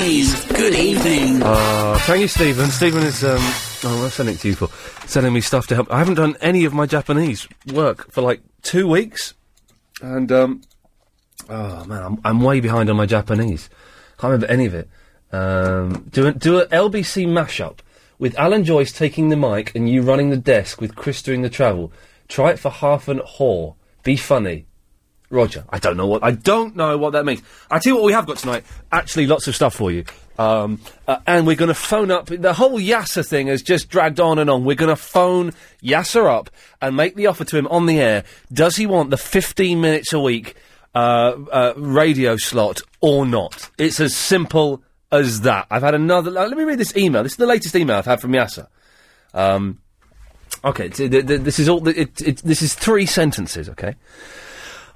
Uh, Thank you, Stephen. Stephen is, um, oh, I'm sending it to you for sending me stuff to help. I haven't done any of my Japanese work for like two weeks, and um, oh man, I'm, I'm way behind on my Japanese. Can't remember any of it. Um, do a, do a LBC mashup with Alan Joyce taking the mic and you running the desk with Chris doing the travel. Try it for half an whore. Be funny. Roger, I don't know what I don't know what that means. I tell you what we have got tonight. Actually, lots of stuff for you, um, uh, and we're going to phone up. The whole Yasser thing has just dragged on and on. We're going to phone Yasser up and make the offer to him on the air. Does he want the fifteen minutes a week uh, uh, radio slot or not? It's as simple as that. I've had another. uh, let me read this email. This is the latest email I've had from Yasser. Um, okay, t- th- th- this is all. It, it, this is three sentences. Okay.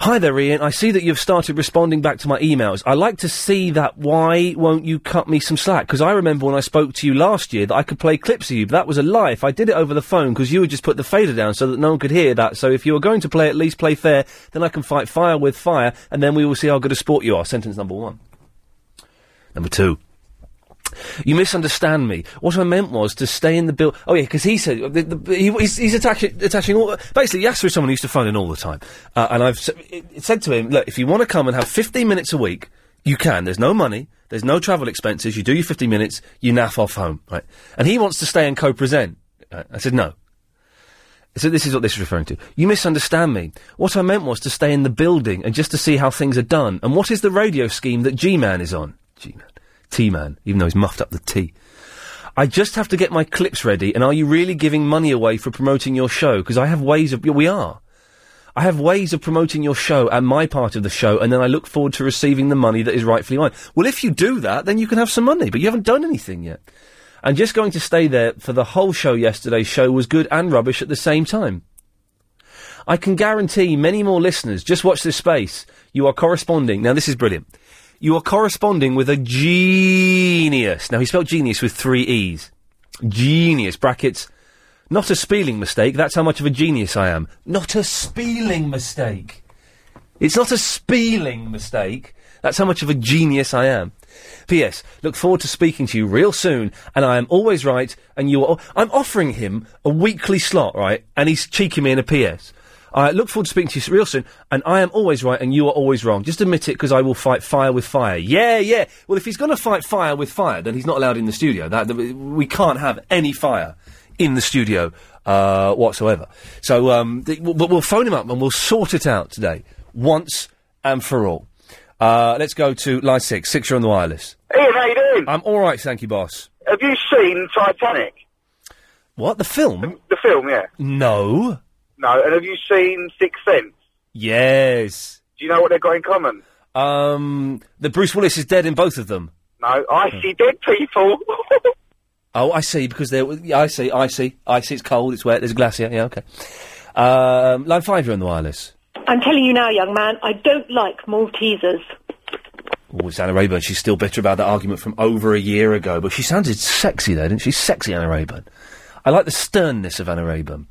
Hi there, Ian. I see that you've started responding back to my emails. I like to see that. Why won't you cut me some slack? Because I remember when I spoke to you last year that I could play clips of you, but that was a lie. If I did it over the phone, because you would just put the fader down so that no one could hear that. So if you are going to play, at least play fair. Then I can fight fire with fire, and then we will see how good a sport you are. Sentence number one. Number two. You misunderstand me. What I meant was to stay in the bill. Oh yeah, because he said the, the, he, he's, he's attaching, attaching all. Basically, Yasser is someone who used to phone in all the time, uh, and I've s- it- it said to him, look, if you want to come and have 15 minutes a week, you can. There's no money. There's no travel expenses. You do your 15 minutes. You naff off home, right? And he wants to stay and co-present. Uh, I said no. So this is what this is referring to. You misunderstand me. What I meant was to stay in the building and just to see how things are done. And what is the radio scheme that G-Man is on? G-Man. T-Man, even though he's muffed up the T. I just have to get my clips ready, and are you really giving money away for promoting your show? Because I have ways of... We are. I have ways of promoting your show and my part of the show, and then I look forward to receiving the money that is rightfully mine. Well, if you do that, then you can have some money, but you haven't done anything yet. And just going to stay there for the whole show yesterday's show was good and rubbish at the same time. I can guarantee many more listeners. Just watch this space. You are corresponding. Now, this is brilliant. You are corresponding with a genius. Now, he spelled genius with three E's. Genius, brackets. Not a spelling mistake. That's how much of a genius I am. Not a spelling mistake. It's not a spelling mistake. That's how much of a genius I am. P.S. Look forward to speaking to you real soon, and I am always right, and you are. I'm offering him a weekly slot, right? And he's cheeking me in a P.S. I look forward to speaking to you real soon, and I am always right, and you are always wrong. Just admit it, because I will fight fire with fire. Yeah, yeah. Well, if he's going to fight fire with fire, then he's not allowed in the studio. That, that we can't have any fire in the studio uh, whatsoever. So, um, th- w- but we'll phone him up and we'll sort it out today, once and for all. Uh, let's go to line six. Six, you're on the wireless. Ian, how you doing? I'm all right, thank you, boss. Have you seen Titanic? What the film? The film, yeah. No. No, and have you seen Sixth Sense? Yes. Do you know what they've got in common? Um, the Bruce Willis is dead in both of them. No, I Hmm. see dead people. Oh, I see. Because there, yeah, I see, I see, I see. It's cold. It's wet. There's a glacier. Yeah, okay. Um, line five, you're on the wireless. I'm telling you now, young man, I don't like Maltesers. Oh, it's Anna Rayburn. She's still bitter about that argument from over a year ago, but she sounded sexy there, didn't she? Sexy Anna Rayburn. I like the sternness of Anna Rayburn.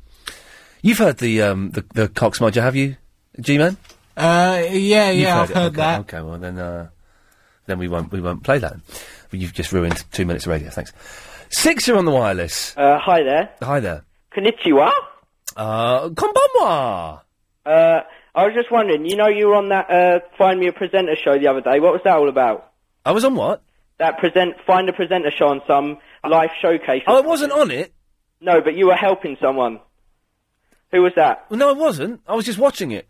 You've heard the um, the, the cock smudger, have you, G-man? Uh, yeah, You've yeah, I've it. heard okay, that. Okay, well then, uh, then we won't we won't play that. But you've just ruined two minutes of radio. Thanks. Six, you're on the wireless. Uh, hi there. Hi there. Konnichiwa. Uh, konbanwa. Uh, I was just wondering, you know, you were on that uh, Find Me a Presenter show the other day. What was that all about? I was on what? That present Find a Presenter show on some live showcase. Oh, I wasn't on it. No, but you were helping someone. Who was that? No, I wasn't. I was just watching it. Uh,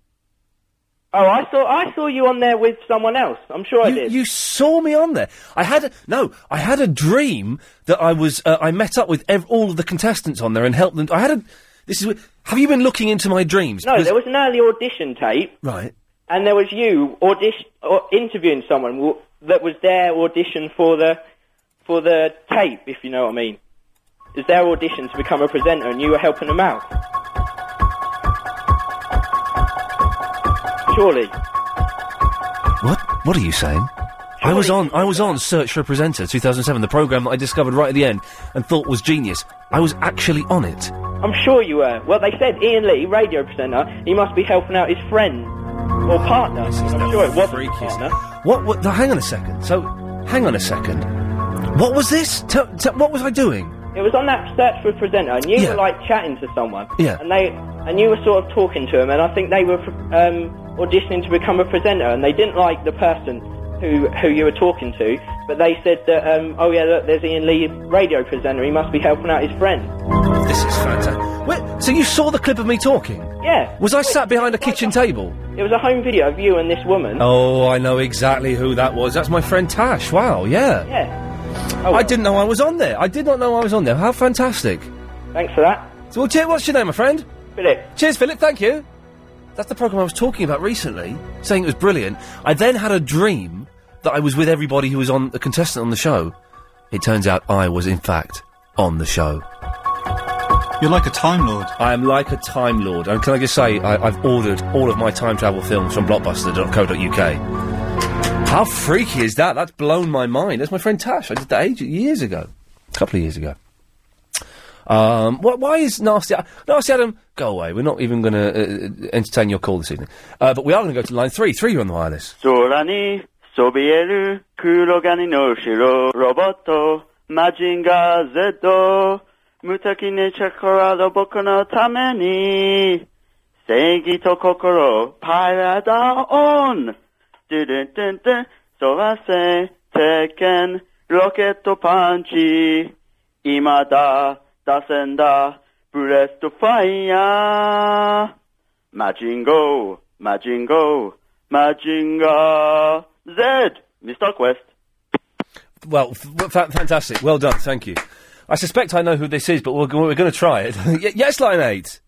Oh, I saw I saw you on there with someone else. I'm sure I you, did. you saw me on there. I had a, no. I had a dream that I was. Uh, I met up with ev- all of the contestants on there and helped them. I had a. This is. wh- Have you been looking into my dreams? no, there was an early audition tape, Right. and there was you audition or interviewing someone w- that was their audition for the for the tape, if you know what I mean. Is their audition to become a presenter, and you were helping them out? Surely. What? What are you saying? I was on. I was on Search for a Presenter 2007, the program that I discovered right at the end and thought was genius. I was actually on it. I'm sure you were. Well, they said Ian Lee, radio presenter, he must be helping out his friend or partner. I'm sure it was freakiest. partner. What? what now, hang on a second. So, hang on a second. What was this? Tell tell what was I doing? It was on that search for a presenter, and you Yeah. were like chatting to someone. Yeah. And they and you were sort of talking to them, and I think they were um, auditioning to become a presenter, and they didn't like the person who who you were talking to, but they said that um, oh yeah, look, there's Ian Lee, radio presenter. He must be helping out his friend. This is fantastic. Wait, so you saw the clip of me talking? Yeah. Was I sat behind a kitchen table? It was a home video of you and this woman. Oh, I know exactly who that was. That's my friend Tash. Wow, yeah. Yeah. Oh. I didn't know I was on there. I did not know I was on there. How fantastic. Thanks for that. So, well, che- what's your name, my friend? Philip. Cheers, Philip. Thank you. That's the program I was talking about recently, saying it was brilliant. I then had a dream that I was with everybody who was on the contestant on the show. It turns out I was, in fact, on the show. You're like a Time Lord. I am like a Time Lord. And can I just say, I, I've ordered all of my time travel films from blockbuster.co.uk. How freaky is that? That's blown my mind. That's my friend Tash. I did that ages, years ago. A couple of years ago. Um, wh- why is Nasty Nasty Adam? Go away. We're not even going to uh, entertain your call this evening. Uh, but we are going to go to line three. Three, you're on the wireless. 空にそびえる黒髪の白ロボット、マジンガー Z、無敵ネチャコラド僕のために、正義と心、パラダオン、ドゥドゥドゥドゥ、そらせ、鉄拳、ロケットパンチ、今だ、打線だ、ブレストファイヤー、マジンゴー、マジンゴー、Majinga Z, Mr. Quest. Well, f- w- fa- fantastic. Well done. Thank you. I suspect I know who this is, but we're, g- we're going to try it. Y- yes, line eight.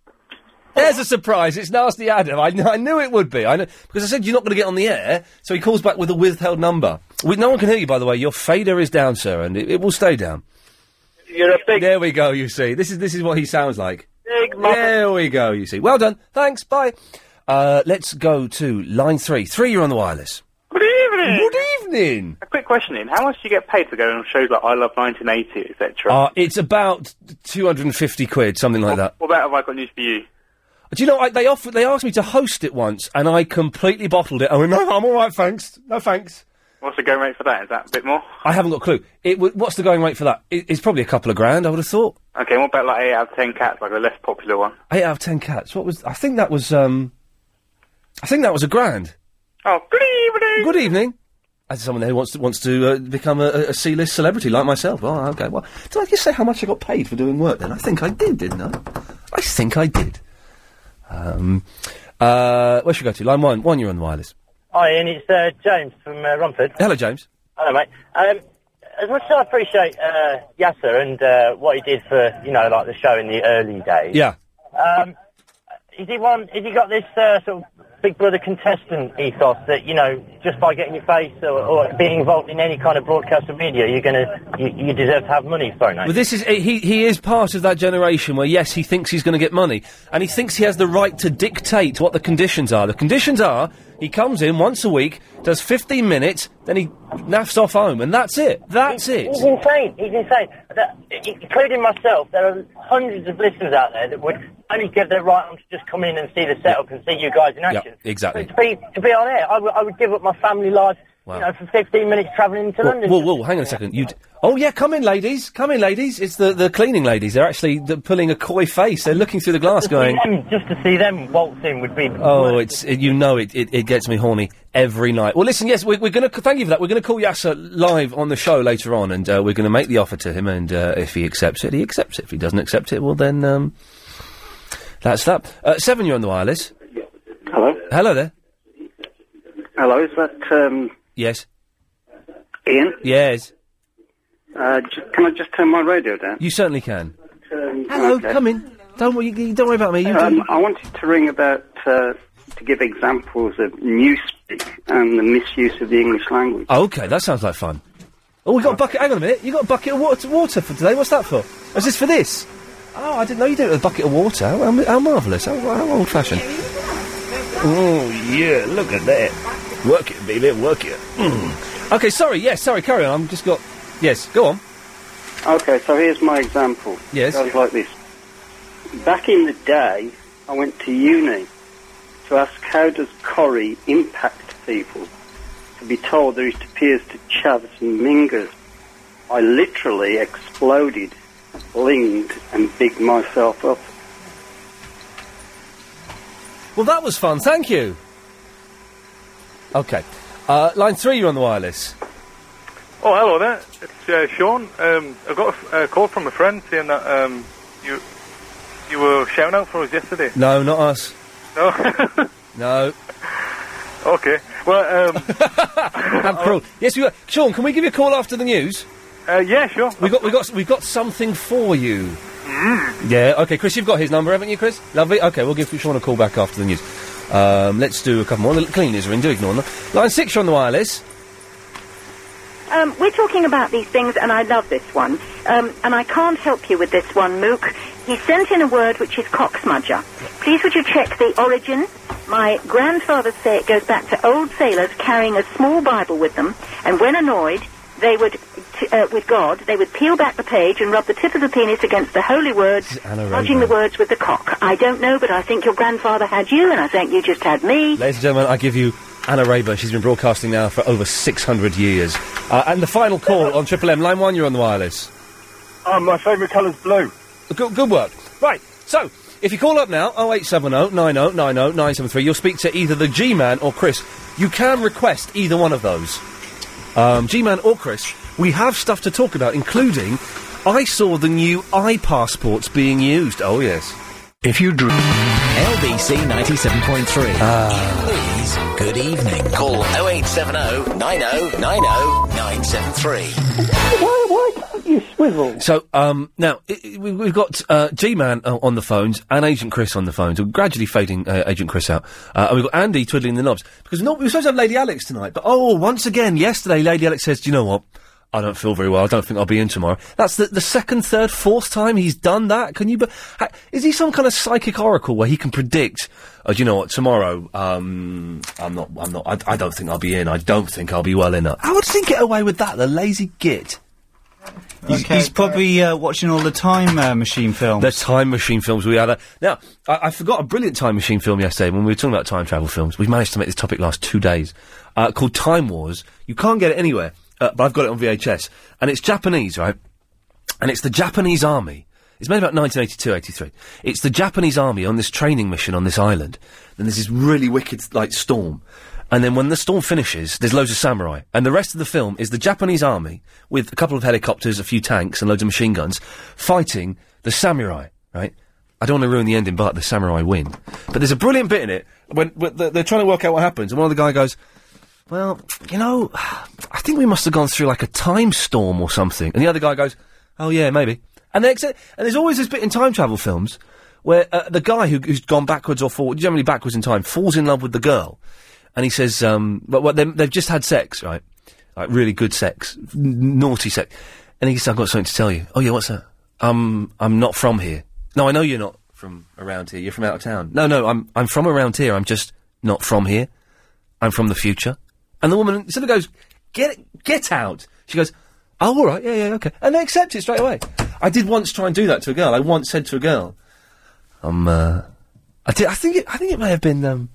There's a surprise. It's Nasty Adam. I, kn- I knew it would be. I kn- because I said you're not going to get on the air, so he calls back with a withheld number. We, no one can hear you, by the way. Your fader is down, sir, and it, it will stay down. You're a big. There we go. You see, this is this is what he sounds like. Big There we go, you see. Well done. Thanks. Bye. Uh, let's go to line three. Three, you're on the wireless. Good evening. Good evening. A quick question in: How much do you get paid for going on shows like I Love 1980, etc.? Uh, it's about 250 quid, something like that. what about have I got news for you? Do you know, I, they offered, they asked me to host it once, and I completely bottled it. I went, no, I'm all right, thanks. No, thanks. What's the going rate for that? Is that a bit more? I haven't got a clue. It, wa- what's the going rate for that? It, it's probably a couple of grand, I would have thought. Okay, what about like eight out of ten cats, like a less popular one? Eight out of ten cats. What was, I think that was, um, I think that was a grand. Oh, good evening. Good evening. As someone who wants to, wants to uh, become a, a C-list celebrity like myself. Oh, okay. Well, did I just say how much I got paid for doing work then? I think I did, didn't I? I think I did. Um, uh, where should we go to? Line one. One, you're on the wireless. Hi, Ian. It's uh, James from uh, Romford. Hello, James. Hello, mate. Um, as much as I appreciate uh, Yasser and uh, what he did for you know, like the show in the early days. Yeah. Um, is he one? Is he got this uh, sort of Big Brother contestant ethos that you know, just by getting your face or, or being involved in any kind of broadcast or media, you're gonna you, you deserve to have money thrown at Well, you? this is eh, he. He is part of that generation where yes, he thinks he's going to get money, and he thinks he has the right to dictate what the conditions are. The conditions are he comes in once a week, does 15 minutes, then he naffs off home, and that's it. That's it. He's insane. He's insane. That, i- including myself, there are hundreds of listeners out there that would only give their right arm to just come in and see the setup and see you guys in action. exactly. To be to be on air, I would- I would give up my family life, Wow. you know, for 15 minutes travelling to London. Whoa, whoa, whoa, hang on a second. You d- oh, yeah, come in, ladies. Come in, ladies. It's the, the cleaning ladies. They're actually the, pulling a coy face. They're looking through the glass going, Them- just to see them waltzing would be. oh, it's, it, you know, it, it, it gets me horny every night. Well, listen, yes, we're, we're going to, thank you for that. We're going to call Yasser live on the show later on and uh, we're going to make the offer to him and uh, if he accepts it, he accepts it. If he doesn't accept it, well, then, um, that's that. Uh, seven, you're on the wireless. Hello. Hello there. Hello, is that um, Yes. Ian? Yes. Uh, j- can I just turn my radio down? You certainly can. Um, Hello, okay. come in. Don't, worry- you, don't worry about me. You Um, do- I wanted to ring about uh, to give examples of newspeak and the misuse of the English language. Oh, okay, that sounds like fun. Oh, we got a bucket. Hang on a minute. You got a bucket of water, water for today. What's that for? Is this for this? Oh, I didn't know you did it with a bucket of water. How, how marvellous. How, how old fashioned. Oh, yeah, look at that. Work it, baby, work it. Mm. Okay, sorry, yes, sorry, carry on. I've just got. Yes, go on. Okay, so here's my example. Yes. It goes like this. Back in the day, I went to uni to ask how does Corrie impact people. To be told there is to peers to chavs and mingers. I I literally exploded, leaned, and bigged myself up. Well, that was fun. Thank you. Okay. Uh, line three, you're on the wireless. Oh, hello there. It's uh, Sean. Um, I got a f- a call from a friend saying that um, you you were shouting out for us yesterday. No, not us. No. No. okay. Well, um, How cruel. Yes, we were. Sean, can we give you a call after the news? Uh, yeah, sure. We got, we got, we got something for you. Mm. Yeah. Okay, Chris, you've got his number, haven't you, Chris? Lovely. Okay, we'll give Sean a call back after the news. Um, let's do a couple more. The cleaners are in. Do ignore them. Line six, you're on the wireless. Um, we're talking about these things, and I love this one. Um, and I can't help you with this one, Mook. He sent in a word which is cocksmudger. Please would you check the origin? My grandfathers say it goes back to old sailors carrying a small Bible with them, and when annoyed, they would, t- uh, with God, they would peel back the page and rub the tip of the penis against the holy words, Anna smudging the Rayburn. words with the cock. I don't know, but I think your grandfather had you, and I think you just had me. Ladies and gentlemen, I give you Anna Rayburn. She's been broadcasting now for over 600 years. Uh, and the final call on Triple M. Line one, you're on the wireless. Um, my favourite colour's blue. Good, good work. Right, so if you call up now, 0870 90 90 973, you'll speak to either the G Man or Chris. You can request either one of those. Um, G Man or Chris, we have stuff to talk about, including I saw the new iPassports being used. Oh, yes. If you drew. LBC 97.3. Ah. Good evening. Call 0870 90 90 oh, 973. Why, can't you swivel? So, um, now, i- i- we- we've got uh, G-Man uh, on the phones and Agent Chris on the phones. We're gradually fading uh, Agent Chris out. Uh, and we've got Andy twiddling the knobs. Because not, we were supposed to have Lady Alex tonight, but oh, once again, yesterday, Lady Alex says, do you know what? I don't feel very well. I don't think I'll be in tomorrow. That's the, the second, third, fourth time he's done that. Can you? Be- ha- is he some kind of psychic oracle where he can predict? Oh, do you know what? Tomorrow, um, I'm not. I'm not. I, I don't think I'll be in. I don't think I'll be well enough. How would he get away with that? The lazy git. He's, he's probably uh, watching all the time uh, machine films. The time machine films we had. uh, Now, I, I forgot a brilliant time machine film yesterday when we were talking about time travel films. We've managed to make this topic last two days. Uh, called Time Wars. You can't get it anywhere, uh, but I've got it on VHS. And it's Japanese, right? And it's the Japanese army. It's made about 1982, 83. It's the Japanese army on this training mission on this island. Then there's this really wicked, like, storm. And then when the storm finishes, there's loads of samurai. And the rest of the film is the Japanese army with a couple of helicopters, a few tanks, and loads of machine guns fighting the samurai, right? I don't want to ruin the ending, but the samurai win. But there's a brilliant bit in it when, when they're, they're trying to work out what happens, and one of the guy goes, "Well, you know, I think we must have gone through like a time storm or something." And the other guy goes, "Oh yeah, maybe." And, they accept, and there's always this bit in time travel films where uh, the guy who, who's gone backwards or forward, generally backwards in time, falls in love with the girl, and he says, um, "But well, they, they've just had sex, right? Like really good sex, n- naughty sex." And he says, "I've got something to tell you." Oh yeah, what's that? Um, I'm not from here. No, I know you're not from around here. You're from out of town. No, no, I'm I'm from around here. I'm just not from here. I'm from the future. And the woman sort of goes, "Get get out." She goes, "Oh, all right, yeah, yeah, okay." And they accept it straight away. I did once try and do that to a girl. I once said to a girl, "I'm." Uh, I did. I think it, I think it may have been um,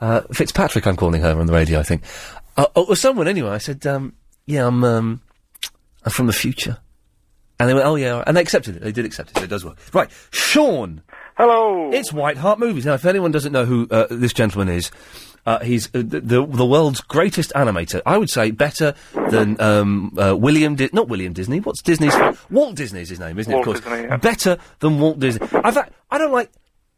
uh, Fitzpatrick. I'm calling her on the radio. I think, uh, or someone anyway. I said, um, "Yeah, I'm um, I'm from the future." And they went, oh yeah, all right." and they accepted it. They did accept it. So it does work. Right, Sean. Hello. It's White Hart Movies. Now, if anyone doesn't know who uh, this gentleman is, uh, he's uh, the, the the world's greatest animator. I would say better than um, uh, William, Di- not William Disney. What's Disney's? Walt Disney's his name, isn't it? Walt of course, Disney, yeah. better than Walt Disney. I've, a- I don't like.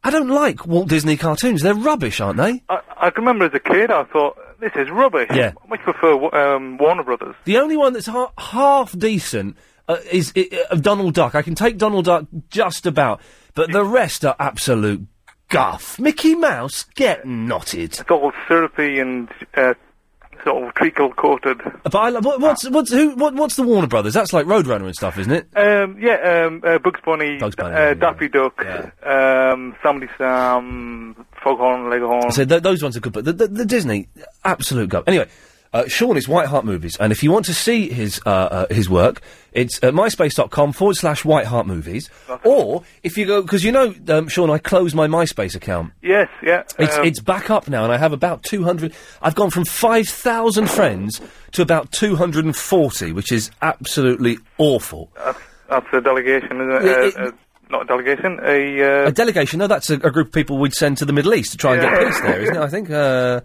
I don't like Walt Disney cartoons. They're rubbish, aren't they? I, I can remember as a kid, I thought this is rubbish. Yeah. I much prefer um, Warner Brothers. The only one that's ha- half decent uh, is i- uh, Donald Duck. I can take Donald Duck just about, but the rest are absolute guff. Mickey Mouse, get knotted. It's all syrupy and uh, sort of treacle coated. But I love, what, what's what's who what, what's the Warner Brothers? That's like Roadrunner and stuff, isn't it? Um, yeah, um, uh, Bugs Bunny, uh, Daffy Duck, um, Sammy Sam, Foghorn Leghorn. So th- those ones are good, but the, the, the Disney absolute go. Anyway, Uh, Sean is White Hart Movies, and if you want to see his uh, uh, his work, it's at myspace.com forward slash White Hart Movies. Or if you go, because you know, um, Sean, I closed my MySpace account. Yes, yeah. It's, um, it's back up now, and I have about 200. I've gone from 5,000 friends to about 240, which is absolutely awful. that's, that's a delegation, isn't it? It- uh, uh, not a delegation, a. Uh, a delegation, no, that's a, a group of people we'd send to the Middle East to try and get Yeah. peace there, isn't it? I think. Uh,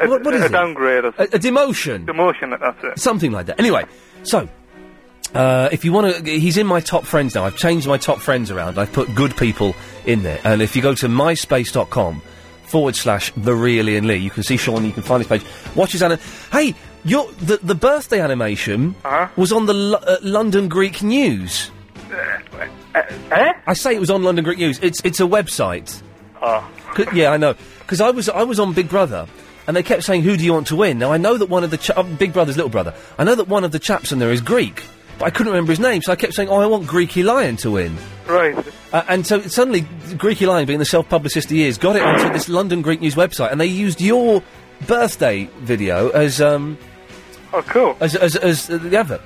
what, what a is it? downgrade. A, a demotion. Demotion, that's it. Something like that. Anyway, so. Uh, if you want to, he's in my top friends now. I've changed my top friends around. I've put good people in there. And if you go to myspace.com forward slash the real Ian Lee, you can see Sean. You can find his page. Watch his anim. Hey, your the, the birthday animation was on the L- uh, London Greek News. I say it was on London Greek News. It's it's a website. Oh. yeah, I know. Because I was I was on Big Brother, and they kept saying, "Who do you want to win?" Now I know that one of the cha- uh, Big Brother's little brother. I know that one of the chaps in there is Greek, but I couldn't remember his name, so I kept saying, "Oh, I want Greeky Lion to win." Right. Uh, and so suddenly, Greeky Lion, being the self publicist he is, got it onto this London Greek News website, and they used your birthday video as um. Oh, cool! As as, as uh, the advert.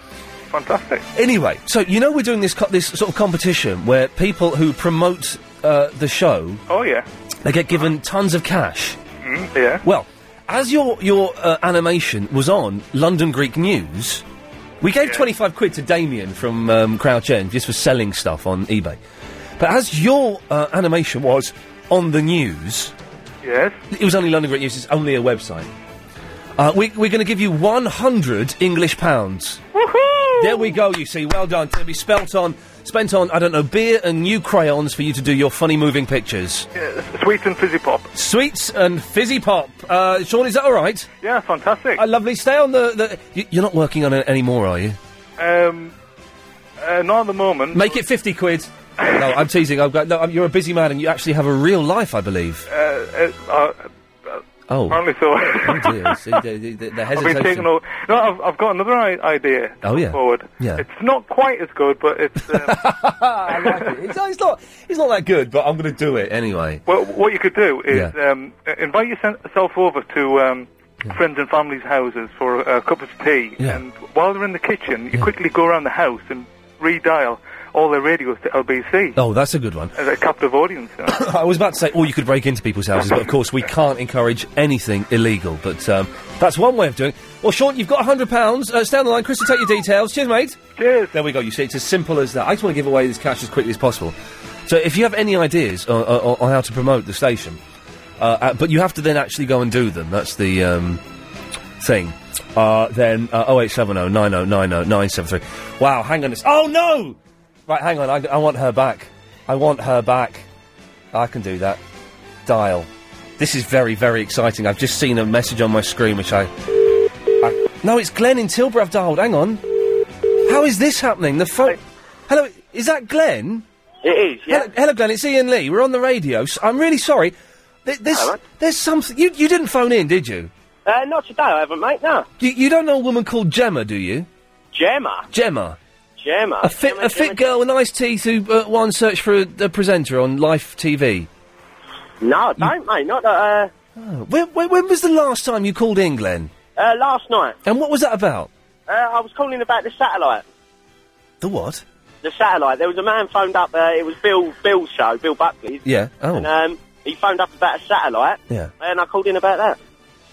Fantastic. Anyway, so you know we're doing this co- this sort of competition where people who promote uh, the show Oh, yeah. they get given tons of cash. Mm, yeah. Well, as your your uh, animation was on London Greek News, we gave twenty five quid to Damien from um, Crouch End just for selling stuff on eBay. But as your uh, animation was on the news, yes, it was only London Greek News. It's only a website. Uh, we, we're going to give you one hundred English pounds. There we go. You see, well done. To be spelt on, spent on, I don't know, beer and new crayons for you to do your funny moving pictures. Yeah, sweet and fizzy pop. Sweets and fizzy pop. Uh, Sean, is that all right? Yeah, fantastic. Uh, lovely. Stay on the. the you, you're not working on it anymore, are you? Um, uh, not at the moment. Make it fifty quid. no, I'm teasing. I've got. No, I'm, you're a busy man, and you actually have a real life, I believe. Uh, uh, uh, uh, Oh. Apparently so. oh dear. See, the, the, the, the I've hesitation. been taking over. No, I've, I've got another I- idea. Oh, yeah. Forward. Yeah. It's not quite as good, but it's. Um, I like it. It's, it's not. It's not that good, but I'm going to do it anyway. Well, what you could do is um, uh, invite yourself over to um, friends and family's houses for a, a cup of tea, Yeah. and while they're in the kitchen, you quickly go around the house and redial all their radios to LBC Oh, that's a good one. as a captive audience. you know. I was about to say, or you could break into people's houses, but of course we can't encourage anything illegal. But um, that's one way of doing. it. Well, Sean, you've got hundred pounds. Uh, stay on the line, Chris. will take your details. Cheers, mate. Cheers. There we go. You see, it's as simple as that. I just want to give away this cash as quickly as possible. So, if you have any ideas on, on, on how to promote the station, uh, uh, but you have to then actually go and do them. That's the um, thing. Uh, then uh, 0870 9090 973. Wow, hang on. This. Oh no! Right, hang on. I, I want her back. I want her back. I can do that. Dial. This is very, very exciting. I've just seen a message on my screen which I. I no, it's Glenn in Tilbury I've dialed. Hang on. How is this happening? The phone. Hello, is that Glenn? It is, yeah. Hello, hello, Glenn. It's Ian Lee. We're on the radio. S- I'm really sorry. Th- There's, Hello. there's something. You, you didn't phone in, did you? Uh, not today, I haven't, mate, no. you? You don't know a woman called Gemma, do you? Gemma. Gemma. Gemma. A fit, a fit girl with nice teeth who uh, one search for a, a presenter on Life TV. No, don't, mate, not uh, that, Oh, when, when, when was the last time you called in, Glenn? uh, uh, last night. And what was that about? Uh, I was calling about the satellite. The what? The satellite. There was a man phoned up, uh, it was Bill, Bill's show, Bill Buckley's. Yeah. Oh. And, um, he phoned up about a satellite, Yeah. and I called in about that.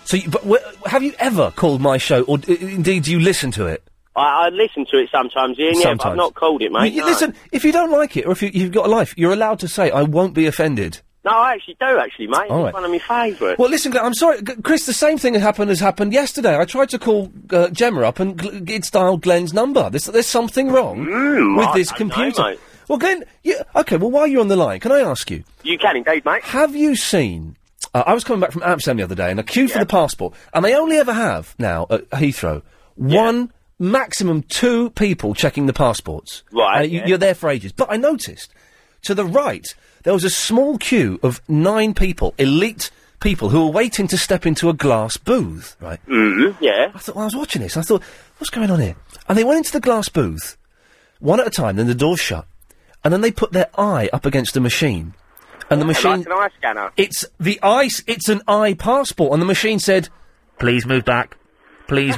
So, you, but wh- have you ever called my show, or d- indeed, do you listen to it? I, I listen to it sometimes, Ian, yeah, but Sometimes. I've not called it, mate. You- no. Listen, if you don't like it, or if you, you've got a life, you're allowed to say, "I won't be offended." No, I actually do, actually, mate. All it's right. one of my favourites. Well, listen, Glenn, I'm sorry, G- Chris. The same thing that happened has happened yesterday. I tried to call uh, Gemma up, and gl- it's dialed Glenn's number. There's, there's something wrong with I this don't know, computer. mate. well, Glenn, you, okay. Well, while you're on the line, can I ask you? You can indeed, mate. Have you seen? Uh, I was coming back from Amsterdam the other day, and I queued for the passport, and they only ever have now at Heathrow one, maximum two people checking the passports. Right, And you, yeah. You're there for ages, but I noticed to the right there was a small queue of nine people, elite people, who were waiting to step into a glass booth. Right. Mm, yeah. I thought, well, I was watching this. I thought, what's going on here? And they went into the glass booth, one at a time. Then the door shut, and then they put their eye up against a machine, and the machine. Like an eye scanner. It's the ice. It's an eye passport, and the machine said, "Please move back. Please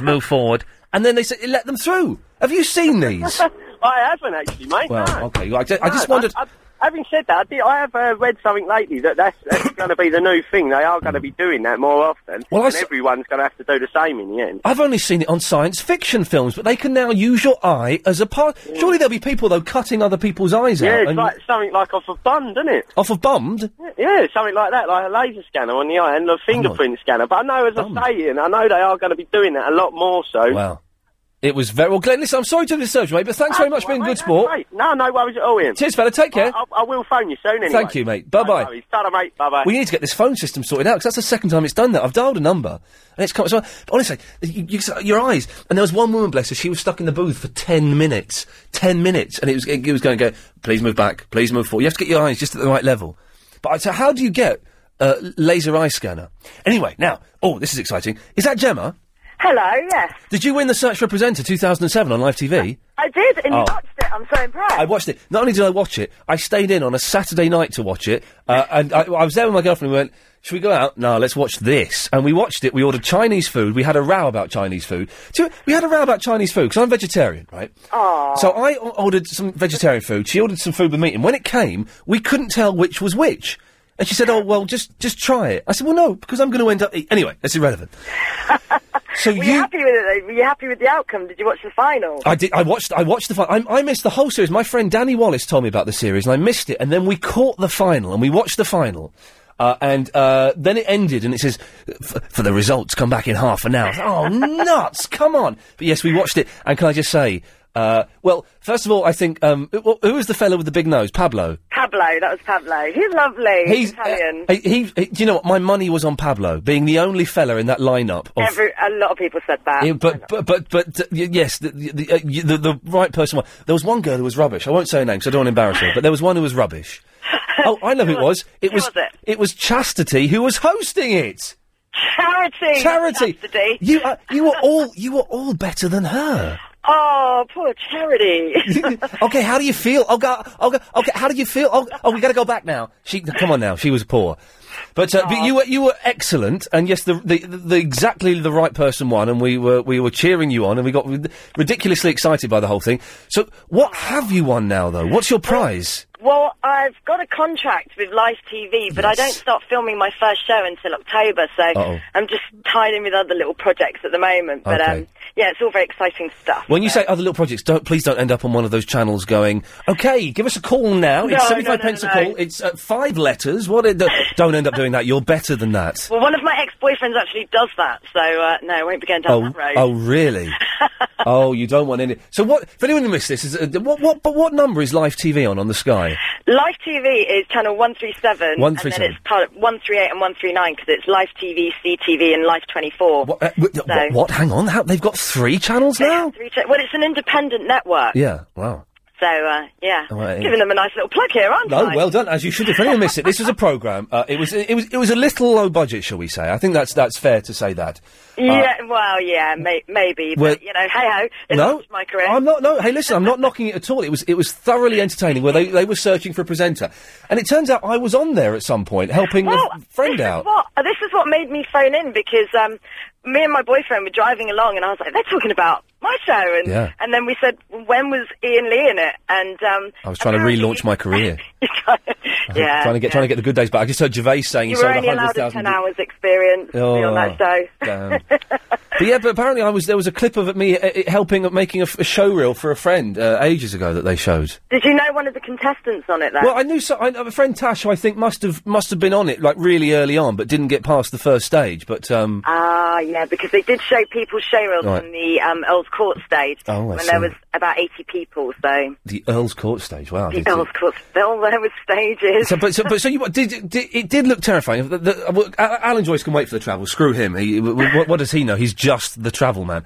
move forward. And then they say, let them through. Have you seen these? I haven't actually, mate. well, no. okay. I just, I just No, wondered. I- I- having said that, I, did, I have uh, read something lately that that's, that's going to be the new thing. They are going to be doing that more often. Well, I and s- everyone's going to have to do the same in the end. I've only seen it on science fiction films, but they can now use your eye as a part. Surely there'll be people though cutting other people's eyes yeah, out. it's and- like something like off a bun, isn't it? Off of bummed. Yeah, something like that, like a laser scanner on the eye and a fingerprint scanner. But I know, as I say, and I know they are going to be doing that a lot more so. Wow. It was very well, Glenn. Listen, I'm sorry to disturb you, mate, but thanks very much for being a good sport. No, no worries at all, Oh, Ian. Cheers, fella. Take care. I, I, I will phone you soon anyway. Thank you, mate. Bye bye. Tata, mate. Bye bye. We need to get this phone system sorted out because that's the second time it's done that. I've dialed a number and it's come. So, but honestly, you, you, your eyes. And there was one woman, bless her, she was stuck in the booth for ten minutes. Ten minutes, and it was it, was going to go. Please move back. Please move forward. You have to get your eyes just at the right level. But I- so, how do you get a laser eye scanner? Anyway, now, oh, this is exciting. Is that Gemma? Hello, yes. Did you win the Search for a Presenter 2007 on live TV? I did, and Oh. you watched it. I'm so impressed. I watched it. Not only did I watch it, I stayed in on a Saturday night to watch it. Uh, and I, I was there with my girlfriend. We went, "Should we go out? No, let's watch this." And we watched it. We ordered Chinese food. We had a row about Chinese food. Do you- We had a row about Chinese food because I'm vegetarian, right? So I o- ordered some vegetarian food. She ordered some food with meat, and when it came, we couldn't tell which was which. And she said, "Oh well, just just try it." I said, "Well, no, because I'm going to end up." eat-" Anyway, that's irrelevant. so Were you you happy with it? though? Were you happy with the outcome? Did you watch the final? I did. I watched. I watched the final. I, I missed the whole series. My friend Danny Wallace told me about the series, and I missed it. And then we caught the final, and we watched the final. Uh, and uh, then it ended, and it says, "F- "For the results, come back in half an hour." oh, nuts! Come on. But yes, we watched it. And can I just say, uh, well, first of all, I think um, wh- who was the fellow with the big nose? Pablo. Pablo, that was Pablo. He's lovely. He's- uh, Italian. He, he, he- do you know what? My money was on Pablo being the only fella in that lineup of Every, a lot of people said that. Yeah, but, but but but uh, y- yes, the the, uh, y- the the right person. wa- There was one girl who was rubbish. I won't say her name, so I don't want to embarrass her. But there was one who was rubbish. oh, I know who it was. It was, it? was Chastity who was hosting it. Charity. Charity. Chastity. You uh, you were all you were all better than her. Oh, poor Charity. okay, how do you feel? Oh God, oh God, okay, how do you feel? Oh, oh, we got to go back now. She, come on now, she was poor, but, uh, but you were you were excellent, and yes, the, the the exactly the right person won, and we were we were cheering you on, and we got rid- ridiculously excited by the whole thing. So, what have you won now, though? What's your prize? Well, I've got a contract with Life TV, but I don't start filming my first show until October, so Uh-oh. I'm just tied in with other little projects at the moment. But Okay. um, yeah, it's all very exciting stuff. When you say other little projects, don't please don't end up on one of those channels going. Okay, give us a call now. No, it's no, seventy five no, pence no, a no. call. It's uh, five letters. What? It, don't end up doing that. You're better than that. Well, one of my ex-boyfriends actually does that, so uh, no, I won't be going down Oh, that road. oh, really? oh, you don't want any. So what? If anyone missed this, is uh, what? What? But what number is live TV on on the Sky? Live TV is channel 137, and 137. then it's part of 138 and 139 because it's Live TV, CTV, and Live 24. What? Uh, w- th- No. what, what? Hang on. How, they've got three channels now. Three cha- well, it's an independent network, Yeah. Wow. so uh, yeah, Oh, well, it- giving them a nice little plug here, aren't No, I? well done. As you should. If anyone missed it, this was a program. Uh, it was. It was. It was a little low budget, shall we say? I think that's that's fair to say that. Uh, Yeah, well, yeah, may- maybe, but well- you know, hey ho, it No, launched my career. I'm not. No, hey, listen, I'm not knocking it at all. It was it was thoroughly entertaining. Where they, they were searching for a presenter, and it turns out I was on there at some point helping Well, a f- friend this out. Is what, uh, this is what made me phone in because um, me and my boyfriend were driving along, and I was like, "They're talking about my show," and Yeah. and then we said, "When was Ian Lee in it?" And um, I was trying to relaunch my career. yeah, Uh-huh. trying to get trying to get the good days back. I just heard Gervais saying you he were sold only hundred allowed a ten thousand. hours experience to be Oh, on that show. damn. but yeah, but apparently I was there was a clip of me uh, uh, helping at making a, f- a show reel for a friend uh, ages ago that they showed. Did you know one of the contestants on it though? Well, I knew so. I, a friend Tash, who I think must have must have been on it like really early on, but didn't get past the first stage. But um, Ah, yeah, because they did show people show reels Right. on the um, Earl's Court stage Oh, I when see. there was about 80 people, so the Earl's Court stage, wow. the Oh, did- Earl's Court, still there was stages. So, but, so, but so you did, did it did look terrifying. The, the, uh, well, A- Alan Joyce can wait for the travel. Screw him. He, w- w- what, what does he know? He's just the travel man.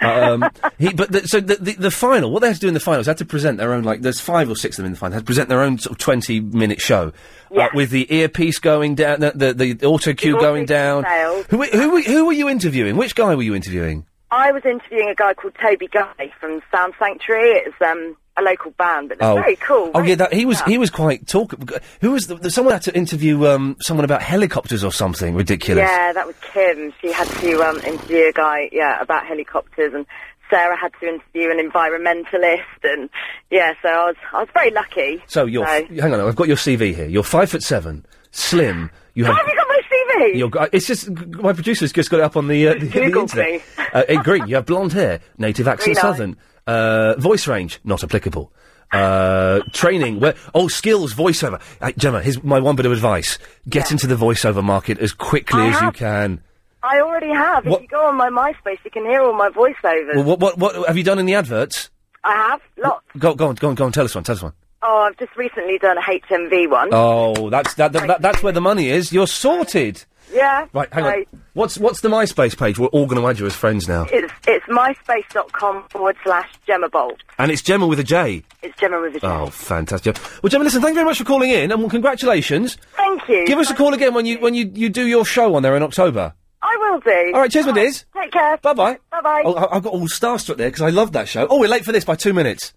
Um, he, but the, so the, the, the final, what they had to do in the final is they had to present their own. Like there's five or six of them in the final. They had to present their own sort of twenty minute show uh, with the earpiece going um, down, the the, the auto cue going down. Who, were- who were- who were you interviewing? Which guy were you interviewing? I was interviewing a guy called Toby Guy from Sound Sanctuary. It's um, a local band, but they're very cool. Oh very yeah, that, he was stuff. he was quite talk. Who was the, the- someone had to interview um, someone about helicopters or something ridiculous? Yeah, that was Kim. She had to um, interview a guy, yeah, about helicopters, and Sarah had to interview an environmentalist, and yeah, so I was I was very lucky. So you're So. f- hang on, I've got your CV here. You're five foot seven, slim. You How have. have you got my CV? You're, g- it's just g- my producer's just got it up on the uh, the, the Googled internet. me. Uh, in green, you have blonde hair, native accent, Green eye. southern. Uh, voice range not applicable. Uh, training, where oh skills, voiceover. Uh, Gemma, here's my one bit of advice: get into the voiceover market as quickly I as you have. can. I already have. What- If you go on my MySpace, you can hear all my voiceovers. Well, what what what have you done in the adverts? I have lots. Go go on go on go on. Tell us one. Tell us one. Oh, I've just recently done a HMV one. Oh, that's that, that, that that's where the money is. You're sorted. Yeah. Right, hang on. so What's what's the MySpace page? We're all going to add you as friends now, It's it's myspace.com forward slash Gemma Bolt. and it's Gemma with a J. It's Gemma with a J. Oh, fantastic! Well, Gemma, listen, thank you very much for calling in, and well, congratulations. Thank you. Give us a call again when you when you, you do your show on there in October. I will do. All right, cheers, my dears. Take care. Bye bye. Bye bye. Oh, I, I've got all starstruck there because I love that show. Oh, we're late for this by two minutes.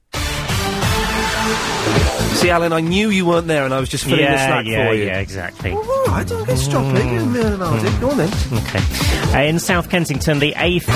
See, Alan, I knew you weren't there, and I was just filling the yeah, snack yeah, for you. yeah, exactly. Hmm. I don't get stopping, Go on then. Okay. Uh, in South Kensington, the eighth.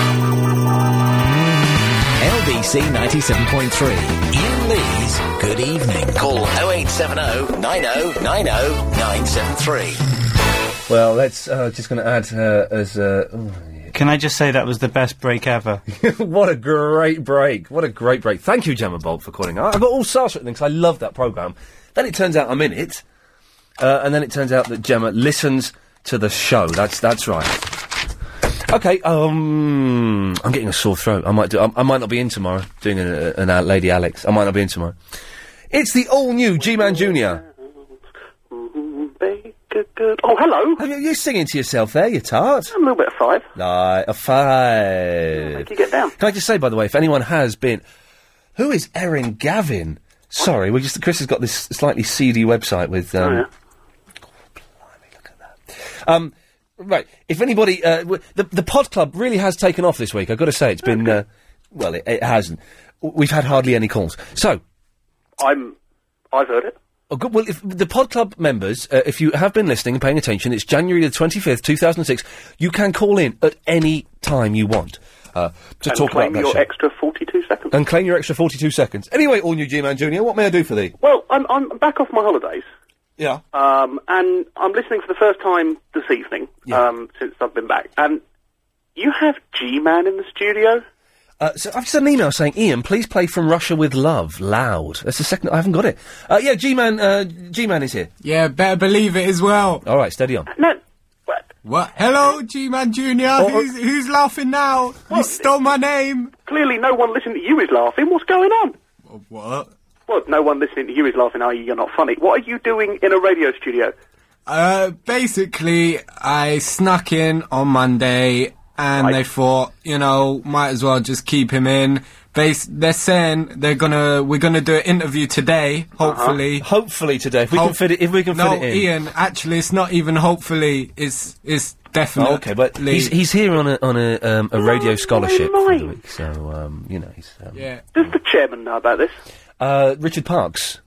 LBC 97.3. Ian Lee's Good Evening. Call 0870 90 90 oh, 973. Well, let's uh, just going to add uh, as uh, ooh, Can I just say that was the best break ever? what a great break! What a great break! Thank you, Gemma Bolt, for calling. I, I got all starstruck because I love that program. Then it turns out I'm in it, uh, and then it turns out that Gemma listens to the show. That's that's right. Okay, um, I'm getting a sore throat. I might do. I, I might not be in tomorrow doing an, uh, an uh, Lady Alex. I might not be in tomorrow. It's the all new G Man Junior. Oh, hello. Have you, you're singing to yourself there, you tart. I'm a little bit of five. Like a five. you get down. Can I just say, by the way, if anyone has been, who is Erin Gavin? Sorry, we just Chris has got this slightly seedy website with. Um, Oh, yeah. Um, right. If anybody, uh, w- the the Pod Club really has taken off this week. I've got to say, it's been. Uh, well, it, it hasn't. W- We've had hardly any calls. So, I'm. I've heard it. Oh, good. Well, if the Pod Club members, uh, if you have been listening and paying attention, it's January the 25th, 2006. You can call in at any time you want uh, to and talk claim about that your show. extra 42 seconds. and claim your extra 42 seconds. Anyway, all new G-Man Junior, what may I do for thee? Well, I'm, I'm back off my holidays. Yeah. Um, and I'm listening for the first time this evening um, since I've been back. And you have G-Man in the studio? Uh, so I've just had an email saying, Ian, please play From Russia With Love, loud. That's the second, I haven't got it. Uh, yeah, G-Man, uh, G-Man is here. Yeah, better believe it as well. All right, steady on. No. What? Hello, G Man Junior. Oh, oh. who's, who's laughing now? You stole my name. Clearly no one listening to you is laughing. What's going on? What? Well, no one listening to you is laughing, i.e. you're not funny. What are you doing in a radio studio? Uh, basically, I snuck in on Monday, and they thought, you know, might as well just keep him in. Bas- they're saying they're gonna, we're gonna do an interview today, Uh-huh. hopefully. Hopefully today, if we can fit it, if we can no, fit it in. Ian, actually, it's not even hopefully. It's it's definitely. Oh, okay, but he's, he's here on a, on a, um, a radio scholarship for the week, so, um, you know, he's... Um, yeah. Does the chairman know about this? uh, Richard Parks.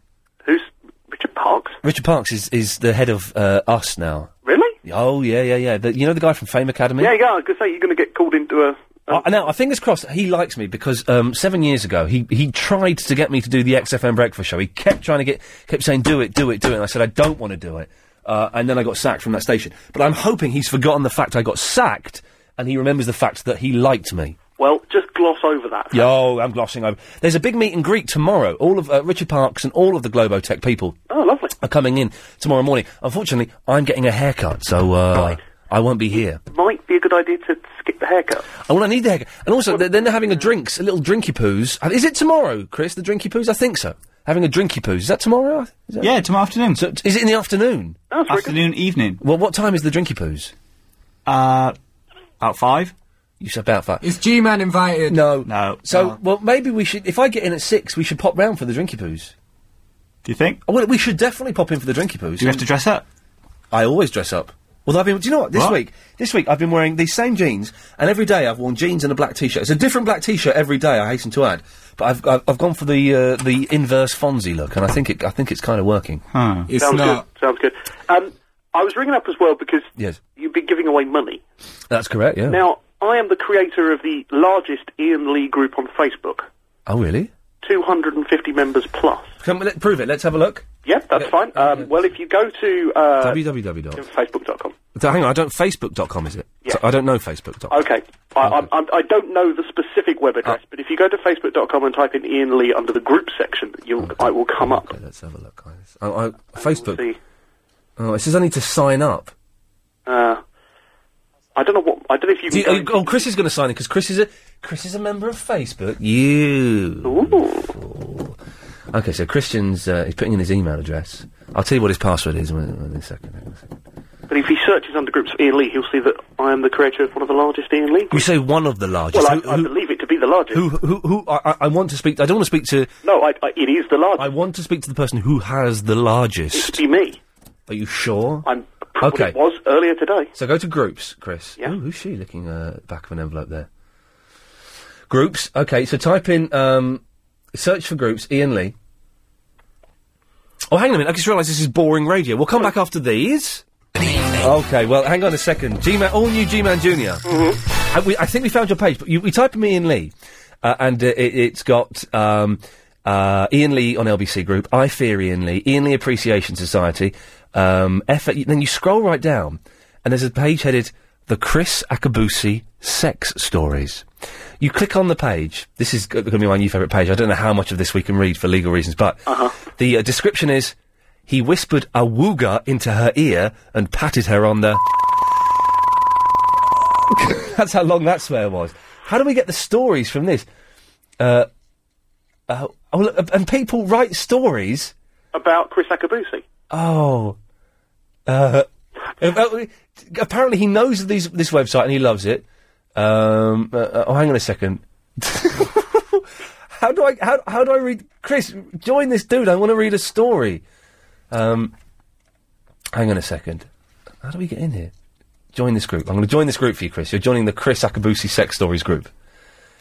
Who's Richard Parks? Richard Parks is, is the head of uh, Us now. Really? Oh, yeah, yeah, yeah. The, you know the guy from Fame Academy? Yeah, yeah, I was going to say, you're going to get called into a... Uh, now, I fingers crossed, he likes me because um, seven years ago he he tried to get me to do the XFM breakfast show. He kept trying to get, kept saying, "Do it, do it, do it." And I said, "I don't want to do it," uh, and then I got sacked from that station. But I'm hoping he's forgotten the fact I got sacked, and he remembers the fact that he liked me. Well, just gloss over that. Yo, I'm glossing over. There's a big meet and greet tomorrow. All of uh, Richard Parks and all of the Globotech people oh, lovely. are coming in tomorrow morning. Unfortunately, I'm getting a haircut, so uh, I won't be here. Might be a good idea to skip the haircut. Oh, well, I need the haircut. And also, they're, then they're having a drinks, a little drinky poos. Uh, Is it tomorrow, Chris? The drinky poos? I think so. Having a drinky poos. Is that tomorrow? Is that- Yeah, tomorrow afternoon. So, is it in the afternoon? afternoon, evening. Well, what time is the drinky poos? Uh, about five. You said about five. Is G Man invited? No. No. So, well, maybe we should. If I get in at six, we should pop round for the drinky poos. Do you think? Oh, well, we should definitely pop in for the drinky poos. Do you have to dress up? I always dress up. Although I've been, do you know what? This What? week, this week I've been wearing these same jeans, and every day I've worn jeans and a black t-shirt. It's a different black t-shirt every day. I hasten to add, but I've I've, I've gone for the uh, the inverse Fonzie look, and I think it I think it's kind of working. Sounds good. Sounds good. Um, I was ringing up as well because Yes, you've been giving away money. that's correct. Yeah. Now, I am the creator of the largest Ian Lee group on Facebook. oh really? 250 members plus. Come, let, prove it. Let's have a look. Yep, that's fine. Um, well, if you go to uh, www. dot- facebook.com. So Hang on, I don't. Facebook.com is it? Yeah. So I don't know Facebook.com. Okay. I, I'm, I'm, I don't know the specific Ah. web address, but if you go to facebook.com and type in Ian Lee under the group section, you'll, I will come up. Let's have a look, guys. Oh, I, I, Facebook. Oh, it says I need to sign up. Uh, I don't know what. I don't know if you. Do Can you- go, oh, Chris is going to sign in because Chris is a Chris is a member of Facebook. You. Okay, so Christian's uh, he's putting in his email address. I'll tell you what his password is in a, in a second. But if he searches under groups for Ian Lee, he'll see that I am the creator of one of the largest Ian Lee. You say one of the largest. Well, I, who, I believe it to be the largest. who, who, who? I, I- I want to speak. I don't want to speak to. No, I, I, it is the largest. I want to speak to the person who has the largest. It'd be me. Are you sure? I'm. Okay. It was earlier today. So go to groups, Chris. Yeah. who's she looking uh, back of an envelope there? Groups. Okay, so type in um, search for groups. Ian Lee. Oh, hang on a minute. I just realised this is boring radio. We'll come back after these. Okay, well, hang on a second. G-Man, all new G-Man Junior. I, we, I think we found your page, but you, we type in Ian Lee, uh, and uh, it, it's got um, uh, Ian Lee on LBC Group. I fear Ian Lee. Ian Lee Appreciation Society. Um, F- then you scroll right down, and there's a page headed "The Chris Akabusi Sex Stories." You click on the page. This is going to be my new favourite page. I don't know how much of this we can read for legal reasons, but Uh-huh. the uh, description is: He whispered a wooga into her ear and patted her on the. That's how long that swear was. How do we get the stories from this? Uh, uh, oh, look, and people write stories. About Chris Akabusi. Oh, uh, about- apparently he knows these, this website and he loves it. Um, uh, uh, oh, hang on a second. how do I how, how do I read? Chris, join this dude. I want to read a story. Um, hang on a second. How do we get in here? Join this group. I'm going to join this group for you, Chris. You're joining the Chris Akabusi Sex Stories group.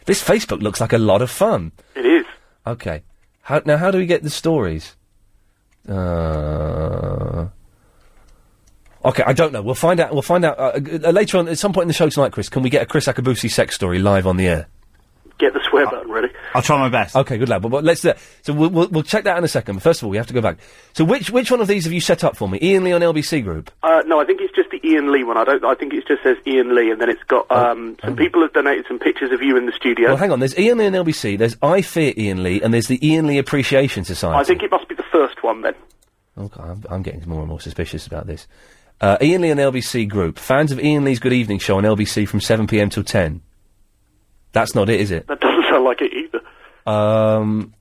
This Facebook looks like a lot of fun. It is. Okay. How, now, how do we get the stories? Uh, okay, I don't know. We'll find out. We'll find out uh, g- uh, later on at some point in the show tonight, Chris. Can we get a Chris Akabusi sex story live on the air? Get the Ah. swear button ready. I'll try my best. Okay, good lad. But, but let's do that. So we'll, we'll, we'll check that in a second. But First of all, we have to go back. So which which one of these have you set up for me? Ian Lee on LBC Group. Uh, no, I think it's just the Ian Lee one. I don't. I think it just says Ian Lee, and then it's got um, some people have donated some pictures of you in the studio. Oh, Well, hang on. There's Ian Lee on LBC. There's I Fear Ian Lee, and there's the Ian Lee Appreciation Society. I think it must be the first one then. Oh, God, I'm, I'm getting more and more suspicious about this. Uh, Ian Lee and LBC Group. Fans of Ian Lee's Good Evening Show on LBC from 7pm till 10. That's not it, is it? That doesn't sound like it either. Um,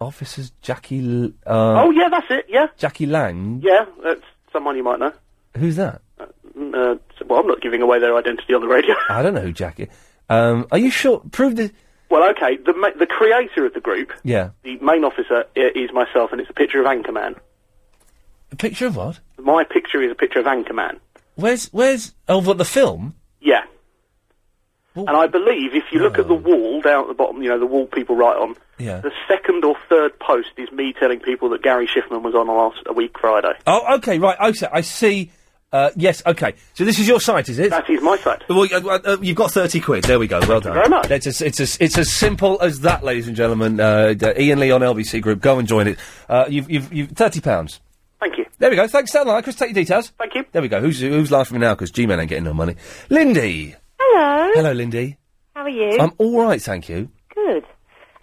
officers Jackie... L- uh, oh yeah, that's it. Yeah, Jackie Lang? yeah. That's someone you might know. Who's that? Mm, Uh, so- well, I'm not giving away their identity on the radio. I don't know who Jackie... Um, are you sure? Prove this... well, okay. The ma- the creator of the group, Yeah. the main officer, i- is myself, and it's a picture of Anchorman. A picture of what? My picture is a picture of Anchorman. Where's... Where's... Oh, what, the film? Yeah. and I believe if you look at the wall down at the bottom, you know the wall people write on. Yeah. The second or third post is me telling people that Gary Schiffman was on last a week Friday. Oh, okay, right. I see. I see. Uh, yes, okay. So this is your site, is it? That is my site. Well, you- uh, uh, you've got thirty quid. There we go. Well done. very much. It's as, it's as, it's as simple as that, ladies and gentlemen. Uh, d- Ian Lee on LBC Group. Go and join it. Uh, you've, you've, you've thirty pounds. Thank you. There we go. Thanks, Stan. Chris, take your details. Thank you. There we go. Who's who's laughing now? Because G-Man ain't getting no money. Lindy. Hello. Hello, Lindy. How are you? I'm all right, thank you. good.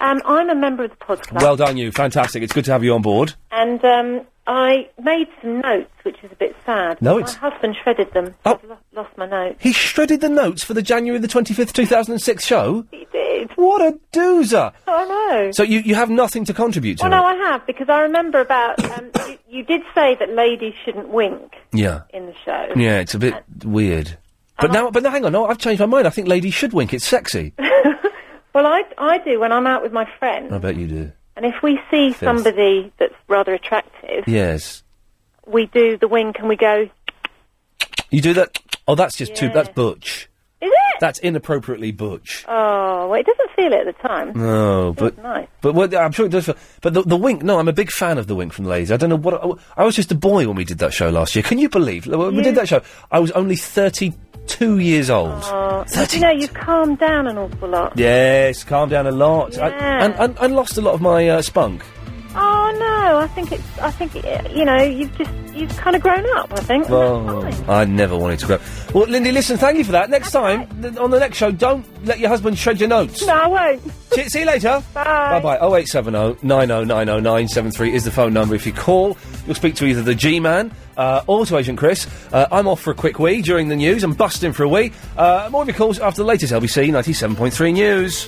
Um, I'm a member of the pod club, Well done, you. Fantastic. It's good to have you on board. and um, I made some notes, which is a bit sad. No, My it's- husband shredded them. so Oh. I've lo- lost my notes. He shredded the notes for the January the twenty fifth, two thousand and six show. He did. What a doozer! Oh, I know. So you, you have nothing to contribute to? Well, no, I have because I remember about um, you, you did say that ladies shouldn't wink Yeah. in the show. Yeah, it's a bit weird. But now, but now, hang on. No, I've changed my mind. I think ladies should wink. It's sexy. Well, I I do when I'm out with my friends, I bet you do. and if we see Yes. somebody that's rather attractive, Yes. we do the wink and we go. You do that? Oh, that's just too. That's butch. Is it? That's inappropriately butch. Oh, well, it doesn't feel it at the time. No, but nice. but what, I'm sure it does. Feel, but the, the wink. No, I'm a big fan of the wink from the ladies. I don't know what I, I was just a boy when we did that show last year. Can you believe when we did that show? I was only 32 years old. Oh, but, you know, you've calmed down an awful lot. Yes, calmed down a lot. I, Yeah. and, and I lost a lot of my uh, spunk. Oh no, I think it's. I think uh, you know, you've just you've kind of grown up. I think. Well, I never wanted to go. Well, Lindy, listen, thank you for that. Next time, th- on the next show, don't let your husband shred your notes. Oh, No, I won't. See, see you later. Bye. Bye bye. 0870 oh, 9090973 is the phone number. If you call, you'll speak to either the G Man uh, or to Agent Chris. Uh, I'm off for a quick wee during the news. I'm busting for a wee. Uh, more of your calls after the latest LBC 97.3 news.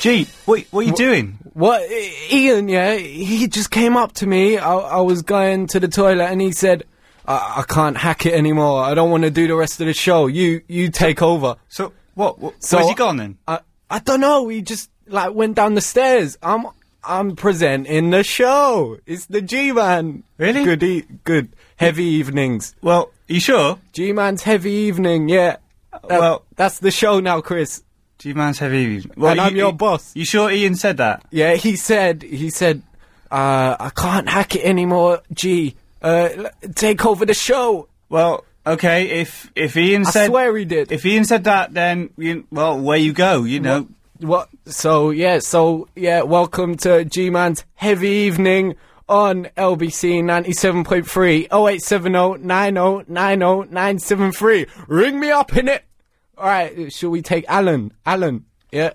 Gee, wait, what are you doing? What, I- Ian? Yeah, he just came up to me. I, I was going to the toilet, and he said, I, "I can't hack it anymore. I don't want to do the rest of the show. You, you take over." So what? where's he gone then? I, I don't know. He just like went down the stairs. I'm, I'm presenting the show. It's the G Man. Really? Good, e- good heavy evenings. Well, you sure? G Man's heavy evening. Yeah. That- Well- that's the show now, Chris. G Man's heavy. and I'm your boss. You sure Ian said that? Yeah, he said, he said, uh, I can't hack it anymore. Gee, uh, l- take over the show. Well, okay. If if Ian I said, swear he did. If Ian said that, then you, well, where you go, you know. What? So yeah, so yeah. Welcome to G Man's heavy evening on LBC ninety seven point three oh eight seven oh nine oh nine oh nine seven three. Ring me up in it. All right, should we take Alan? Alan, yeah.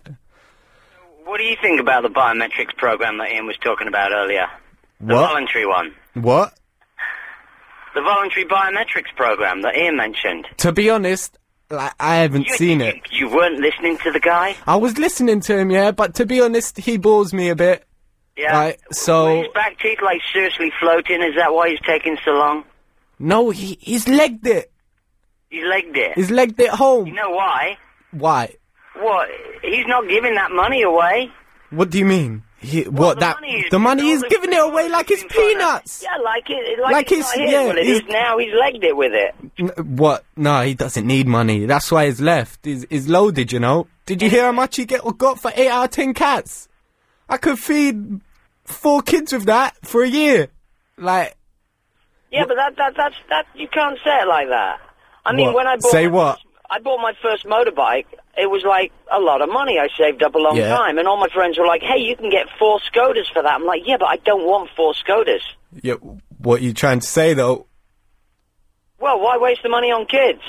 What do you think about the biometrics program that Ian was talking about earlier? The voluntary one. What? The voluntary biometrics program that Ian mentioned. To be honest, like I haven't seen it. You weren't listening to the guy? I was listening to him, yeah, but to be honest, he bores me a bit. Yeah. Right, so His back teeth, like, seriously floating. Is that why he's taking so long? no, he he's legged it. He's legged it. He's legged it home. You know why? Why? What? He's not giving that money away. What do you mean? He, what that the money is giving it away like it's peanuts. Yeah, like it. Like, Like it's, it's- not his. yeah, well, it he's- is now. He's legged it with it. N- what? No, he doesn't need money. That's why he's left. He's, he's loaded, you know. Did you hear how much he get got for eight out of ten cats? I could feed four kids with that for a year. Like Yeah, but that, that that's that. You can't say it like that. I mean, what? when I bought say my what? I bought my first motorbike. It was like a lot of money. I saved up a long Yeah. time, and all my friends were like, "Hey, you can get four Scodas for that." I'm like, "Yeah, but I don't want four Scodas." Yeah, what you trying to say though? Well, why waste the money on kids?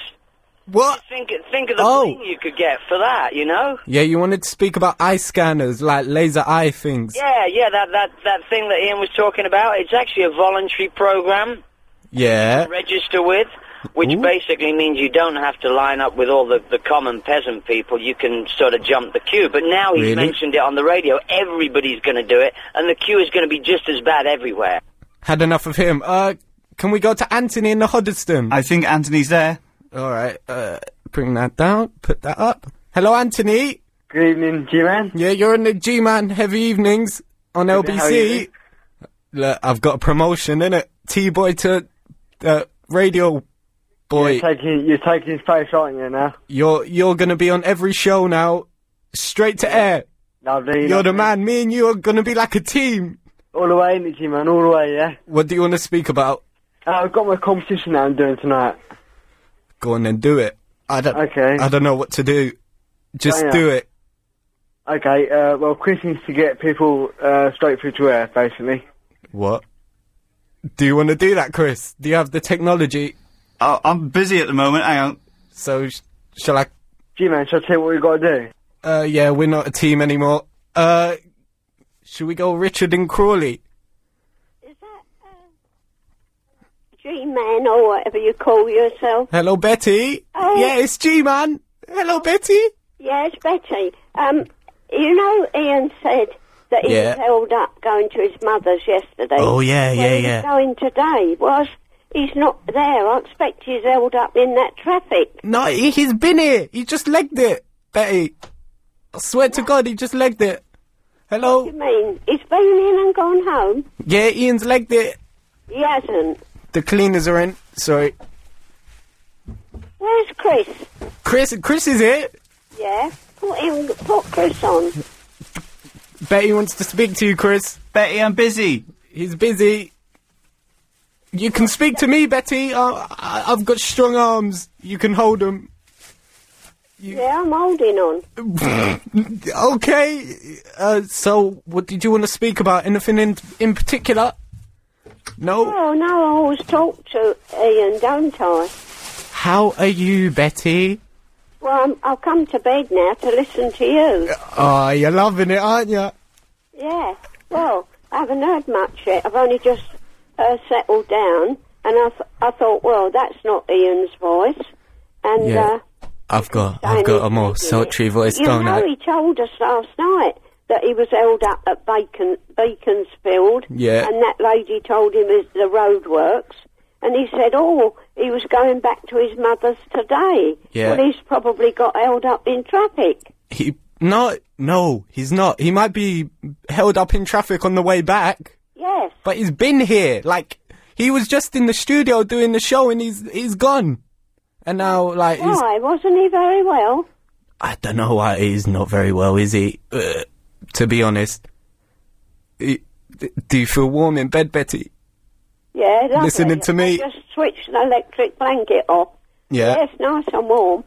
What? Think think of the Oh. thing you could get for that. You know? Yeah, you wanted to speak about eye scanners, like laser eye things. Yeah, yeah. That that that thing that Ian was talking about. It's actually a voluntary program. Yeah. to register with, which basically means you don't have to line up with all the, the common peasant people. You can sort of jump the queue. But now he's Really? mentioned it on the radio. Everybody's going to do it, and the queue is going to be just as bad everywhere. Had enough of him. Uh, can we go to Anthony in the Hoddesdon? I think Anthony's there. All right. Uh, bring that down. Put that up. Hello, Anthony. Good evening, G-Man. Yeah, you're in the G-Man Heavy Evenings on Good, how are LBC. you? Look, I've got a promotion in it. T-boy to uh, radio boy. You're taking, you're taking his place, aren't you, now? You're you're gonna be on every show now, straight to air. Lovely. You're the lovely. man. Me and you are gonna be like a team. All the way, isn't it, man? All the way, yeah? What do you want to speak about? Uh, I've got my competition that I'm doing tonight. Go on and do it. I don't. Okay. I don't know what to do. Just Oh, yeah. do it. Okay, uh, well, Chris needs to get people uh, straight through to air, basically. What? Do you want to do that, Chris? Do you have the technology? Uh, I'm busy at the moment. Hang on. So, sh- shall I? Gee, man, shall I tell you what we got to do? Uh, yeah, we're not a team anymore. Uh, should we go Richard and Crawley? G-Man or whatever you call yourself. Hello, Betty. Oh. Yeah, it's G-Man. Hello, Betty. Yes, Betty. Um, you know, Ian said that he Yeah. was held up going to his mother's yesterday. Oh, yeah, Where yeah, he's yeah. Going today was he's not there. I expect he's held up in that traffic. No, he, he's been here. He just legged it, Betty. I swear to God, he just legged it. Hello. You mean he's been in and gone home? Yeah, Ian's legged it. He hasn't. The cleaners are in. Sorry, Where's Chris? Chris. Chris is here. Yeah, put him, put Chris on. Betty wants to speak to you, Chris. Betty, I'm busy. He's busy. You can speak to me, Betty. I, I, I've got strong arms. You can hold them. Yeah, I'm holding on. okay. Uh, so, what did you want to speak about? Anything in in particular? No. Oh no, I always talk to Ian, don't I? How are you, Betty? Well, I'm, I'll come to bed now to listen to you. Oh, you're loving it, aren't you? Yeah. Well, I haven't heard much yet. I've only just uh, settled down, and I, th- I thought, well, that's not Ian's voice. And Yeah. uh, I've got I've got a more sultry voice, you don't know, I? he told us last night that he was held up at Bacon Beaconsfield. Yeah. And that lady told him it's the roadworks, and he said, oh, he was going back to his mother's today. Yeah. Well, he's probably got held up in traffic. He no no, he's not. He might be held up in traffic on the way back. Yes. But he's been here. Like he was just in the studio doing the show and he's he's gone. And now like he's Why wasn't he very well? I don't know why he's not very well, is he? Uh, to be honest. He- d- do you feel warm in bed, Betty? Yeah, lovely. Listening to me. I just switched an electric blanket off. Yeah. Yes, nice and warm.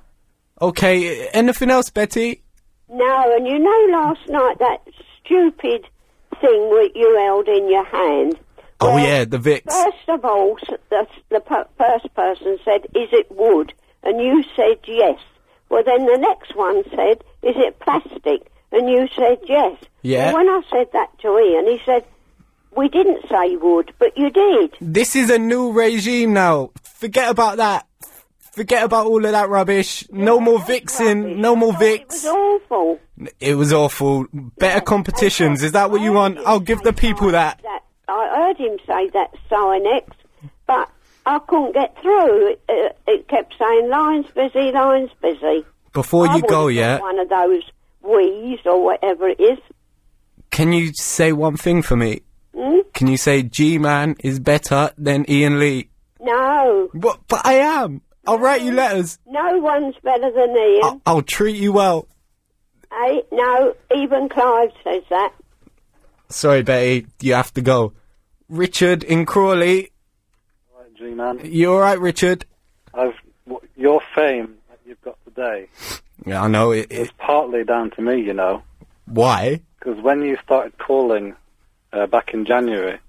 Okay, anything else, Betty? No, and you know last night that stupid thing that you held in your hand. oh yeah, the Vic. First of all, s- the, the per- first person said, "Is it wood?" and you said yes. Well, then the next one said, "Is it plastic?" and you said yes. Yeah. And when I said that to Ian, he said, "We didn't say wood, but you did." This is a new regime now. Forget about that. Forget about all of that rubbish. No more vixen. No more It was vix. awful. It was awful. Better competitions. Is that what you want? I'll give the people that. that I heard him say that Sinex, but I couldn't get through. It, it, it kept saying lines busy, lines busy. Before I you would've go, got yeah, One of those wheeze or whatever it is. can you say one thing for me? Hmm? Can you say G-Man is better than Ian Lee? No. But but I am. I'll write you letters. Oh. No one's better than Ian. I'll treat you well. Eh? No, even Clive says that. Sorry, Betty. You have to go. Richard in Crawley. G-Man, You all right, Richard? I've w- your fame that you've got today Yeah, I know. Oh, It, is partly down to me, you know, why? because when you started calling uh, back in January,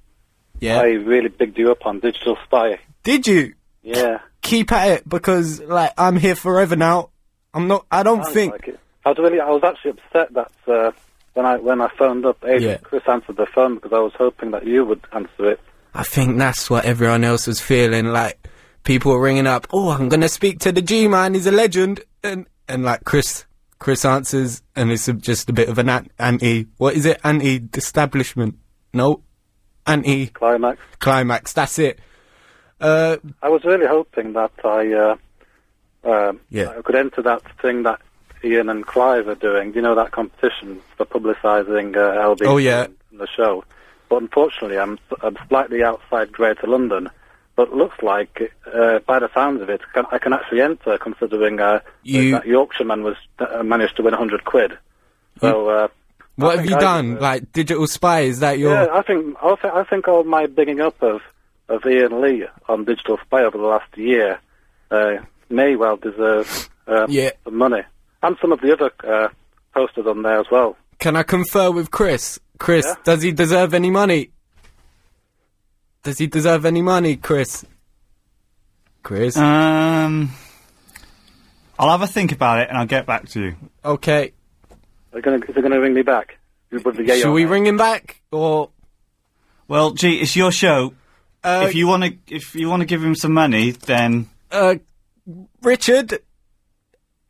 Yeah. I really bigged you up on Digital Spy. Did you? Yeah, keep at it because like I'm here forever now. I'm not. I don't Sounds think. like it. I was really, I was actually upset that uh, when I when I phoned up, Adrian Chris answered the phone because I was hoping that you would answer it. I think that's what everyone else was feeling. Like people were ringing up. Oh, I'm gonna speak to the G man. He's a legend. And and like Chris, Chris answers, and it's a, just a bit of an an- anti. What is it? Anti-establishment? No, anti climax. Climax. That's it. Uh, I was really hoping that I, uh, um, I could enter that thing that Ian and Clive are doing. You know that competition for publicising uh, LB. Oh, yeah. and the show. But unfortunately, I'm I'm slightly outside Greater London. But it looks like, uh, by the sounds of it, can, I can actually enter, considering uh, that Yorkshireman was uh, managed to win 100 quid. So, uh, I What have think you I done? deserve- Like digital spy? Is that your? yeah, I think I think, I think all my bigging up of of Ian Lee on Digital Spy over the last year uh, may well deserve uh, Yeah. some money and some of the other uh, posters on there as well. Can I confer with Chris? Chris, Yeah. does he deserve any money? Does he deserve any money, Chris? Chris? Um, I'll have a think about it and I'll get back to you. Okay. They're going to they're going to ring me back. With the yeah, Should yeah. we ring him back or? Well, gee, it's your show. Uh, if you want to, if you want to give him some money, then Uh, Richard,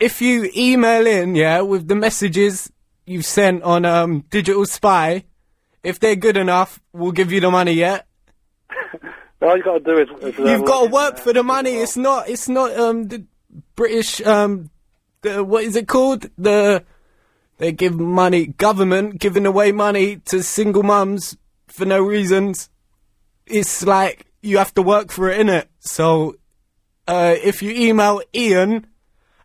if you email in, yeah, with the messages you've sent on um Digital Spy, if they're good enough, we'll give you the money. Yeah. All you got to do is, is uh, You've got look to work for the money. It's not. It's not. Um, the British. Um, the, what is it called? The they give money. Government giving away money to single mums for no reasons. It's like you have to work for it, innit? So, uh, if you email Ian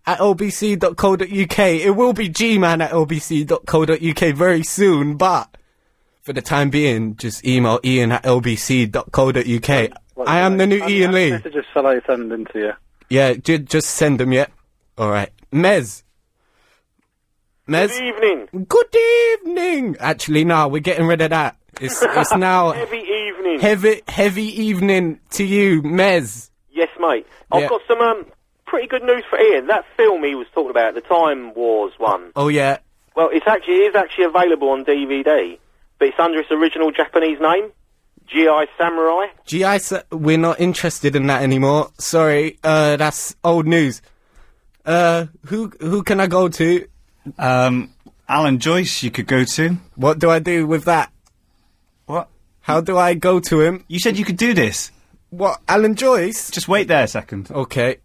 at lbc.co.uk, it will be gman at lbc.co.uk very soon. But for the time being, just email Ian at lbc.co.uk. I am the new How many- Ian how many Lee. Messages shall I send in to you? Yeah, ju- just send them, yeah? Alright. Mez. Mez. Good evening. Good evening! Actually, no, we're getting rid of that. It's, it's now. Heavy evening. Heavy, heavy evening to you, Mez. Yes, mate. Yeah. I've got some um, pretty good news for Ian. That film he was talking about, the Time Wars one. Oh, yeah. Well, it's actually it is actually available on DVD, but it's under its original Japanese name, GI Samurai. GI, sa- we're not interested in that anymore. Sorry, uh, that's old news. Uh, who who can I go to? Um, Alan Joyce, you could go to. What do I do with that? What? How do I go to him? You said you could do this. What, Alan Joyce? Just wait there a second. Okay.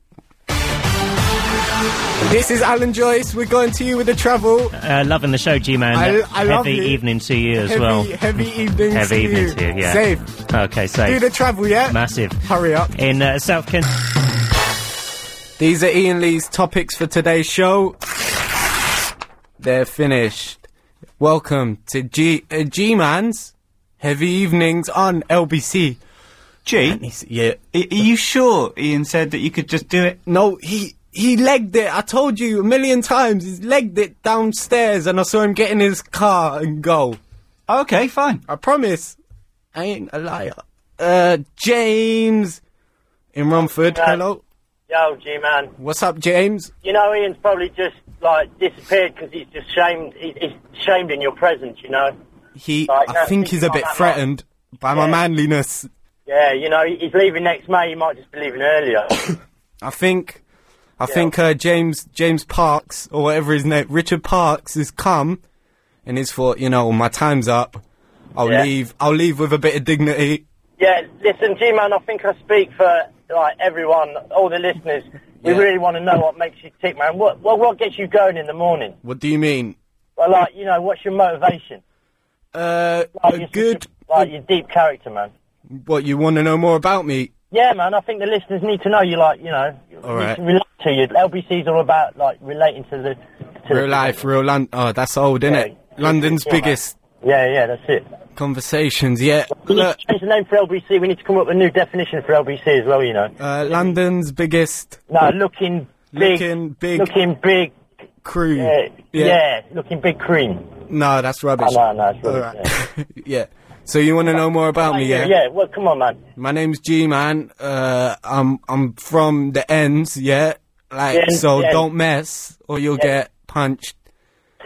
This is Alan Joyce. We're going to you with the travel. Uh, loving the show, G Man. I- I Heavy love you. evening to you as heavy, well. Mm. Heavy evening. Heavy to evening you. to you. Yeah. Safe. Okay, safe. Do the travel, yeah? Massive. Hurry up. In uh, South Kent. These are Ian Lee's topics for today's show. They're finished. Welcome to G uh, G Man's Heavy Evenings on LBC. G? Yeah. Are you sure Ian said that you could just do it? No, he he legged it. I told you a million times. He's legged it downstairs, and I saw him get in his car and go. Okay, fine. I promise. I ain't a liar. Uh, James in Romford. Hello. Yo, G man. What's up, James? You know, Ian's probably just like disappeared because he's just shamed. He, he's shamed in your presence. You know. He, Like, I no, think he's a not bit that threatened by my manliness. Yeah, you know, he- he's leaving next May. He might just be leaving earlier. I think, I think uh, James James Parks or whatever his name, Richard Parks, has come, and he's thought, you know, my time's up. I'll Yeah. leave. I'll leave with a bit of dignity. yeah, listen, G man. I think I speak for like everyone, all the listeners. We Yeah. really want to know what makes you tick, man. What, what what gets you going in the morning? What do you mean? Well, like you know, what's your motivation? Uh, like, a good, like your deep character, man. What you want to know more about me? Yeah, man. I think the listeners need to know you. Like, you know, you All right. can relate to you. LBC's all about like relating to the. Real life, real London. Oh, that's old, isn't it? London's Yeah, man. biggest Yeah, yeah, that's it. conversations. Yeah, We need to change the name for LBC. We need to come up with a new definition for LBC as well. You know. uh, London's biggest. No, looking big. Looking big. Looking big. Crew. Yeah, Yeah. yeah. looking big cream. No, that's rubbish. Oh, no, no, it's rubbish, All right. yeah. So you want to know more about me? yeah. well, come on, man. My name's G Man. Uh, I'm I'm from the ends, yeah. Like Yeah, so, yeah. don't mess or you'll get punched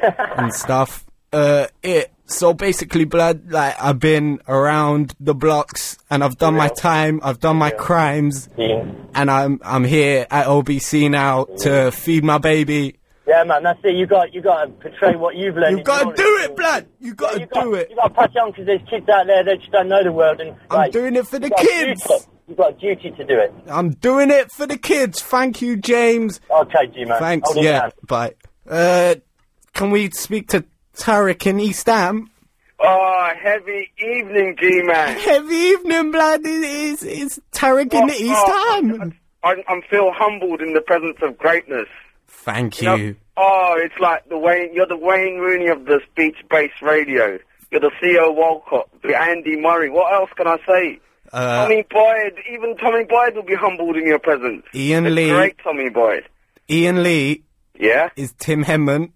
and stuff. Uh, it so basically, blood. Like I've been around the blocks and I've done my time. I've done my crimes, Yeah. and I'm I'm here at OBC now to feed my baby. Yeah, man, that's it. You got, you got to portray what you've learned. You've got to do it, blood. You got to do it. You got to pass it on because there's kids out there that just don't know the world, and I'm doing it for the kids. You've got a duty to do it. I'm doing it for the kids. Thank you, James. Okay, G man. Thanks. Hold it yeah. down. Bye. Uh, can we speak to Tarek in East Ham? Oh, heavy evening, G-Man. Heavy evening, blood. It's, it's Tarek in Oh, East oh, Ham. I, I feel humbled in the presence of greatness. Thank You know- you. Oh, it's like the Wayne. You're the Wayne Rooney of the speech-based radio. You're the Theo Walcott, the Andy Murray. What else can I say? Uh, Tommy Boyd. Even Tommy Boyd will be humbled in your presence. Ian The Lee. great Tommy Boyd. Ian Lee. Yeah. Is Tim Henman,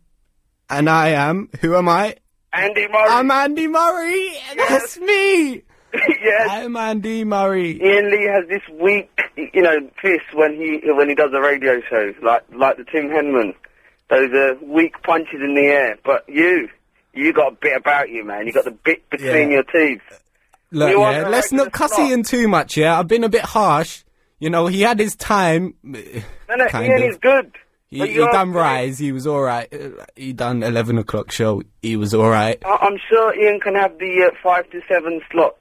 and I am. Who am I? Andy Murray. I'm Andy Murray. That's me. yes. I'm Andy Murray. Ian Lee has this weak, you know, piss when he when he does a radio show, like like the Tim Henman. Those are weak punches in the air. But you, you got a bit about you, man. You got the bit between Yeah. your teeth. Look, You are yeah, correct, let's not cuss Ian too much, yeah? I've been a bit harsh. You know, he had his time. No, no, kind Ian of. is good. He, But he you are done Rise, he was alright. He done 11 o'clock show, he was alright. I- I'm sure Ian can have the uh, five to seven slot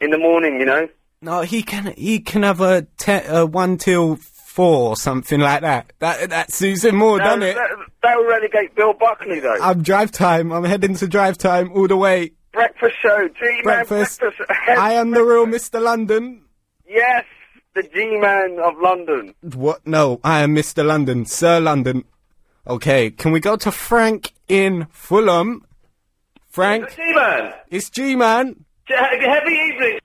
in the morning. You know. No, he can he can have a, te- a 1 till 4 or something like that. That that suits him more, No, doesn't it? That, that will relegate Bill Buckley though. I'm drive time. I'm heading to drive time all the way. breakfast show, G-Man Breakfast. breakfast. I am the real Mr. London. yes, the G-Man of London. What? No, I am Mr. London, Sir London. Okay, can we go to Frank in Fulham? Frank, G-Man, it's G Man. j- heavy evening.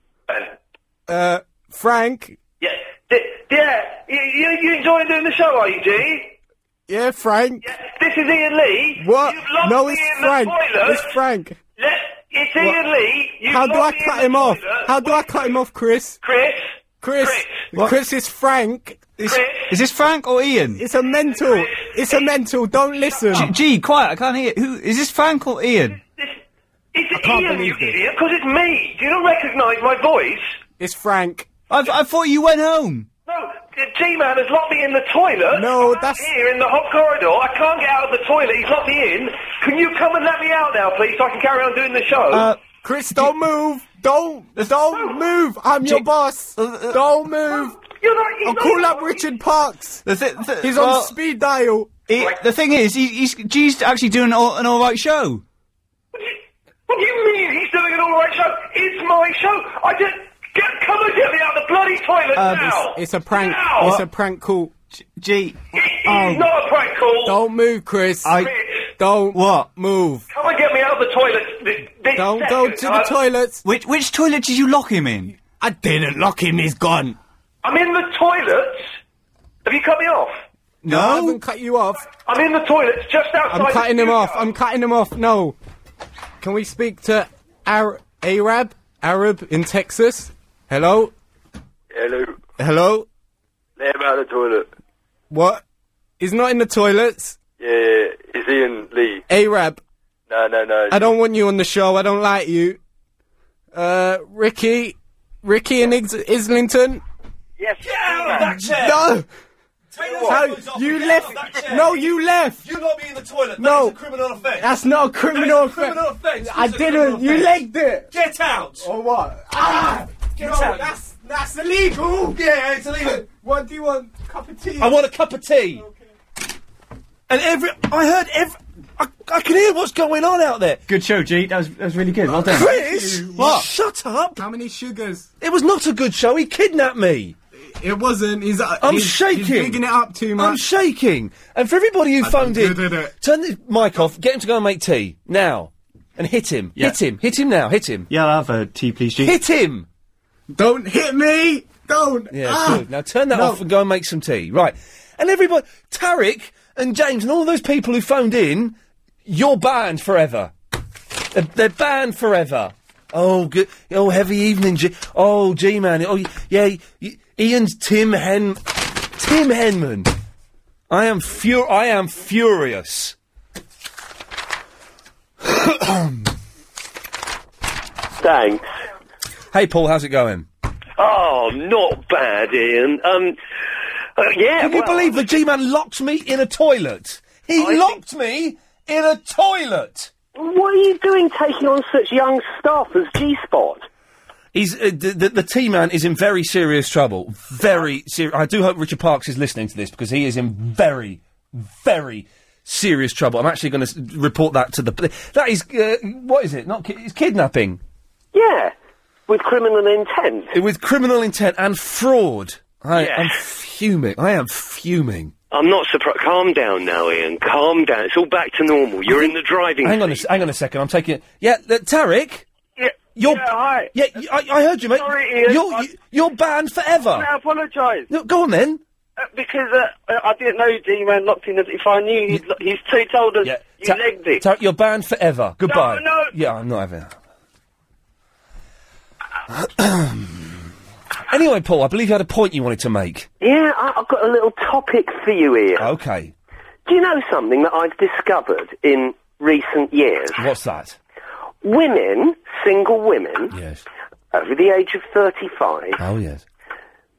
Uh, Frank. Yeah, d- yeah. You, you, you enjoying doing the show, are you, G? Yeah, Frank. This is Ian Lee. What? You've locked No, me it's in the Frank. toilet. It's Frank. Let, it's Ian Lee. You've How do I locked me cut in him the off? toilet. How do I cut him off, Chris? Chris. Chris. Chris, is Frank. Is, is this Frank or Ian? It's a mental. It's a mental. Don't listen. Gee, quiet. I can't hear. Who is this Frank or Ian? It's can't Ian, believe you this. idiot, because it's me. Do you not recognise my voice? It's Frank. I, I thought you went home. No, the G-Man has locked me in the toilet. No, I'm that's- here in the hot corridor. I can't get out of the toilet. He's locked me in. Can you come and let me out now, please, so I can carry on doing the show? Uh, Chris, don't move. Don't. Don't move. I'm your Uh, boss. Don't move. You're not, I'll call up Richard Parks. The thi- the- He's well- on speed dial. He- the thing is, he, he's G's actually doing an all, an all right show. What do you mean he's doing an all right show? It's my show. I just get, come and get me out of the bloody toilet now. it's, it's a prank. Now. It's a prank call. Um, Oh. G. It's not a prank call. Don't move, Chris. Don't what move. Come and get me out of the toilet. This, this Don't second. Uh, go to the I'm- toilets. Which which toilet did you lock him in? I didn't lock him. He's gone. I'm in the toilets. Have you cut me off? No, I haven't cut you off. I'm in the toilets just outside. I'm the cutting him studio. off. I'm cutting him off. No. Can we speak to Ar- Arab? Arab in Texas? Hello? Hello. Hello? Let him out of the toilet. What? He's not in the toilets. Yeah, yeah, it's Ian Lee. Arab, No, no, no. I don't want you on the show. I don't like you. Uh, Ricky? Ricky in Is- Islington? Yes. Get out of that No! No, you left. No, you left. You locked me in the toilet. No. criminal offence. That's not a criminal offence. I didn't. You legged it. Get out. Or what? Ah! Get out. That's, that's illegal. Yeah, it's illegal. What do you want? Cup of tea? I want a cup of tea. And every, I heard every, I, I can hear what's going on out there. Good show, G. That was, that was really good. Well done. Chris, What? Shut up. How many sugars? It was not a good show. He kidnapped me. It wasn't. He's. Uh, I'm he's- shaking. He's bigging it up too much. I'm shaking. And for everybody who I phoned done in, good, innit? turn the mic off. Get him to go and make tea now, and hit him. Hit him. Hit him now. Hit him. Yeah, I'll have a tea, please, G. Hit him. Don't hit me. Don't. Yeah, Ah! good. Now turn that No. off and go and make some tea. Right. And everybody, Tarek and James and all those people who phoned in, you're banned forever. They're, they're banned forever. Oh, good. Oh, heavy evening, G. Oh, G man. Oh, y- yeah. y- Ian's Tim Hen. Tim Henman. I am fur. I am furious. Thanks. Hey, Paul. How's it going? Oh, not bad, Ian. Um, uh, yeah. Can you well, believe the G-man locked me in a toilet? He locked me in a toilet. What are you doing taking on such young staff as G Spot? He's uh, the, the, the T man is in very serious trouble. Very serious. I do hope Richard Parks is listening to this because he is in very, very serious trouble. I'm actually going to s- report that to the. poli- That is uh, what is it? Not ki- it's kidnapping. Yeah, with criminal intent. Uh, With criminal intent and fraud. I am fuming. I am fuming. I'm not surprised. Calm down now, Ian. Calm down. It's all back to normal. You're in the driving Hang on, a, s- hang on a second. I'm taking. Yeah, th- Tarek. Yeah, You're, yeah, hi. Yeah, y- I, I heard you, mate. Sorry, Ian, You're, I- you're banned forever. I apologise. No, go on then. Uh, because uh, I I didn't know G-Man locked in. the- If I knew, he'd, lo- he's too told us. You Ta- legged it. Tarek, you're banned forever. Goodbye. no. Yeah, I'm not having that. anyway, Paul, I believe you had a point you wanted to make. Yeah, I, I've got a little topic for you here. Okay. Do you know something that I've discovered in recent years? What's that? Women, single women, Yes. over the age of 35, Oh, yes.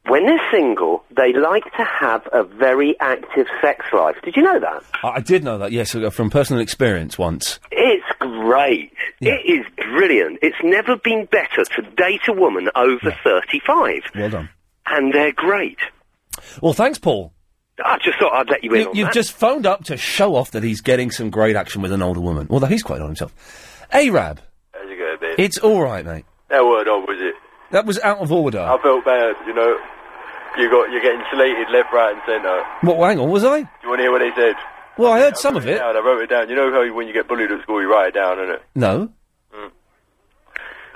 when they're single, they like to have a very active sex life. Did you know that? I, I did know that, yes, uh, from personal experience once. It's great. It is brilliant. It's never been better to date a woman over 35. Well done. And they're great. Well, thanks, Paul. I just thought I'd let you in You, on you've that. just phoned up to show off that he's getting some great action with an older woman. Although he's quite on himself. Arab, How's it going, mate? it's all right, mate. That word on, was it? That was out of order. I felt bad, you know. You got you're getting slated left, right, and centre. What? Hang on, was I? Do you want to hear what they said? Well, I heard some of it. Down, I wrote it down. You know how you- when you get bullied at school, you write it down, innit? No.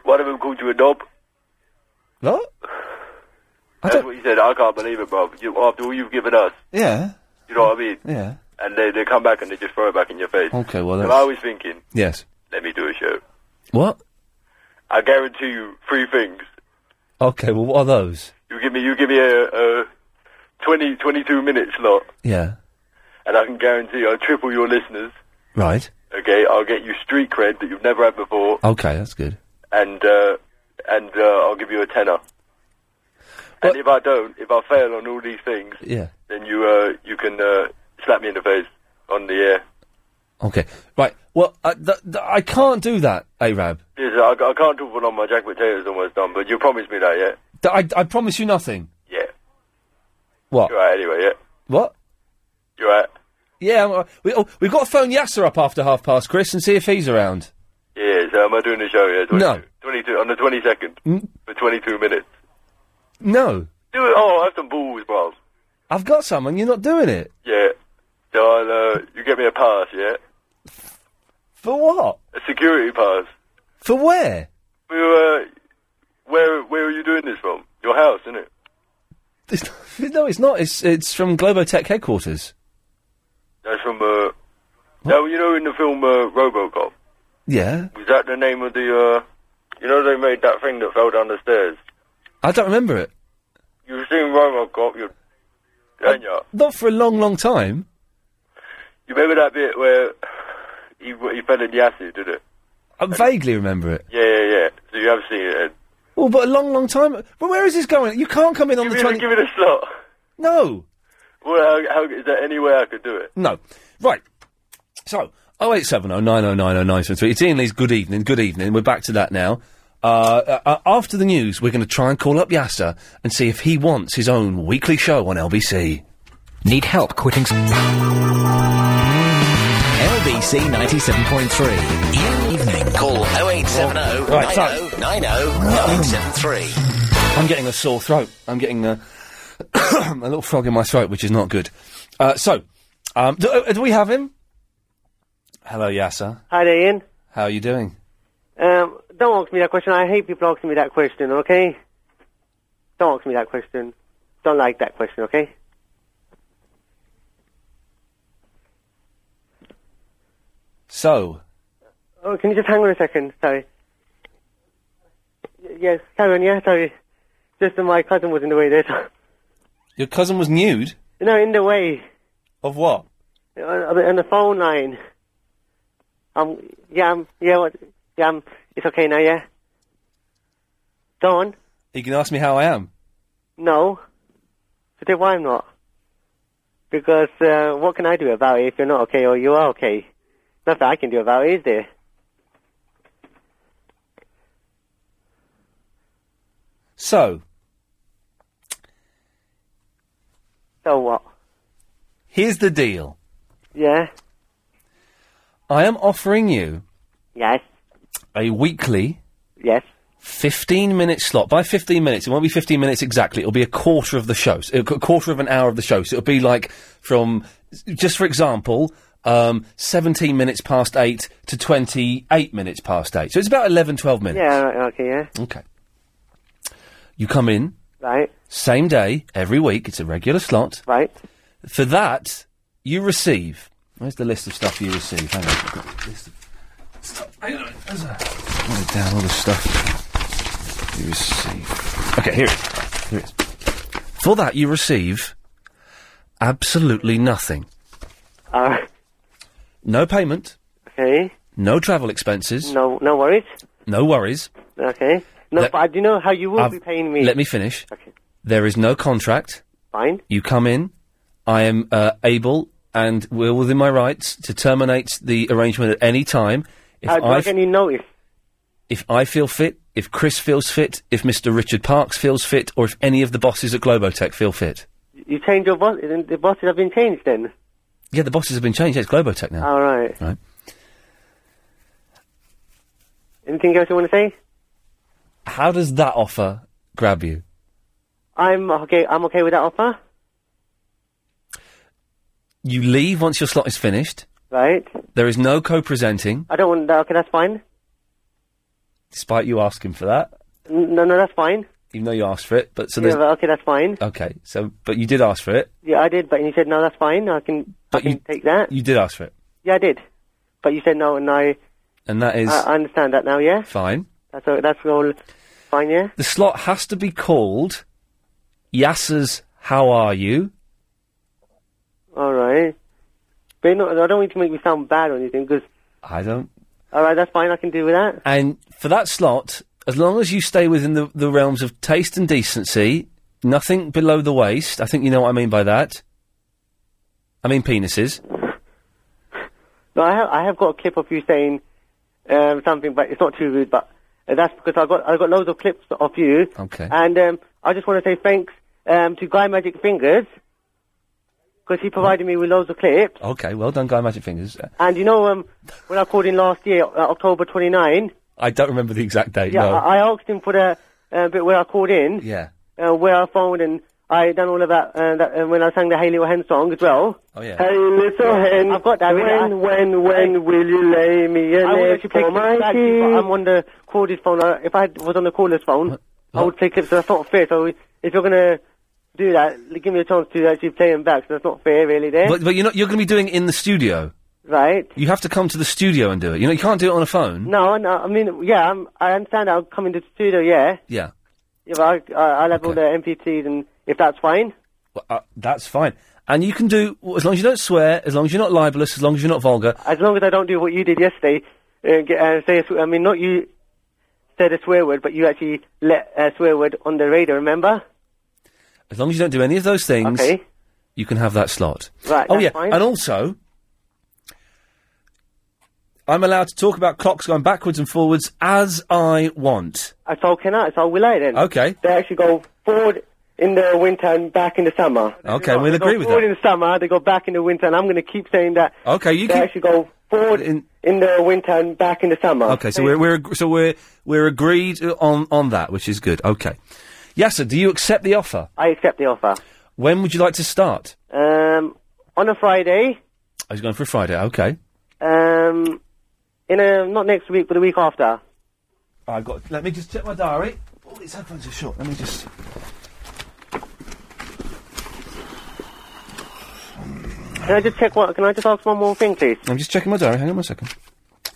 One of them called you a knob. What? That's what he said. I can't believe it, bro. You, after all you've given us, Yeah. you know what I mean? Yeah. And they they come back and they just throw it back in your face. Okay, well, So that's- I was thinking, Yes. let me do a show. What? I guarantee you three things. Okay, well, what are those? You give me you give me a, a 20, 22 minutes lot, Yeah. and I can guarantee I'll triple your listeners. Right. Okay, I'll get you street cred that you've never had before, Okay, that's good. and uh, and uh, I'll give you a tenner. And if I don't, if I fail on all these things, Yeah. then you uh, you can uh, slap me in the face on the air. Okay. Right. Well, uh, th- th- I can't do that, Arab. Yes, I, I can't talk one on my jack potatoes almost done, but you promised me that, yeah? Th- I, I promise you nothing. Yeah. What? You right anyway, yeah? What? You right? Yeah, I'm, uh, we, oh, we've got to phone Yasser up after half past, Chris, and see if he's around. Yeah, so am I doing the show, yeah? 22, No. 22, on the 22nd, Mm. for 22 minutes. No. Do it, oh, I have some balls, Miles. I've got some, and you're not doing it. Yeah. So I'll, uh, you get me a pass, yeah? For what? A security pass. For where? We were, uh, where, where are you doing this from? Your house, isn't it? no, it's not. It's it's from Globotech headquarters. That's from, uh, now, you know in the film, uh, Robocop, Yeah. was that the name of the, uh, you know they made that thing that fell down the stairs? I don't remember it. You've seen Robocop, you, don't you? Not for a long, long time. You remember that bit where he, he fell in the acid, did it? I vaguely remember it. Yeah, yeah, yeah. So you have seen it. Ed. Oh, but a long, long time. But where is this going? You can't come in on Give the me, twenty. give it a slot. No, Well, how, how, is there any way I could do it? no. Right. So, oh eight seven oh nine oh nine oh nine seven three. It's Ian Lee's. Good evening. Good evening. We're back to that now. Uh, uh, uh, after the news, we're going to try and call up Yasser and see if he wants his own weekly show on LBC. Need help quitting? LBC 97.3. Ian Evening. Call 0870 Right, so- 90 90 973. I'm getting a sore throat. I'm getting a, a little frog in my throat, which is not good. Uh, so, um, do, uh, do we have him? Hello, Yasser. Hi there, Ian. How are you doing? Um, don't ask me that question. I hate people asking me that question, okay? Don't ask me that question. Don't like that question, okay? So, Oh, can you just hang on a second? Sorry. Y- yes, carry on, yeah, sorry. Just that my cousin was in the way there. so- your cousin was nude? no, in the way. Of what? On, on the phone line. Um, yeah, um, yeah, what, yeah, um, it's okay now, yeah? Go on. You can ask me how I am. No. But then why I'm not? Because uh, what can I do about it if you're not okay or you are okay? Nothing I can do about it, is there? So, So what? here's the deal. Yeah? I am offering you Yes? a weekly Yes? 15 minute slot. By 15 minutes, it won't be 15 minutes exactly. It'll be a quarter of the show. So, a qu- quarter of an hour of the show. So it'll be like from, just for example, um, 17 minutes past 8 to 28 minutes past 8. So it's about 11, 12 minutes. Yeah, right, okay, yeah? Okay. You come in. Right. Same day, every week. It's a regular slot. Right. For that, you receive. Where's the list of stuff you receive? Hang on. I've got a list of- Stop. Hang on. There's a- Write it down all the stuff. You receive. Okay, here it is. Here it is. For that, you receive absolutely nothing. Uh, No payment, okay. no travel expenses, No, no worries. no worries. Okay. No, Let- but I do know how you will I've- be paying me. Let me finish. Okay. There is no contract. Fine. You come in. I am uh, able and will within my rights to terminate the arrangement at any time if How Uh, do I I get any notice? if I feel fit, if Chris feels fit, if Mr. Richard Parks feels fit, or if any of the bosses at Globotech feel fit. You change your boss. then The bosses have been changed then. Yeah, the bosses have been changed. yeah, It's Globotech now. All right. Right. Anything else you want to say? How does that offer grab you? I'm okay. I'm okay with that offer. You leave once your slot is finished. Right. There is no co-presenting, I don't want that. Okay, that's fine. despite you asking for that, N- No, no, that's fine. even though you asked for it. But so yeah, there's but okay, that's fine. okay. So, but you did ask for it. Yeah, I did, but you said no, that's fine. I can, I can take that. You did ask for it, Yeah, I did, but you said no, and I, and that is I, I understand that now. Yeah, fine. that's all. That's all. Fine. Yeah. The slot has to be called Yasser's How Are You? All right. But no, I don't want you to make me sound bad or anything. Because I don't. all right, that's fine. I can deal with that. And for that slot, as long as you stay within the, the realms of taste and decency, nothing below the waist, I think you know what I mean by that. I mean penises. No, I have, I have got a clip of you saying um, something, but it's not too rude. But uh, that's because I got I got loads of clips of you. Okay. And um, I just want to say thanks um, to Guy Magic Fingers because he provided me with loads of clips. Okay, well done, Guy Magic Fingers. Uh, And you know, um, when I called in last year, uh, October 29, I don't remember the exact date, yeah, no. I, I asked him for the uh, bit where I called in, yeah. uh, where I phoned, and I done all of that, uh, that and when I sang the Hey Little Hen song as well. Oh, yeah. Hey Little Hen, I've got that. When, when, when will you lay me an egg for my tea? I'm on the corded phone. Uh, if I had- was on the cordless phone, I would play clips, so that's not fair. So if you're going to do that, l- give me a chance to actually play them back, so that's not fair, really, there. But, but you're not, you're going to be doing it in the studio. right? You have to come to the studio and do it. You know, you can't do it on a phone. No, no, I mean, yeah, I'm, I understand I'll come into the studio, yeah. Yeah. Yeah, but I, I, I'll have all the MPTs, and if that's fine. Well, uh, that's fine. And you can do, as long as you don't swear, as long as you're not libelous, as long as you're not vulgar, As long as I don't do what you did yesterday, uh, get, uh, say a sw- I mean, not you said a swear word, but you actually let a swear word on the radio, remember? as long as you don't do any of those things, Okay. you can have that slot. Right, Oh that's yeah, fine. and also, I'm allowed to talk about clocks going backwards and forwards as I want. I so can I, so will I then. Okay. They actually go forward in the winter and back in the summer. Okay, we'll They agree go with forward that. in the summer, they go back in the winter, and I'm going to keep saying that. Okay, you they keep- actually go forward in... the winter and back in the summer. Okay, so we're, we're ag- so we're we're agreed on on that, which is good. Okay, Yasser, do you accept the offer? I accept the offer. When would you like to start? Um, on a Friday, I was going for a Friday. Okay, um, in a, not next week, but the week after. I've got. Let me just check my diary. Oh, All these headphones are short. Let me just. Can I just check what? Can I just ask one more thing, please? I'm just checking my diary. Hang on one second.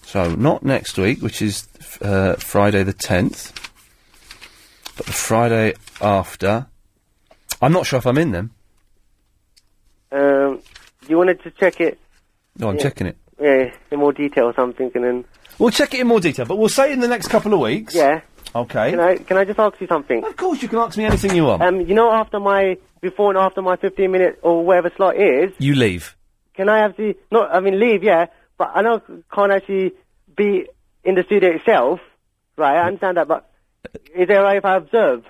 So, not next week, which is f- uh, Friday the 10th, but the Friday after. I'm not sure if I'm in them. Um, you wanted to check it? No, I'm Yeah. checking it. Yeah, in more detail or something, and then We'll check it in more detail, but we'll say in the next couple of weeks. yeah. Okay. Can I can I just ask you something? Of course, you can ask me anything you want. Um, you know, after my before and after my fifteen minute or whatever slot is, You leave. can I have the no? I mean, leave, yeah, but I know can't actually be in the studio itself, right? I understand that, but is it alright if I observe?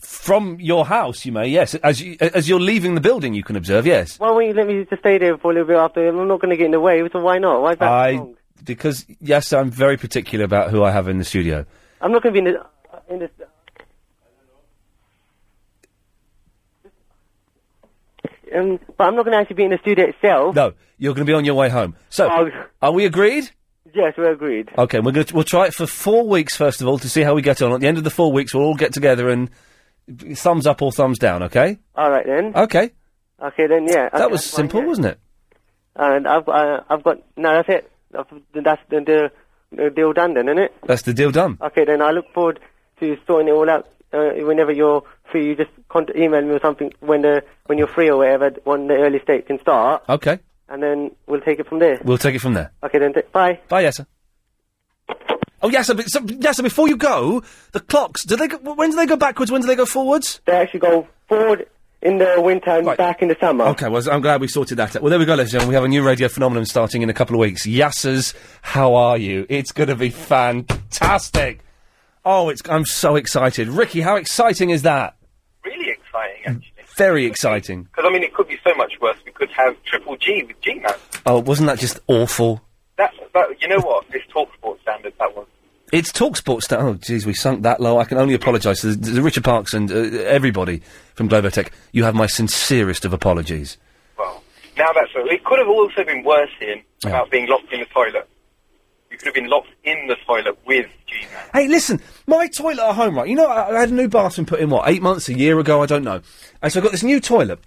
From your house, you may, yes. As, you, as you're leaving the building, you can observe, yes. Why won't you let me just stay there for a little bit after? I'm not going to get in the way, so why not? Why is that? I. Because, yes, I'm very particular about who I have in the studio. I'm not going to be in the in the. Um, but I'm not going to actually be in the studio itself. No, you're going to be on your way home. So, are we agreed? Yes, we agreed. Okay, we're going to, we'll try it for four weeks first of all to see how we get on. At the end of the four weeks, we'll all get together and b- thumbs up or thumbs down. Okay. All right then. Okay. Okay then, yeah. okay, that was that's fine, simple, yeah. wasn't it? And I've got, uh, I've got. No, that's it. That's the, the, the deal done then, isn't it? That's the deal done. Okay, then I look forward to sorting it all out. Uh, whenever you're free, you just contact, email me or something when the when you're free or whatever when the early state can start, Okay. and then we'll take it from there. We'll take it from there. Okay, then. Th- bye. Bye, Yasser. Oh, Yasser, but, so, Yasser, before you go, the clocks, do they go, when do they go backwards, when do they go forwards? They actually go forward in the winter and back in the summer. Okay, well, I'm glad we sorted that out. Well, there we go, ladies and gentlemen. We have a new radio phenomenon starting in a couple of weeks. Yasser's How Are You? It's going to be fantastic. Oh, it's, I'm so excited. Ricky, how exciting is that? Really exciting, actually. Very exciting. Because, I mean, it could be so much worse. We could have Triple G with G-Man. Oh, wasn't that just awful? That's, that, you know what? This talk sport standard, that was. It's TalkSport style. Oh, jeez, we sunk that low. I can only apologise to the, the Richard Parks and uh, everybody from Globotech. You have my sincerest of apologies. Now that's all. It could have also been worse in about being locked in the toilet. You could have been locked in the toilet with G-Man. Hey, listen, my toilet at home, right? You know, I, I had a new bathroom put in, what, eight months, a year ago? I don't know. And so I've got this new toilet.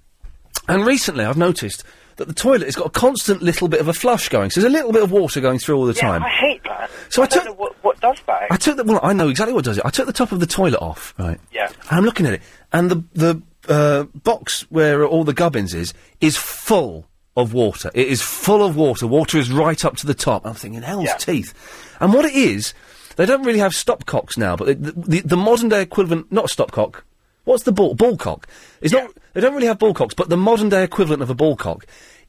And recently I've noticed that the toilet has got a constant little bit of a flush going. So there's a little bit of water going through all the time. I hate that. So I I don't know what, what does that. I took the well, I know exactly what does it. I took the top of the toilet off, right? Yeah. And I'm looking at it, and the the uh, box where all the gubbins is is full of water. It is full of water. Water is right up to the top. I'm thinking, hell's teeth. And what it is, they don't really have stopcocks now, but the, the, the modern day equivalent, not a stopcock. What's the ball ballcock? It's not. They don't really have ballcocks, but the modern day equivalent of a ballcock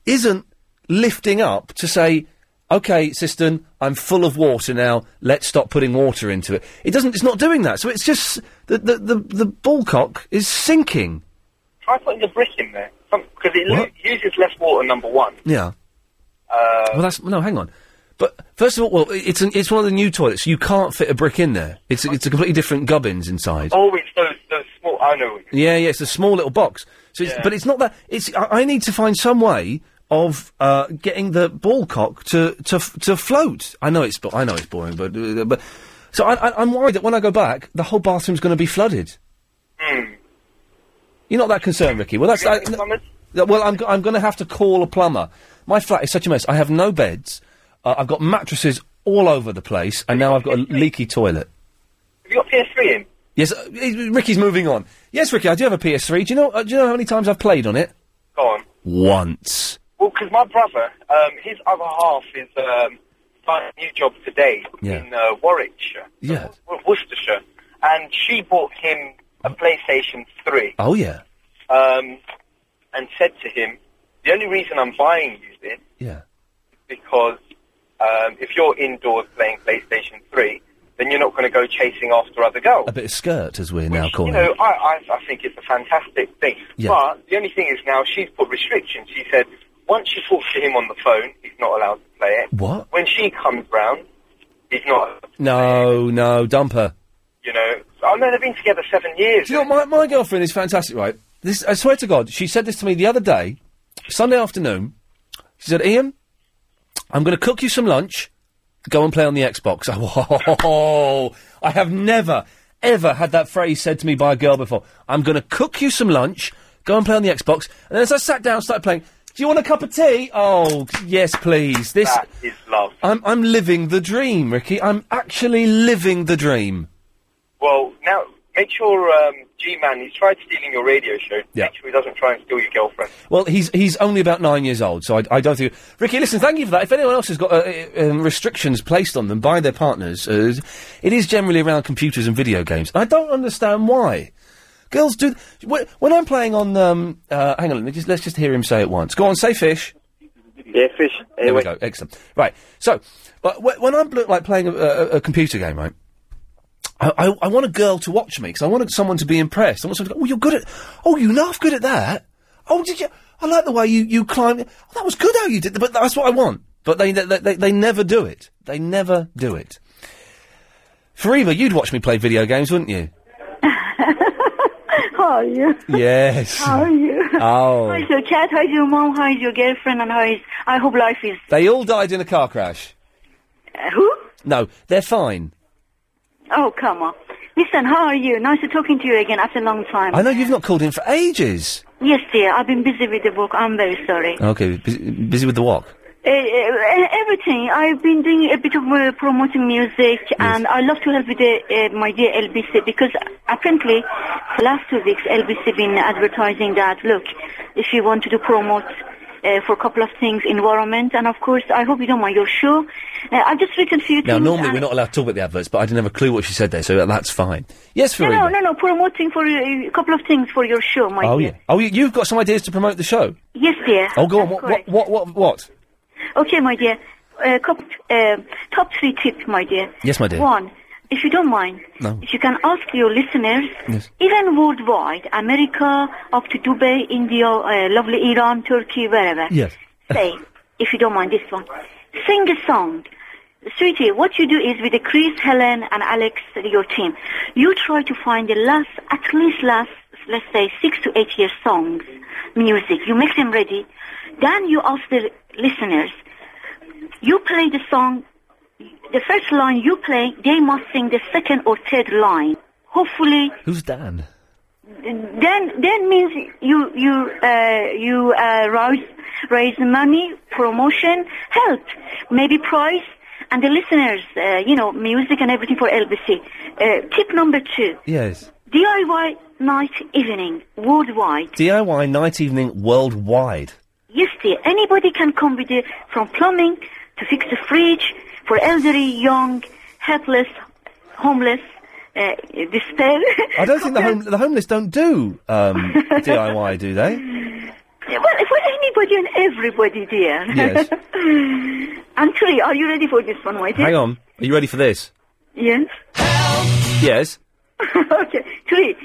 isn't lifting up to say okay, cistern, I'm full of water now. Let's stop putting water into it. It doesn't. It's not doing that. So it's just the the the, the ballcock is sinking. Try putting the brick in there. Because it lo- uses less water, number one. Yeah. Uh, well, that's no. Hang on. But first of all, well, it's an, it's one of the new toilets. You can't fit a brick in there. It's a, it's a completely different gubbins inside. Oh, it's those, those small... I know. Yeah, yeah, it's a small little box. So, it's, Yeah. but it's not that. It's I, I need to find some way of uh, getting the ball cock to to f- to float. I know it's bo- I know it's boring, but uh, but so I, I, I'm worried that when I go back, the whole bathroom's going to be flooded. Hmm. You're not that concerned, Ricky. Well, that's I, th- well, I'm go- I'm going to have to call a plumber. My flat is such a mess. I have no beds. Uh, I've got mattresses all over the place, and now I've got a leaky toilet. Have you got PS3 in? Yes, uh, i- Ricky's moving on. Yes, Ricky, I do have a PS3. Do you know? Uh, do you know how many times I've played on it? Go on. Once. Well, because my brother, um, his other half is um, starting a new job today Yeah. in uh, Warwickshire, Yeah. Wor- Worcestershire, and she bought him a PlayStation 3 Oh yeah. um, and said to him, the only reason I'm buying you this Yeah. is because um, if you're indoors playing PlayStation 3, then you're not going to go chasing after other girls. A bit of skirt, as we're now you calling know, it. I, I, I think it's a fantastic thing. Oh. Yeah. But the only thing is now she's put restrictions. She said once she talks to him on the phone, he's not allowed to play it. What? When she comes round, he's not. No, no, dump her. You know, oh no, they've been together seven years. Do you know what? My, my girlfriend is fantastic, right? This, I swear to God, she said this to me the other day, Sunday afternoon. She said, Ian, I'm going to cook you some lunch. Go and play on the Xbox. Oh, I have never, ever had that phrase said to me by a girl before. I'm going to cook you some lunch. Go and play on the Xbox. And then as I sat down, and started playing. Do you want a cup of tea? Oh, yes, please. This That is love. I'm I'm living the dream, Ricky. I'm actually living the dream. Well, now make sure um, G-Man. He's tried stealing your radio show. Yeah. Make sure he doesn't try and steal your girlfriend. Well, he's he's only about nine years old, so I, I don't think. Ricky, listen, thank you for that. If anyone else has got uh, uh, um, restrictions placed on them by their partners, uh, it is generally around computers and video games. I don't understand why. Girls do. When, when I'm playing on, um, uh, hang on, let me just, let's just hear him say it once. Go on, say fish. Yeah, fish. There we go. Excellent. Right. So, but wh- when I'm bl- like playing a, a, a computer game, right? I, I, I want a girl to watch me because I want someone to be impressed. I want someone to go, "Oh, you're good at. Oh, you laugh good at that. Oh, did you? I like the way you you climb. Oh, that was good how you did. that." But that's what I want. But they they they, they never do it. They never do it. Forever, you'd watch me play video games, wouldn't you? How are you? Yes. How are you? Oh. How's your cat? How's your mom? How's your girlfriend? And how is? I hope life is. They all died in a car crash. Uh, who? No, they're fine. Oh come on! Listen, how are you? Nice to talking to you again after a long time. I know you've not called in for ages. Oh, Yes, dear. I've been busy with the book. I'm very sorry. Okay, busy, busy with the walk. Uh, uh, everything. I've been doing a bit of uh, promoting music, and I love to help with the, uh, my dear LBC because apparently, for last two weeks, LBC been advertising that look, if you want to do promote uh, for a couple of things, environment, and of course, I hope you don't mind your show. Uh, I've just written a few Now, things. normally and- we're not allowed to talk about the adverts, but I didn't have a clue what she said there, so that's fine. Yes, no, Farina. no, no, no, promoting for uh, a couple of things for your show, my oh dear. yeah. Oh, you, you've got some ideas to promote the show. Yes, dear. Oh, go on. That's What, what? What? What? What? Okay, my dear. Uh, cop- uh, top three tips, my dear. Yes, my dear. One, if you don't mind, No. if you can ask your listeners, Yes. even worldwide, America, up to Dubai, India, uh, lovely Iran, Turkey, wherever, Yes. say, if you don't mind this one, sing a song. Sweetie, what you do is with the Chris, Helen, and Alex, your team, you try to find the last, at least last, let's say, six to eight year songs, music. You make them ready. Then you ask the listeners, you play the song, the first line you play, they must sing the second or third line. Hopefully, Who's Dan? then then means you you uh, you uh, raise raise money, promotion, help, maybe price, and the listeners, uh, you know, music and everything for LBC. Uh, tip number two: Yes. DIY night evening worldwide. DIY night evening worldwide. Yes, dear. Anybody can come with you from plumbing to fix the fridge for elderly, young, helpless, homeless, uh, despair. I don't think the home the homeless don't do um, DIY, do they? Well, for anybody and everybody, dear. Yes. and three, are you ready for this one, my dear? Hang on. Are you ready for this? Yes. Yes. okay. Three,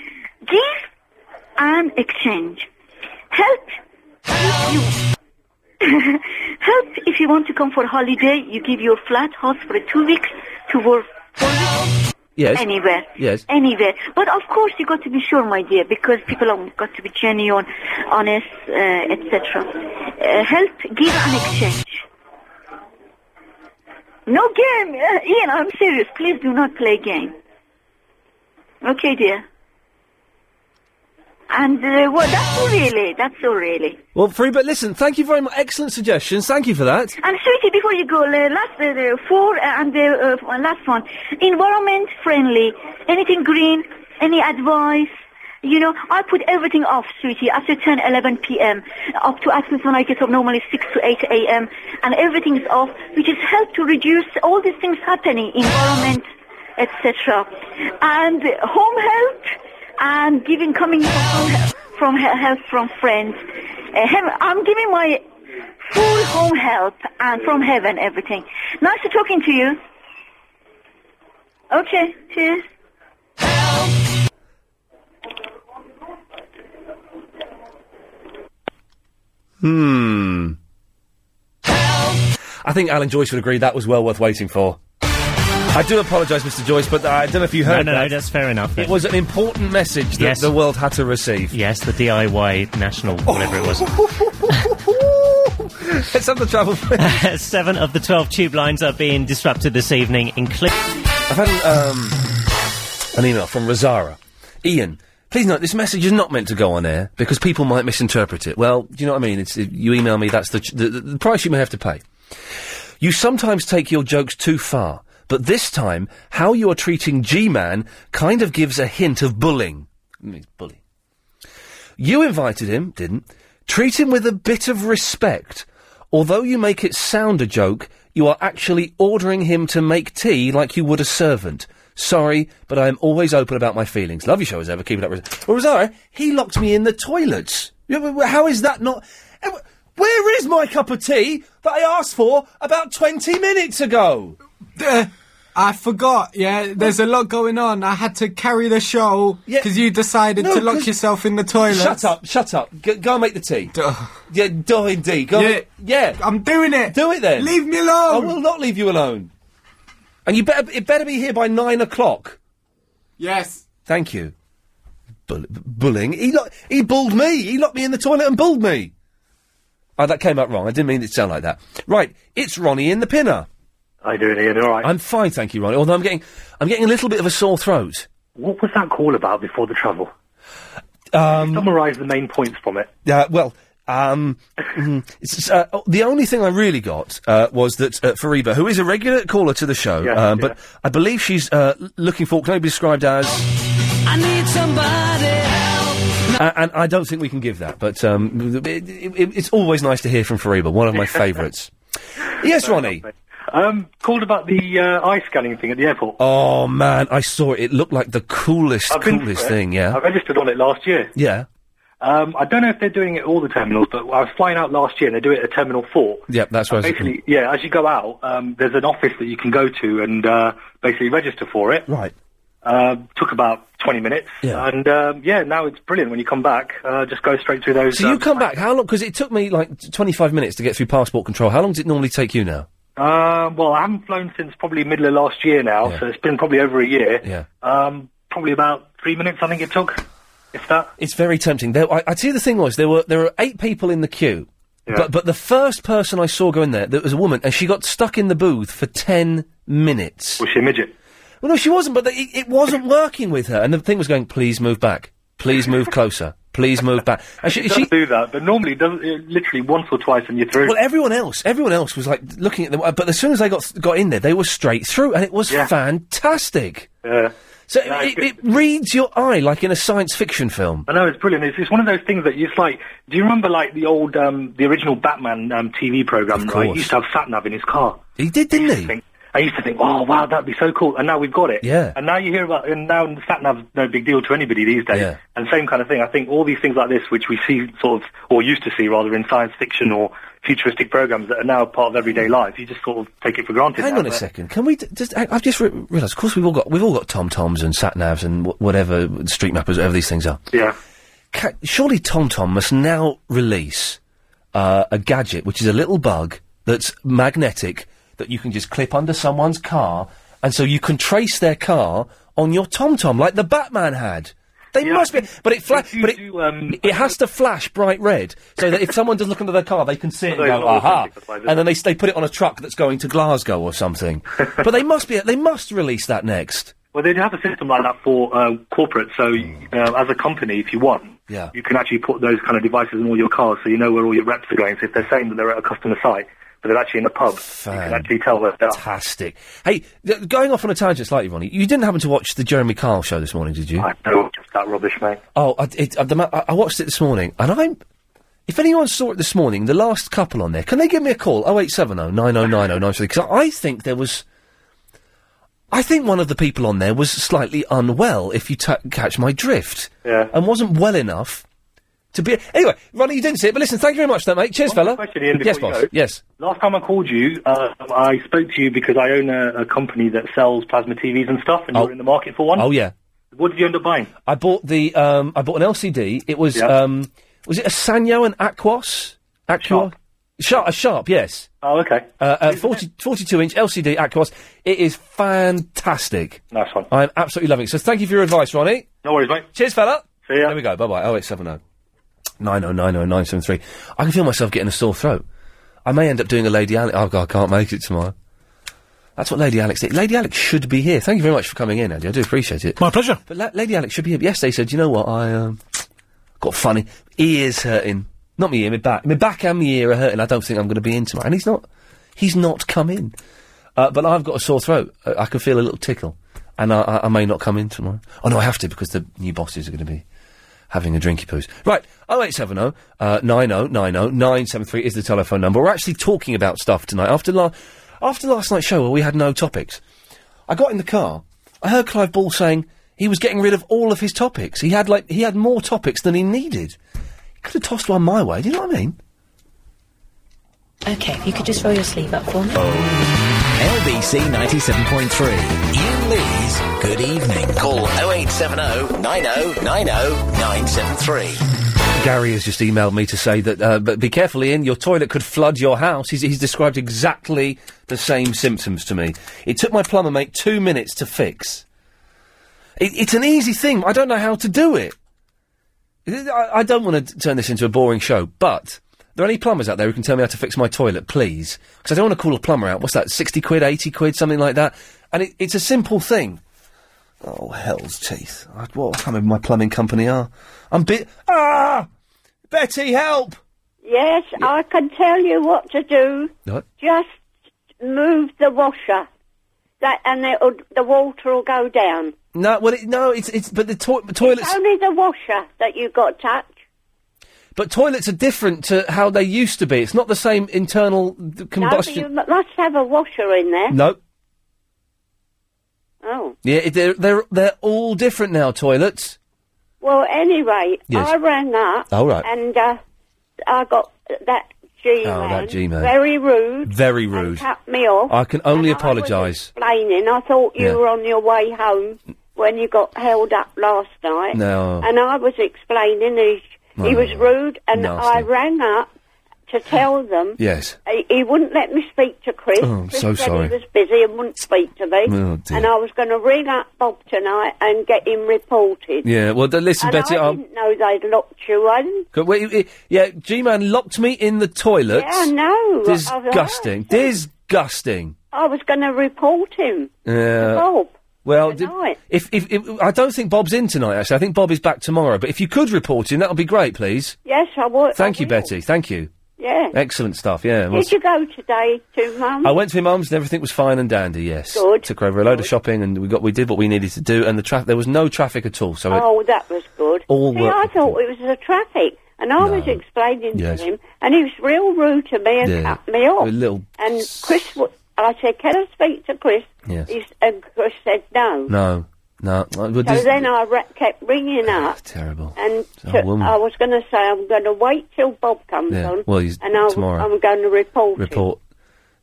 give and exchange. Help. if you- Help if you want to come for holiday. You give your flat house for two weeks to work Yes. anywhere. Yes. Anywhere. But of course, you got to be sure, my dear, because people have got to be genuine, honest, uh, etc. Uh, help, give, and exchange. No game. Uh, Ian, I'm serious. Please do not play game. Okay, dear. And, uh, well, that's all really. That's all really. Well, free. But listen, thank you very much. Excellent suggestions. Thank you for that. And sweetie, before you go, uh, last uh, uh, four uh, and the uh, f- last one, environment friendly. Anything green? Any advice? You know, I put everything off, sweetie, after 10, 11 p.m. up to at least when I get up normally 6 to 8 a.m. and everything is off, which is help to reduce all these things happening, environment, etc. And uh, home help and giving coming from home, from he- help from friends. Uh, hem- I'm giving my full home help and from heaven everything. Nice to talking to you. Okay, cheers. Hmm. I think Alan Joyce would agree that was well worth waiting for. I do apologise, Mr. Joyce, but I don't know if you heard no, no, no, that. that's fair enough. It was an important message that Yes. the world had to receive. Yes, the DIY national, whatever it was. Let's have the travel. Seven of the twelve tube lines are being disrupted this evening, including. I've had um, an email from Rosara. Ian, please note this message is not meant to go on air because people might misinterpret it. Well, do you know what I mean? It's, it- you email me, that's the, ch- the, the the price you may have to pay. You sometimes take your jokes too far, but this time, how you are treating G-Man kind of gives a hint of bullying. I mean, it's bully. You invited him, didn't? Treat him with a bit of respect. Although you make it sound a joke, you are actually ordering him to make tea like you would a servant. Sorry, but I am always open about my feelings. Love your show as ever. Keep it up. Ros- Well, Rosario, he locked me in the toilets. Yeah, but How is that not? Eh, Where is my cup of tea that I asked for about 20 minutes ago? I forgot. Yeah, there's a lot going on. I had to carry the show because you decided No, to lock 'cause- yourself in the toilet. Shut up, shut up. G- go and make the tea. Yeah, duh indeed. Go Yeah. yeah. I'm doing it. Do it then. Leave me alone. I will not leave you alone. And you better, it better be here by nine o'clock. Yes. Thank you. Bull- bullying. He, lo- he bulled me. He locked me in the toilet and bulled me. Oh, that came out wrong. I didn't mean it to sound like that. Right, it's Ronnie in the pinner. How you doing, Ian? All right. I'm fine, thank you, Ronnie. Although I'm getting, I'm getting a little bit of a sore throat. What was that call about before the travel? Um, Summarise the main points from it. Uh, well, Um, mm, it's, uh, oh, the only thing I really got uh, was that uh, Fariba, who is a regular caller to the show, Yeah, um, yeah. but I believe she's uh, l- looking for, can I be described as? I need somebody A- uh, and I don't think we can give that, but um, it, it, it's always nice to hear from Fariba, one of my favourites. yes, Ronnie. Um, called about the uh, eye scanning thing at the airport. Oh man, I saw it. It looked like the coolest, I've been to coolest it. thing. Yeah, I registered on it last year. yeah, Um, I don't know if they're doing it at all the terminals, but I was flying out last year and they do it at Terminal 4. yeah. That's where. I was- Basically, yeah, as you go out, um, there's an office that you can go to and uh, basically register for it. Right. Uh, took about 20 minutes. Yeah. And um, yeah, now it's brilliant. When you come back, uh, just go straight through those. So you um, come back? How long? Because it took me like t- twenty-five minutes to get through passport control. How long does it normally take you now? Uh, well, I haven't flown since probably middle of last year now, so it's been probably over a year. Yeah. Um, probably about three minutes, I think it took. If that. It's very tempting. There, I, I tell you, the thing was there were there were eight people in the queue, but but the first person I saw go in there, there was a woman, and she got stuck in the booth for ten minutes. Was she a midget? Well, no, she wasn't. But the, it, it wasn't working with her, and the thing was going, "Please move back. Please move closer. Please move back." And she, It does she do that, but normally it does it literally once or twice and you're through. Well, everyone else, everyone else was like looking at them, uh, but as soon as they got got in there, they were straight through, and it was fantastic. Uh, Yeah. So it, it reads your eye like in a science fiction film. I know it's brilliant. It's, it's one of those things that you- it's like. Do you remember like the old, um, the original Batman um, TV program? Of right, course. he used to have sat nav in his car. He did, didn't he? I used to think, oh wow, that'd be so cool, and now we've got it. Yeah. And now you hear about, and now sat nav's no big deal to anybody these days. Yeah. And same kind of thing. I think all these things like this, which we see sort of, or used to see rather in science fiction or futuristic programs that are now part of everyday life, you just sort of take it for granted. Hang now, on a but- second. Can we d- just? I, I've just re- realised. Of course, we've all got we've all got tom toms and sat navs and wh- whatever street mappers, whatever these things are. Yeah. Ca- surely Tom Tom must now release uh, a gadget, which is a little bug that's magnetic that you can just clip under someone's car, and so you can trace their car on your Tom Tom, like the Batman had. They must be, but it fla- but it, it has to flash bright red so that if someone does look under their car, they can see it and Although go, it's not aha, authenticated by and then they s- they put it on a truck that's going to Glasgow or something. but they must be, they must release that next. Well, they do have a system like that for uh, corporate. So, Hmm. uh, as a company, if you want, Yeah. you can actually put those kind of devices in all your cars, so you know where all your reps are going. So, if they're saying that they're at a customer site, but they're actually in the pub, you can actually tell where they are. Fantastic. Hey, th- going off on a tangent slightly, Ronnie, you didn't happen to watch the Jeremy Kyle show this morning, did you? I don't. Just that rubbish, mate. Oh, I, it, I, the, ma- I I watched it this morning, and I'm. If anyone saw it this morning, the last couple on there, can they give me a call? Oh, 0870 9090 Because I think there was. I think one of the people on there was slightly unwell, if you ta catch my drift. Yeah. And wasn't well enough to be. Anyway, Ronnie, you didn't see it, but listen, thank you very much, though, mate. Cheers, fella. Question, Ian, yes, before you boss. go. Yes. Last time I called you, uh, I spoke to you because I own a, a company that sells plasma TVs and stuff, and you were in the market for one. Oh, yeah. What did you end up buying? I bought the um, I bought an LCD. It was Yeah. um, was it a Sanyo and Aquos? Aqua? Sharp. a sharp, yes. Oh, okay. Uh, a 40, 42 inch LCD Aquos. It is fantastic. Nice one. I'm absolutely loving it. So thank you for your advice, Ronnie. No worries, mate. Cheers, fella. See ya. There we go. Oh Bye bye. 0870 9090973. I can feel myself getting a sore throat. I may end up doing a Lady Alex. Oh, God, I can't make it tomorrow. That's what Lady Alex did. Lady Alex should be here. Thank you very much for coming in, Andy. I do appreciate it. My pleasure. But La- Lady Alex should be here. But yesterday said, you know what? I um, got funny. Ears hurting. Not me ear, my back. My back and my ear are hurting. I don't think I'm going to be in tomorrow. And he's not. He's not come in. Uh, but I've got a sore throat. Uh, I can feel a little tickle. And I, I, I may not come in tomorrow. Oh, no, I have to because the new bosses are going to be having a drinky poos. Right, 0870 uh, 9090 973 is the telephone number. We're actually talking about stuff tonight. After, la- after last night's show where we had no topics, I got in the car. I heard Clive Ball saying he was getting rid of all of his topics. He had, like, he had more topics than he needed. He could have tossed one my way, do you know what I mean? Okay, if you could just roll your sleeve up for me. LBC 97.3. Ian Lee's Good Evening. Call 0870 9090 oh, 973. Gary has just emailed me to say that, uh, but be careful, Ian. Your toilet could flood your house. He's, he's described exactly the same symptoms to me. It took my plumber mate two minutes to fix. It, it's an easy thing. I don't know how to do it. I, I don't want to turn this into a boring show, but are there any plumbers out there who can tell me how to fix my toilet, please? Because I don't want to call a plumber out. What's that? Sixty quid, eighty quid, something like that. And it, it's a simple thing. Oh hell's teeth! I, what I can't remember my plumbing company are. I'm bit. Ah, Betty, help! Yes, I can tell you what to do. What? Just move the washer, that, and it'll, the water will go down. No, well, it, no, it's it's but the, toi- toilets, Only the washer that you got touch. but toilets are different to how they used to be. It's not the same internal th- No, combustion. but you mu- must have a washer in there. No, Oh. yeah, it- they're they're they're all different now. Toilets. Well, anyway, Yes. I rang up. All right. And uh, I got that G man. Oh, that G-man. Very rude. Very rude. Cut me off. I can only apologise. Explaining. I thought you Yeah. were on your way home when you got held up last night. No. And I was explaining. He, No, he no, was rude, and Nasty. I rang up to tell them. Yes. He, he wouldn't let me speak to Chris. Oh, I'm Chris so said sorry. He was busy and wouldn't speak to me. Oh, dear. And I was going to ring up Bob tonight and get him reported. Yeah. Well, th- listen, And Betty. I I'm. didn't know they'd locked you in. Go- Wait, eh, yeah, G-Man locked me in the toilet. Yeah, I know. I've heard. Disgusting. Disgusting. I was going to report him. Yeah. Bob. Well, d- tonight. if, if if I don't think Bob's in tonight, actually, I think Bob is back tomorrow. But if you could report him, that would be great, please. Yes, I would. Thank you, Betty. Thank you. Yeah. Excellent stuff. Yeah. well, Did you go today to um, Mum? I went to my mum's and everything was fine and dandy. Yes. Good. Took her over a load of shopping and we got we did what we needed to do and the traffic there was no traffic at all. So oh, that was good. All See, work- I thought it was the traffic, and I was explaining Yes. to him, and he was real rude to me it and yeah, cut me off. a little And Chris, w- I said, "Can I speak to Chris?" Yes. He's, and Chris said, "No." no no. uh, well, So this- Ah, then I re- kept ringing up, terrible. and Oh, to- woman. I was going to say I'm going to wait till Bob comes Yeah, on, well, he's- and I'll, tomorrow. I'm going to report. it. report.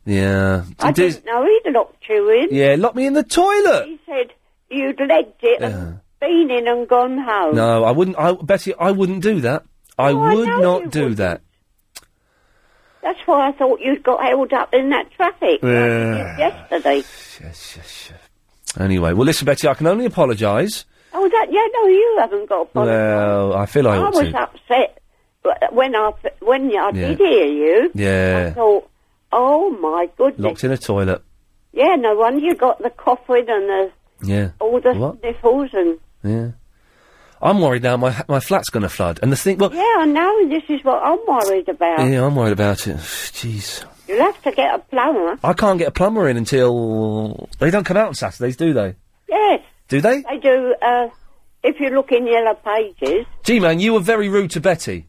Yeah. I Dis- didn't know he'd locked you in. yeah. Lock me in the toilet. He said you'd legged it and been in and gone home. No, I wouldn't. I Betty, I wouldn't do that. I No, I would know not you do that. That's why I thought you'd got held up in that traffic Yeah. yesterday. Anyway, well, listen, Betty, I can only apologise. Oh, that yeah, no, you haven't got. A Well, I feel I I ought was to. upset but uh, when I when I Yeah. did hear you. I Yeah, thought, oh my goodness, locked in a toilet. yeah, no wonder you got the coughing and the Yeah, all the What? sniffles and yeah. I'm worried now. My my flat's going to flood, and the thing. Well, yeah, I know this is what I'm worried about. yeah, I'm worried about it. Jeez, You'll have to get a plumber. I can't get a plumber in until they don't come out on Saturdays, do they? Yes, Do they? they do. Uh, if you look in yellow pages, Gee, man, you were very rude to Betty.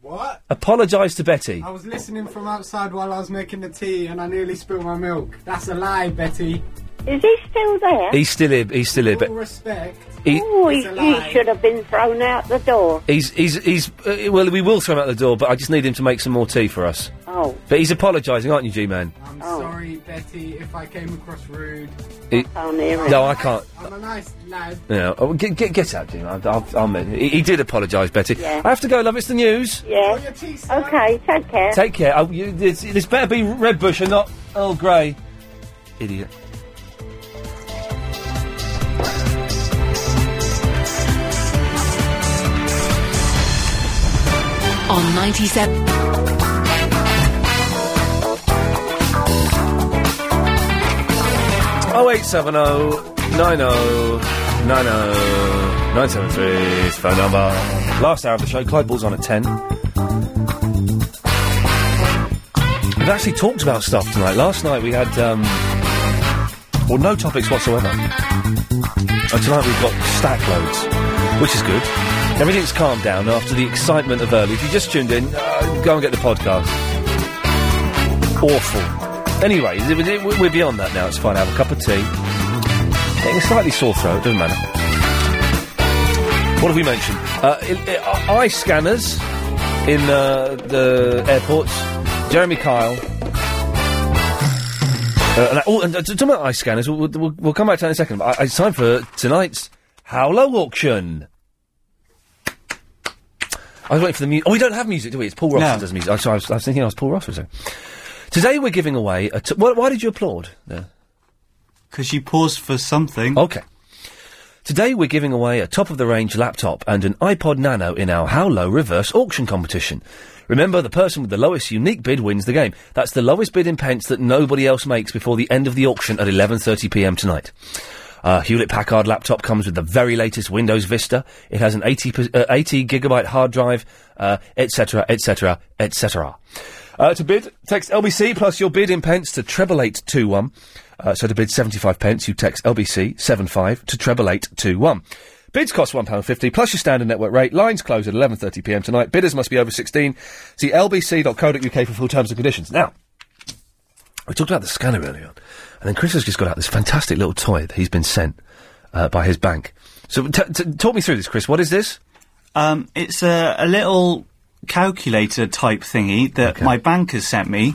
What? Apologise to Betty. I was listening from outside while I was making the tea and I nearly spilled my milk. That's a lie, Betty. is he still there? He's still here. He's still here, but All respect. he, Oh, he, he should have been thrown out the door. he's he's he's. Uh, well, we will throw him out the door, but I just need him to make some more tea for us. Oh, But he's apologising, aren't you, G-man? I'm sorry, Betty, if I came across rude. He- Oh, No, I can't. I'm a nice lad. Yeah, oh, get, get, get out, Jim. I'll, I'll, I'll, admit it. he, he did apologise, Betty. I have to go, love. It's the news. yeah. Okay, take care. Take care. Oh, you, this, this better be Redbush and not Earl Grey. Idiot. On 97. Oh eight seven oh nine oh nine oh nine seven three is phone number. Last hour of the show, Clyde Ball's on at ten. We've actually talked about stuff tonight. Last night we had um well no topics whatsoever. And tonight we've got stack loads, which is good. Everything's calmed down after the excitement of early. If you just tuned in, uh, go and get the podcast awful. Anyway, th- th- we're beyond that now. It's fine. Have a cup of tea. Getting a slightly sore throat. Doesn't matter. What have we mentioned? Uh, i- i- eye scanners in uh, the airports. Jeremy Kyle. Uh, and, oh, and uh, t- talking about eye scanners, we'll, we'll, we'll come back to that in a second. But I, it's time for tonight's How Low auction. I was waiting for the music. Oh, we don't have music, do we? It's Paul Ross No. that does music. I'm sorry, I, was, I was thinking I was Paul Ross. for a second. Today we're giving away. A t- why, why did you applaud there? Because you paused for something. Okay. Today we're giving away a top of the range laptop and an iPod Nano in our How Low reverse auction competition. Remember, the person with the lowest unique bid wins the game. That's the lowest bid in pence that nobody else makes before the end of the auction at 11:30 p.m. tonight. Uh, Hewlett Packard laptop comes with the very latest Windows Vista. It has an 80, per- uh, 80 gigabyte hard drive, uh, etc., etc., etc. Uh, to bid, text LBC plus your bid in pence to treble eight two one. Uh, so to bid seventy five pence, you text LBC seven five to treble eight two one. Bids cost one pound fifty plus your standard network rate. Lines close at eleven thirty p.m. tonight. Bidders must be over sixteen. See lbc.co.uk for full terms and conditions. Now, we talked about the scanner earlier on, and then Chris has just got out this fantastic little toy that he's been sent uh, by his bank. So, t- t- talk me through this, Chris. What is this? Um, it's a, a little calculator type thingy that my bank has sent me.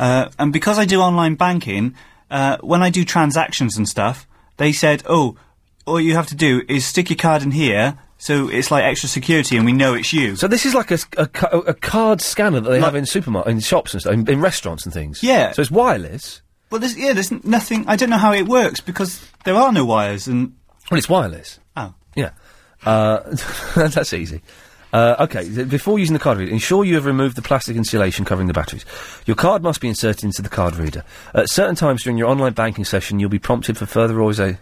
Uh, and because I do online banking, uh, when I do transactions and stuff, they said, oh, all you have to do is stick your card in here, so it's like extra security and we know it's you. So this is like a, s- a ca- a card scanner that they have in supermarket, in shops and stuff, in, in restaurants and things. Yeah. So it's wireless. Well, there's, yeah, there's n- nothing. I don't know how it works because there are no wires and. Well, it's wireless. Oh. Yeah. Uh, that's easy. Uh, okay, th- before using the card reader, ensure you have removed the plastic insulation covering the batteries. Your card must be inserted into the card reader. At certain times during your online banking session, you'll be prompted for further or a.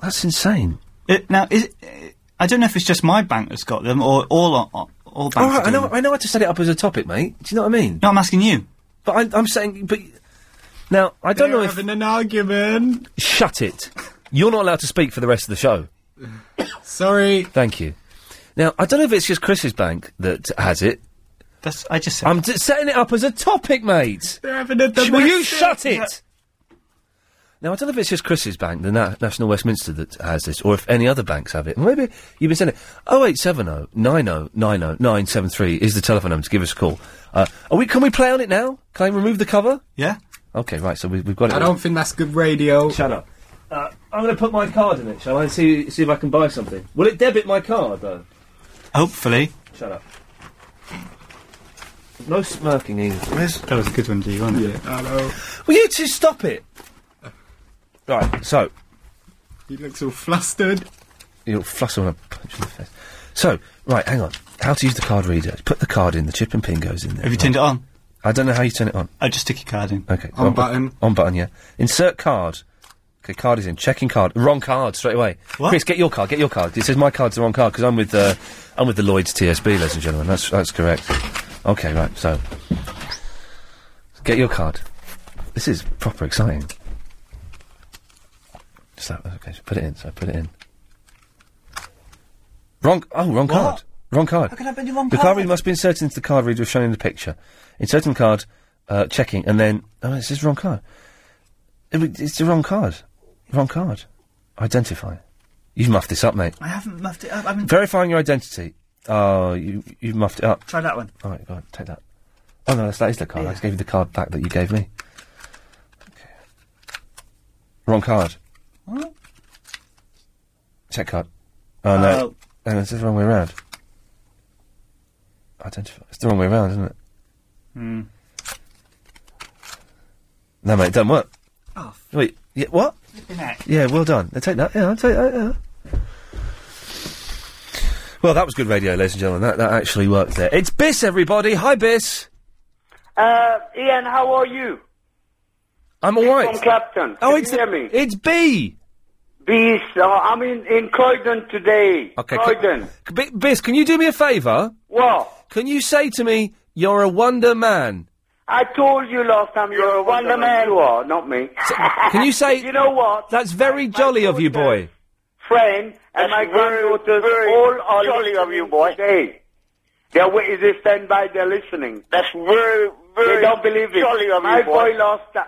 That's insane. It, Uh, now, is, I don't know if it's just my bank that's got them or all all, all banks. All right, I know- I know how to set it up as a topic, mate. Do you know what I mean? No, I'm asking you. But I, I'm saying, but now I don't know if having an argument. Shut it. You're not allowed to speak for the rest of the show. Sorry. Thank you. Now, I don't know if it's just Chris's bank that has it. That's I just. I'm d- setting it up as a topic, mate. They're having a Sh- Will domestic- you shut it? Now, I don't know if it's just Chris's bank, the Na- National Westminster, that has this, or if any other banks have it. Oh, Maybe you've been sending 0870 90 90 973 is the telephone number to give us a call. Uh, are we? Can we play on it now? Can I remove the cover? Yeah. Okay, right. So we, we've got it. I don't think that's good radio. Shut up. Uh, I'm going to put my card in it, shall I? And see, see if I can buy something. Will it debit my card, though? Hopefully. Shut up. No smirking either. That was a good one, G, wasn't it? Yeah. Hello. Will you two stop it? Right, so. He looks all flustered. You'll fluster when I punch you in the face. So, right, hang on. How to use the card reader. Put the card in, the chip and pin goes in there. Have you turned it on? I don't know how you turn it on. I just stick your card in. Okay. On button. On button, yeah. Insert card. Okay, card is in. Checking card. Wrong card straight away. What? Chris, get your card. Get your card. It says my card's the wrong card because I'm with uh, I'm with the Lloyd's TSB, ladies and gentlemen. That's that's correct. Okay, right. So, get your card. This is proper exciting. So okay, so put it in. So put it in. Wrong. Oh, wrong card. Wrong card. How can I put the wrong The card card reader must be inserted into the card reader as shown in the picture. Inserting card, uh, checking, and then oh, it's just wrong card. It w- it's the wrong card. Wrong card. Identify. You've muffed this up, mate. I haven't muffed it up. I haven't Verifying your identity. Oh, you you've muffed it up. tried that one. All right, go on, take that. Oh no, that's, that is the card. I just gave you the card back that you gave me. Okay. Wrong card. What? Check card. Oh no. Hang on, it's the wrong way around. Identify. It's the wrong way around, isn't it? Hmm. No, mate, it doesn't work. Oh, Wait, yeah, what? flipping heck. Yeah, well done. Now take that. Yeah, I'll take that. Yeah. Well, that was good radio, ladies and gentlemen. That that actually worked there. It's Biss, everybody. Hi, Biss. Uh, Ian, how are you? I'm all right. From Clapton. Oh, Can it's you hear me? it's B. Bees, uh, I'm in, in Croydon today. Okay, Croydon. C- B- Biss, can you do me a favour? What? Can you say to me, "You're a wonder man"? I told you last time you're a wonder man. You are, Oh, not me. Can you say? you know what? That's very jolly of you, boy. Friend and my granddaughters all are jolly of you, boy. Today. They're waiting, they stand by, they're listening. That's very, very They don't believe it. jolly of you, my boy. last time.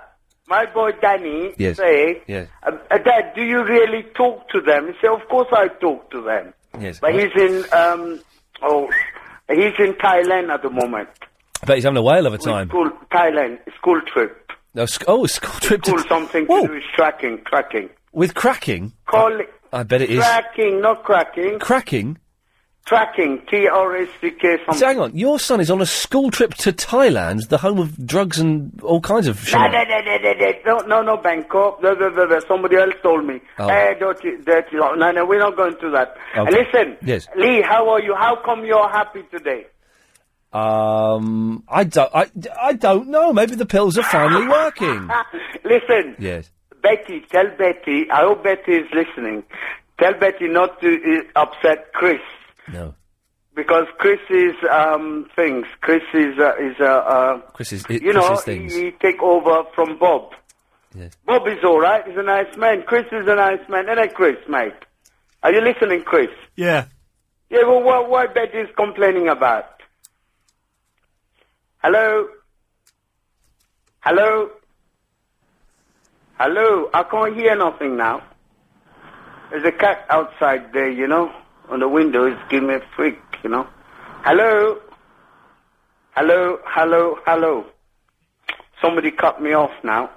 My boy Danny Yes. said, Yes. uh, uh, Dad, do you really talk to them? He said, Of course I talk to them. Yes. But he's in um oh he's in Thailand at the moment. I bet he's having a whale of a time. School Thailand school trip. No, sc- oh, school trip School something to do with tracking, tracking. with cracking. Call it I bet Uh, it is tracking, not cracking. cracking. Tracking, T R S C K So hang on, your son is on a school trip to Thailand, the home of drugs and all kinds of shit. Da, da, da, da, da, da. No, no, no, Bangkok. Da, da, da, da. Somebody else told me. Oh. Eh, dirty, dirty. No, no, we're not going to that. Okay. Listen, Yes. Lee, how are you? How come you're happy today? Um, I don't, I, I don't know. Maybe the pills are finally working. Listen, yes. Betty, tell Betty, I hope Betty is listening. Tell Betty not to uh, upset Chris. No. Because Chris is um, things. Chris is uh, is uh, uh, Chris is it, you know Chris's he, things. he take over from Bob. Yes. Bob is all right. He's a nice man. Chris is a nice man. Isn't it, Chris, mate? Are you listening, Chris? Yeah. Yeah. Well, what what Betty is complaining about? Hello. Hello. Hello. I can't hear nothing now. There's a cat outside there, you know, on the window. It's giving me a freak, you know. Hello. Hello. Hello. Hello. Somebody cut me off now.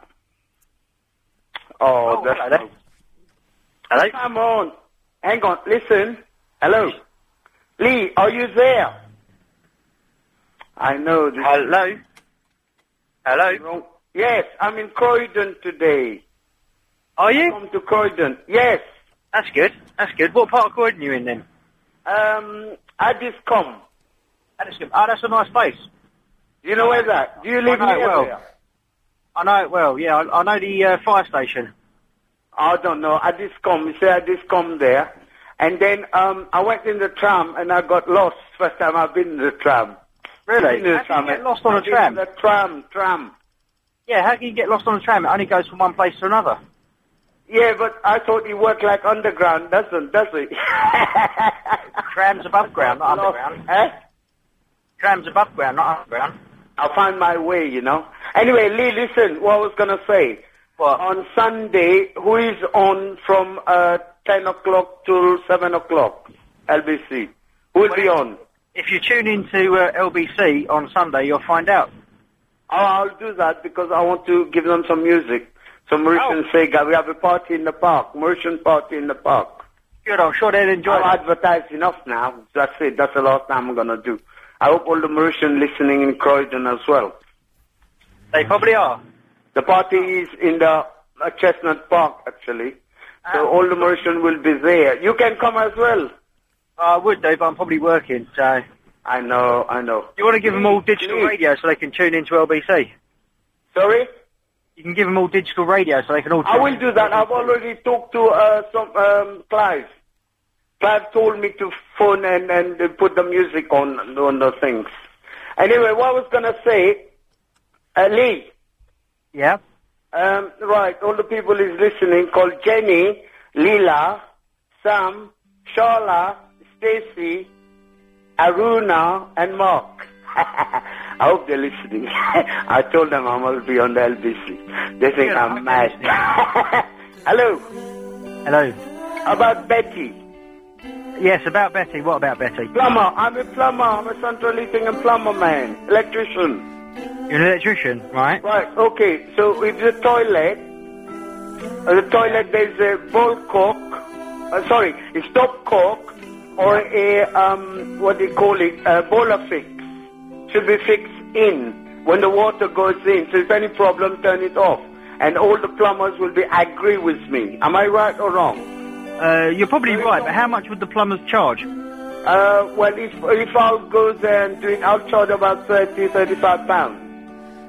Oh, that's hello. hello. Come on. Hang on. Listen. Hello. Lee, are you there? I know. This hello. Hello. Yes, I'm in Croydon today. Are you? Come to Croydon. Yes. That's good. That's good. What part of Croydon are you in then? Um, Addiscombe. Addiscombe. Oh, that's a nice place. Do you know where that? Do you live I know it near well. there? I know it well. Yeah, I, I know the uh, fire station. I don't know. I just come. You say I just come there, and then um, I went in the tram and I got lost. First time I've been in the tram. Really? Been in the How can tram. you get lost on a I've been tram? in The tram, tram. Yeah, how can you get lost on a tram? It only goes from one place to another. Yeah, but I thought it worked like underground, doesn't does it? Trams above ground, not Lost, underground. eh? Trams above ground, not underground. I find my way, you know. Anyway, Lee, listen. What I was gonna say. On Sunday, who is on from uh, ten o'clock till seven o'clock? LBC. Who will be on? If you tune into uh, LBC on Sunday, you'll find out. Oh, I'll do that because I want to give them some music. Some Mauritian Oh. Sega. We have a party in the park. Mauritian party in the park. Good, I'm sure they'll enjoy I've it. advertised enough now. That's it. That's the last time I'm going to do. I hope all the Mauritian listening in Croydon as well. They probably are. The party is in the uh, Chestnut Park, actually. So Ah. all the Mauritian will be there. You can come as well. I would do, but I'm probably working, so... I Oh, know, I know. You want to give them all digital radio so they can tune into LBC? Sorry? You can give them all digital radio so they can all tune I will do that. I've already talked to uh, some um, Clive. Clive told me to phone and, and uh, put the music on on the things. Anyway, what I was gonna say, uh, Lee. Yeah. Um, right, all the people is listening. Call Jenny, Leela, Sam, Sharla, Stacy, Aruna, and Mark. I hope they're listening. I told them I must be on the LBC. They think Yeah, I'm mad. Hello. Hello. About Betty. Yes, about Betty. What about Betty? Plumber. I'm a plumber. I'm a central heating and plumber man. Electrician. You're an electrician, right? Right, okay. So if the toilet, uh, the toilet there's a ball cork, uh, sorry, a stop cork or a, um, what do you call it, a boiler fix. Should be fixed in when the water goes in. So if any problem, turn it off. And all the plumbers will be agree with me. Am I right or wrong? Uh, you're probably right, but how much would the plumbers charge? Uh, well, if, if I'll go there and do it, I'll charge about 30, 35 pounds.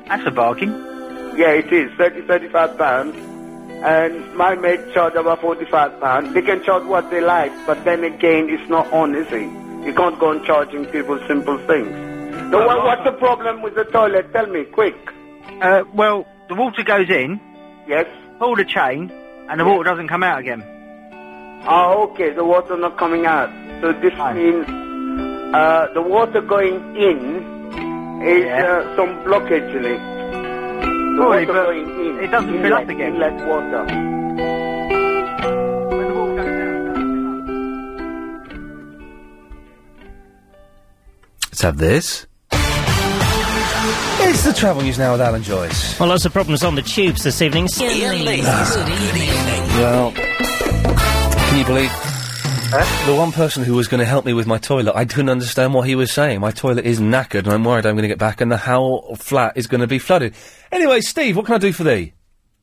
That's a bargain. Yeah, it is. 30, 35 pounds. And my mate charged about 45 pounds. They can charge what they like, but then again, it's not on, is it? You can't go on charging people simple things. So what, what's the problem with the toilet? Tell me, quick. Uh, well, the water goes in. Yes. Pull the chain, and the water doesn't come out again. Oh, okay, the water not coming out. So this means uh, the water going in is uh, some blockage in it. The water Probably, but going in. Oh, it doesn't fill inlet- up again. Inlet water. Let's have this. It's the travel news now with Alan Joyce. Well, lots of problems on the tubes this evening. Ian Lee's Good Evening. Well, can you believe the one person who was going to help me with my toilet? I couldn't understand what he was saying. My toilet is knackered, and I'm worried I'm going to get back, and the Howell flat is going to be flooded. Anyway, Steve, what can I do for thee?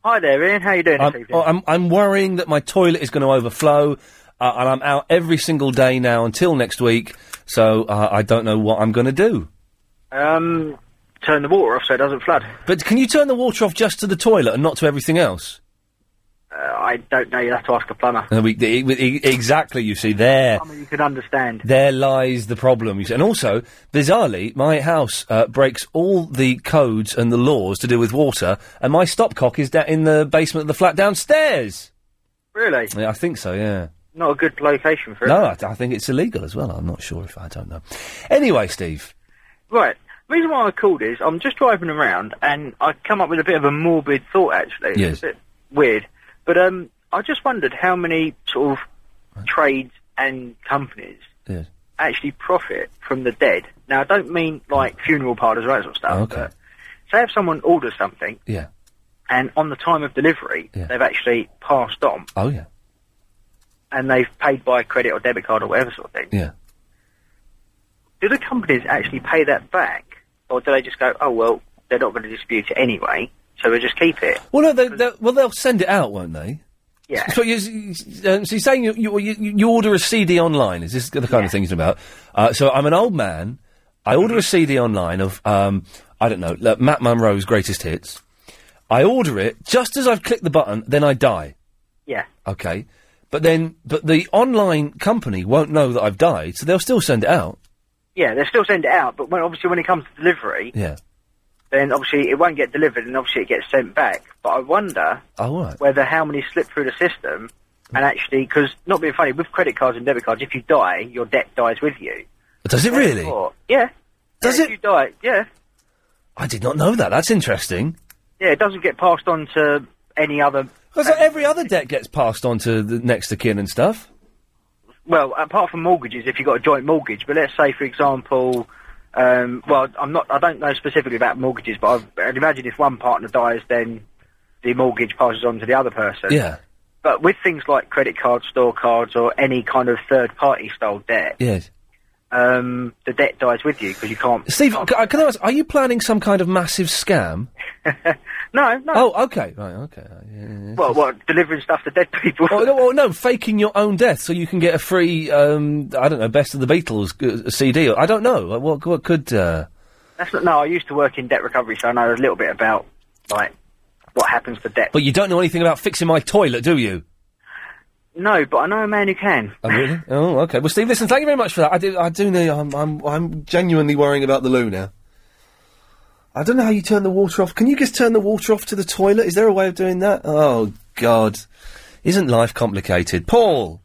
Hi there, Ian. How you doing I'm, this evening? oh, I'm, I'm worrying that my toilet is going to overflow, uh, and I'm out every single day now until next week. So uh, I don't know what I'm going to do. Um, turn the water off so it doesn't flood. But can you turn the water off just to the toilet and not to everything else? Uh, I don't know. You have to ask a plumber. And we, e- e- exactly, you see, there, Plumber, you could understand. there lies the problem. You see. And also, bizarrely, my house uh, breaks all the codes and the laws to do with water, and my stopcock is da- in the basement of the flat downstairs. Really? Yeah, I think so, yeah. Not a good location for it. No, I, I think it's illegal as well. I'm not sure if I don't know. Anyway, Steve. Right. The reason why I called is I'm just driving around and I come up with a bit of a morbid thought actually. It's Yes. a bit weird. But um I just wondered how many sort of trades and companies Yes. actually profit from the dead. Now I don't mean like funeral parlours or that sort of stuff, Okay. but say if someone orders something Yeah. and on the time of delivery Yeah. they've actually passed on Oh, yeah. and they've paid by credit or debit card or whatever sort of thing. Yeah. Do the companies actually pay that back, or do they just go, "Oh well, they're not going to dispute it anyway, so we'll just keep it"? Well, no, they, they, well, they'll send it out, won't they? Yeah. So you're, um, so you're saying you, you, you, you order a CD online. Is this the kind of thing it's about? Uh, so I'm an old man. I order a CD online of, um, I don't know, like Matt Munro's greatest hits. I order it just as I've clicked the button, then I die. Yeah. Okay. But then, but the online company won't know that I've died, so they'll still send it out. Yeah, they still send it out, but when obviously when it comes to delivery, Yeah. then obviously it won't get delivered, and obviously it gets sent back. But I wonder Oh, all right. whether how many slip through the system, and actually, because not being funny, with credit cards and debit cards, if you die, your debt dies with you. Does it really? Therefore- Yeah. Does it? If you die, yeah, I did not know that. That's interesting. yeah, it doesn't get passed on to any other. Because every other debt gets passed on to the next of kin and stuff. Well, apart from mortgages, if you've got a joint mortgage, but let's say, for example, um, well, I'm not, I don't know specifically about mortgages, but I've, I'd imagine if one partner dies, then the mortgage passes on to the other person. Yeah. But with things like credit cards, store cards, or any kind of third-party style debt, Yes. um, the debt dies with you because you can't. Steve, c- uh, can I ask, are you planning some kind of massive scam? no, no. Oh, okay, right, okay. uh, yeah, yeah, yeah. Well, what delivering stuff to dead people? Oh, no, well, no, faking your own death so you can get a free, um, I don't know, Best of the Beatles uh, CD. I don't know. uh, What, what could, uh... That's not. No, I used to work in debt recovery, so I know a little bit about like what happens to debt. But you don't know anything about fixing my toilet, do you? No, but I know a man who can. Oh, really? oh, okay. Well, Steve, listen, thank you very much for that. I do, I do know, I'm, I'm, I'm genuinely worrying about the loo now. I don't know how you turn the water off. Can you just turn the water off to the toilet? Is there a way of doing that? Oh, God. Isn't life complicated? Paul!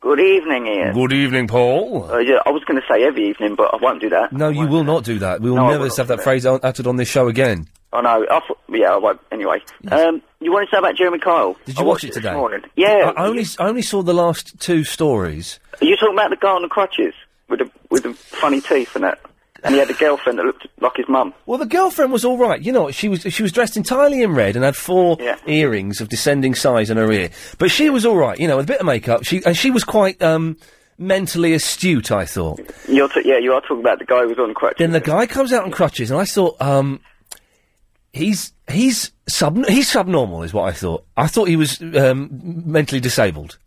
Good evening, Ian. Good evening, Paul. Uh, yeah, I was going to say every evening, but I won't do that. No, you will not do that. We will No, I never will have that phrase out- uttered on this show again. I know. Oh, I thought, yeah, I won't. Anyway, um, you wanted to say about Jeremy Kyle? Did you I watch watched it this today? Uh, morning. Yeah. I I only I only saw the last two stories. Are you talking about the guy on the crutches with the with the funny teeth and that? And he had a girlfriend that looked like his mum. Well, the girlfriend was all right. You know, what, she was she was dressed entirely in red and had four earrings of descending size in her ear. But she was all right. You know, with a bit of makeup. She and she was quite um, mentally astute. I thought. You're t- yeah, you are talking about the guy who was on crutches. Then the guy comes out on crutches, and I thought, um, he's he's sub he's subnormal, is what I thought. I thought he was um, mentally disabled.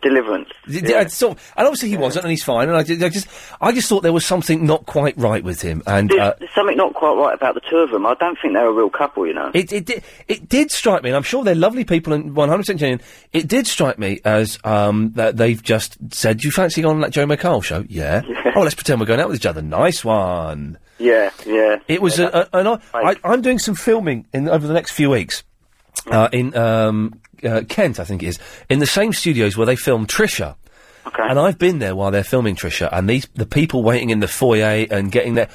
Deliverance. D- d- I sort of- and obviously he wasn't, and he's fine. And I, ju- I just, I just thought there was something not quite right with him, and There's, uh, there's something not quite right about the two of them. I don't think they're a real couple, you know. it, it did, it did strike me. And I'm sure they're lovely people and 100 percent genuine. It did strike me as um, that they've just said, "Do you fancy going on that Joe McCall show?" Yeah. oh, let's pretend we're going out with each other. Nice one. yeah, yeah. It was yeah, a, a, an. I, I'm doing some filming in over the next few weeks uh, in um, uh, Kent, I think it is, in the same studios where they filmed Trisha. Okay. And I've been there while they're filming Trisha, and these the people waiting in the foyer and getting there.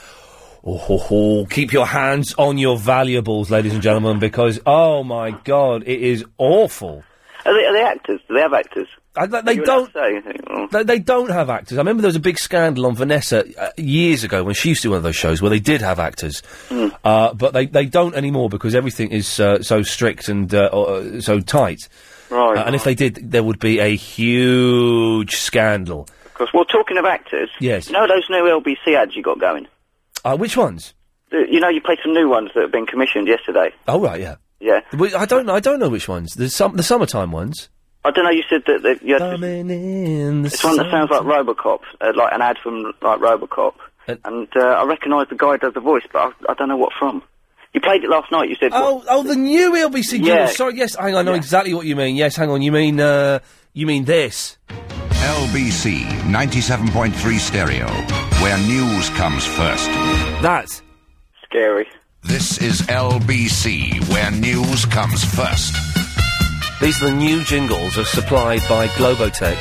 Oh, ho, ho, keep your hands on your valuables, ladies and gentlemen, because oh my god, it is awful. Are they, are they actors? Do they have actors? I, they they You don't. allowed to say anything? Oh. They, they don't have actors. I remember there was a big scandal on Vanessa uh, years ago when she used to do one of those shows where they did have actors, Hmm. uh, but they, they don't anymore because everything is uh, so strict and uh, or, uh, so tight. Right. Uh, and if they did, there would be a huge scandal. Of course. Well, talking of actors, Yes. you know those new LBC ads you got going? Uh, which ones? The- You know, you played some new ones that have been commissioned yesterday. Oh right, yeah. Yeah. We- I don't know. I don't know which ones. The some the summertime ones. I don't know, you said that, that you had to- In the It's one that sounds like Robocop, uh, like uh, an ad from like Robocop. and uh, I recognise the guy who does the voice, but I, I don't know what from. You played it last night. You said. Oh, oh, the new LBC jingle. Yeah. Sorry, yes, hang on, I know exactly what you mean. Yes, hang on, you mean, uh, you mean this. LBC 97.3 stereo, where news comes first. That. Scary. This is LBC, where news comes first. These are the new jingles are supplied by Globotech,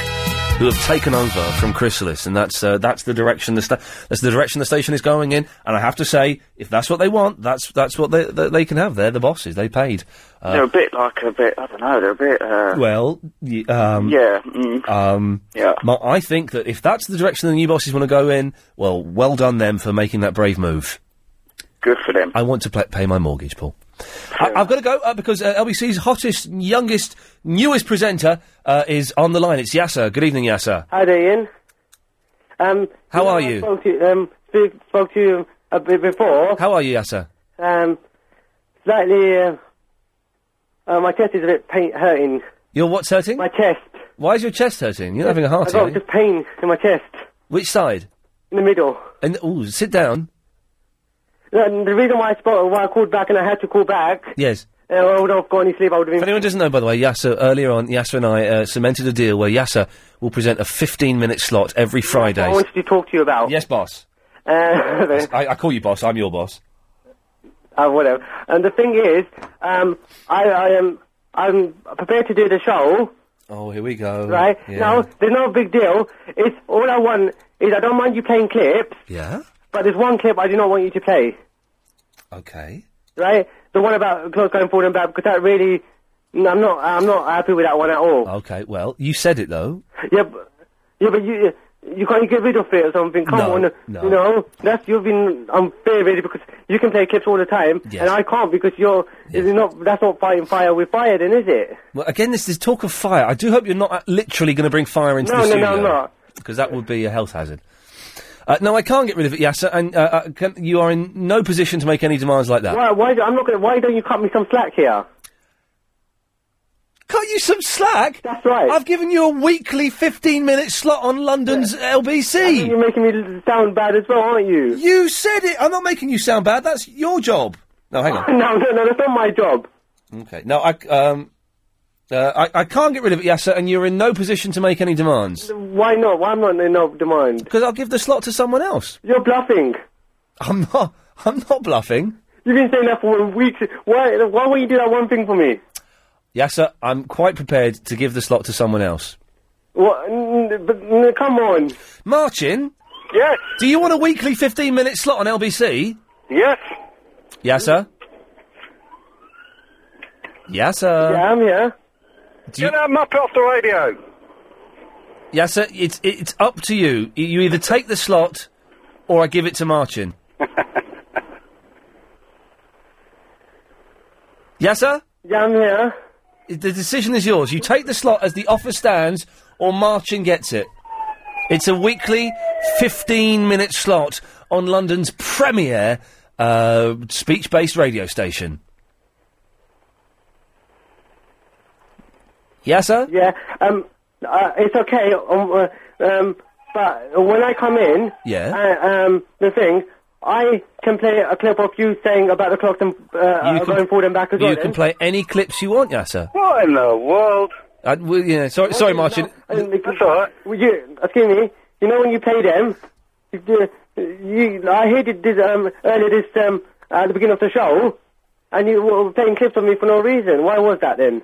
who have taken over from Chrysalis, and that's uh, that's the direction the sta- that's the direction the station is going in. And I have to say, if that's what they want, that's that's what they they, they can have. They're the bosses. They paid. oh. Uh, they're a bit like a bit. I don't know. They're a bit. Uh, Well, y- um, Yeah, mm. um, Yeah. my- I think that if that's the direction the new bosses want to go in, well, well done them for making that brave move. Good for them. I want to pla pay my mortgage, Paul. I- I've got to go uh, because uh, LBC's hottest, youngest, newest presenter uh, is on the line. It's Yasser. Good evening, Yasser. Hi there, Ian. Um, How are I you? Spoke to, um, speak, spoke to you a bit before. How are you, Yasser? Um, slightly. Uh, uh, my chest is a bit pain hurting. Your what's hurting? My chest. Why is your chest hurting? You're having a heart I've got attack. just pain in my chest, Which side? in the middle. And oh, sit down. And the reason why I spoke, why I called back, and I had to call back. Yes. Uh, I would have got any sleep. I would have If been. anyone doesn't know, by the way, Yasser earlier on, Yasser and I uh, cemented a deal where Yasser will present a 15-minute slot every Friday. I wanted to talk to you about. Yes, boss. Uh, I, I call you boss. I'm your boss. uh, whatever. And the thing is, um, I, I am I'm prepared to do the show, Oh, here we go. right? Yeah. Now there's no big deal. It's all I want is I don't mind you playing clips, Yeah. but there's one clip I do not want you to play, Okay. right? The one about clothes going forward and back because that really, no, I'm not I'm not happy with that one at all. Okay. Well, you said it though. Yeah, but, yeah, but you. You can't get rid of it or something. Come No, on, no. you know that's you've been unfair really because you can play clips all the time Yes. and I can't because you're it's not. That's not fighting fire with fire, then is it? Well, again, this is talk of fire. I do hope you're not uh, literally going to bring fire into No, the no, studio. no, I'm not. Because that would be a health hazard. Uh, no, I can't get rid of it, Yasser, and uh, uh, can, you are in no position to make any demands like that. Why? Why? do- I'm not gonna. Why don't you cut me some slack here? Cut you some slack? That's right. I've given you a weekly 15 minute slot on London's LBC. you're making me sound bad as well, aren't you? You said it! I'm not making you sound bad, that's your job. No, hang on. no, no, no. That's not my job. Okay, no, I, um, uh, I, I can't get rid of it, Yasser, and you're in no position to make any demands. Why not? Why am I not in no demand? Because I'll give the slot to someone else. You're bluffing. I'm not. I'm not bluffing. You've been saying that for weeks. Why? Why won't you do that one thing for me? Yasser, I'm quite prepared to give the slot to someone else. What? n- But n- come on. Martin? Yes. Do you want a weekly 15 minute slot on LBC? Yes. Yasser? Yasser? Yeah, I'm here. Do you... Get that muppet off the radio. Yasser, it's, it's up to you. Y- You either take the slot or I give it to Martin. Yasser? Yeah, I'm here. The decision is yours. You take the slot as the offer stands or Martin gets it. It's a weekly 15 minute slot on London's premier uh, speech based radio station. Yes, sir. Yeah. Um. Uh, it's okay. Um. uh, um but when I come in, Yeah. uh, um, the thing, I can play a clip of you saying about the clocks and uh, can- going forward and back as well. You can then. play any clips you want, Yasser. What in the world? Uh, well, yeah, sorry, sorry, Martin. That's all right. You, excuse me. You know when you play them, you, do- you, I hated this um, earlier this um, at the beginning of the show, and you were playing clips of me for no reason. Why was that then?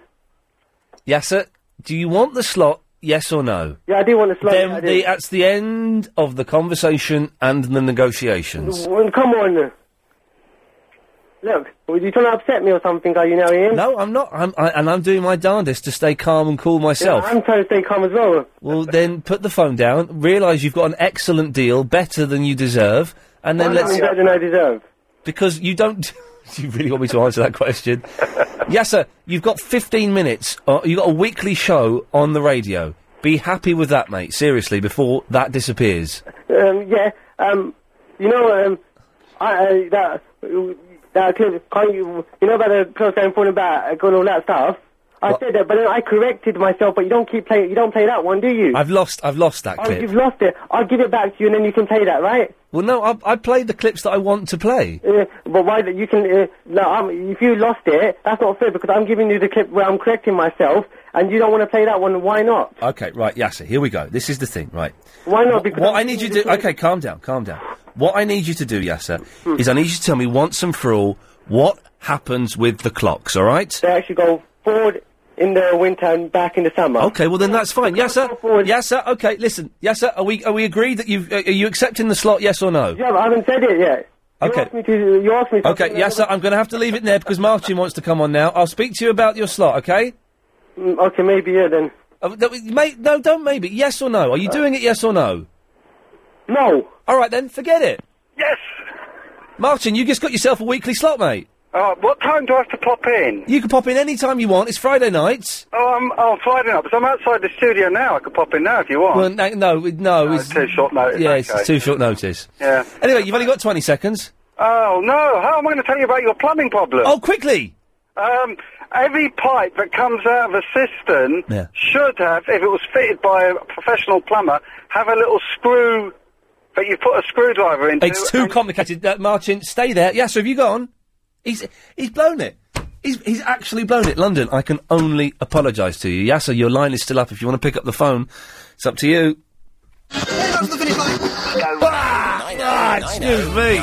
Yasser, do you want the slot? Yes or no? Yeah, I do want to slow Then the, that's the end of the conversation and the negotiations. Well, come on. Look, were you trying to upset me or something? Are you now, Ian? No, I'm not. I'm, I, and I'm doing my darndest to stay calm and cool myself. Yeah, I'm trying to stay calm as well. Well, then put the phone down. Realise you've got an excellent deal, better than you deserve, and then Why let's. am I better than I deserve? Because you don't. you really want me to answer that question? yes, sir. You've got 15 minutes. Uh, you've got a weekly show on the radio. Be happy with that, mate. Seriously, before that disappears. Um, yeah. Um, you know, um, I, uh, I that that clip. Can't you? You know about the close down, falling back, and uh, all that stuff. I said that, but then I corrected myself. But you don't keep playing. You don't play that one, do you? I've lost. I've lost that Oh, clip. you've lost it. I'll give it back to you, and then you can play that, right? Well, no, I, I play the clips that I want to play. Uh, but why that you can? Uh, no, I'm, if you lost it, that's not fair because I'm giving you the clip where I'm correcting myself, and you don't want to play that one. Why not? Okay, right, Yasser, here we go. This is the thing, right? Why not? Wh- Because what I'm I need you to do. Okay, calm down, calm down. What I need you to do, Yasser, Hmm. is I need you to tell me once and for all what happens with the clocks. All right? They actually go forward in the winter and back in the summer. Okay, well then that's fine. Yasser, Yasser. Okay, listen, Yasser. Are we are we agreed that you uh, are you accepting the slot? Yes or no? Yeah, but I haven't said it yet. You Okay. asked me to. You asked me. To Okay, Yasser, I'm going to have to leave it there because Martin wants to come on now. I'll speak to you about your slot, okay? Mm, okay, maybe yeah then. Uh, no, ma- no, don't maybe. Yes or no? Are Uh. you doing it? Yes or no? No. All right then, forget it. Yes. Martin, you just got yourself a weekly slot, mate. Uh, what time do I have to pop in? You can pop in any time you want. It's Friday nights. Oh, I'm oh, I'm Friday night, but I'm outside the studio now. I could pop in now if you want. Well, no, no, it- no, it's too short notice, Yeah, it's okay. too short notice. yeah. Anyway, you've only got 20 seconds. Oh no! How am I going to tell you about your plumbing problem? Oh, quickly! Um, every pipe that comes out of a cistern Yeah. should have, if it was fitted by a professional plumber, have a little screw that you put a screwdriver into. It's too complicated. Uh, Martin, stay there. Yeah, so have you gone? He's he's blown it. He's he's actually blown it. London, I can only apologise to you. Yasser, your line is still up. If you want to pick up the phone, it's up to you. Ah, excuse me.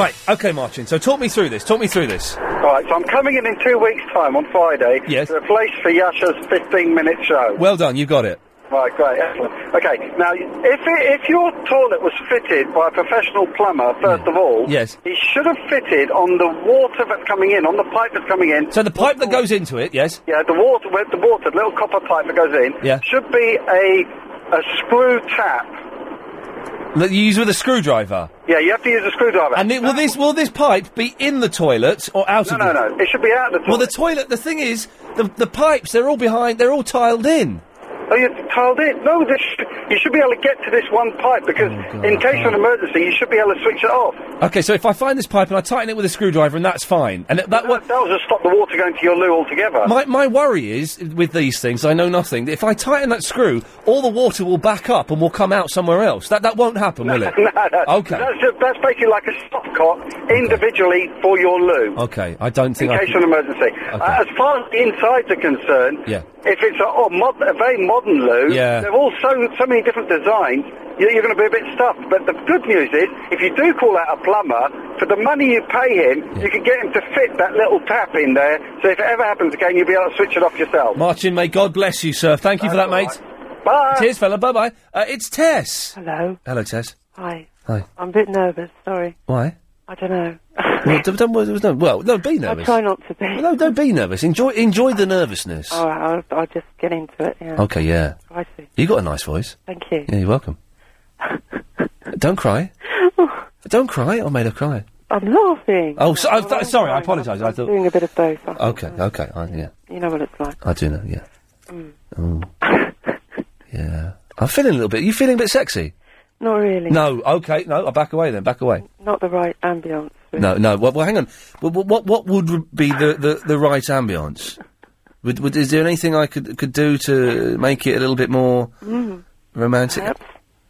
Right, okay, Martin. So talk me through this. Talk me through this. Right, so I'm coming in in two weeks' time on Friday. Yes. To replace for Yasha's 15-minute show. Well done, you got it. Right, great, excellent. Okay, now if it, if your toilet was fitted by a professional plumber, first of all, Yes. he should have fitted on the water that's coming in, on the pipe that's coming in. So the pipe that goes into it, yes. Yeah, the water, with the water, the little copper pipe that goes in, Yeah. should be a a screw tap. That you use with a screwdriver. Yeah, you have to use a screwdriver. And it, will this will this pipe be in the toilet or out of? no, the... no, it should be out the toilet. Well, the toilet. The thing is, the the pipes they're all behind. They're all tiled in. Oh, you tiled in? No, this you should be able to get to this one pipe because Oh, in case of an emergency, you should be able to switch it off. Okay, so if I find this pipe and I tighten it with a screwdriver, and that's fine. And that, that what? That'll just stop the water going to your loo altogether. My my worry is with these things. I know nothing. If I tighten that screw, all the water will back up and will come out somewhere else. That that won't happen, will it? no, no. Okay. That's, just, that's basically like a stopcock individually for your loo. Okay, I don't In think. I case can- of an emergency. Uh, as far as the insides are concerned, Yeah. if it's a, oh, mod, a very modern loo, Yeah. there are all so, so many different designs, you're, you're going to be a bit stuffed. But the good news is, if you do call out a plumber, for the money you pay him, you can get him to fit that little tap in there, so if it ever happens again, you'll be able to switch it off yourself. Martin, may God bless you, sir. Thank you for that, mate. Bye. Cheers, fella. Bye bye. Uh, it's Tess. Hello. Hello, Tess. Hi. Hi. I'm a bit nervous. Sorry. Why? I don't know. Well, don't, don't, worry, don't- well, no, be I nervous. try not to be. No, don't be nervous. Enjoy, enjoy the nervousness. All right. I'll, I'll just get into it. Yeah. Okay, yeah. I see. You got a nice voice. Thank you. Yeah, you're welcome. don't cry. don't cry. I made her cry. Oh, I'm laughing. Oh, so, I, sorry. I apologise. I thought. Doing a bit of both. I- Okay, okay. I, yeah, You know what it's like. I do know. Yeah. Mm. Oh. yeah. I'm feeling a little bit. You feeling a bit sexy? Not really. No. Okay. No. I back away then. Back away. Not the right ambience. No, no. Well, well hang on. What, what, what would re- be the, the, the right ambience? Would, would, is there anything I could could do to make it a little bit more Mm. romantic? Hang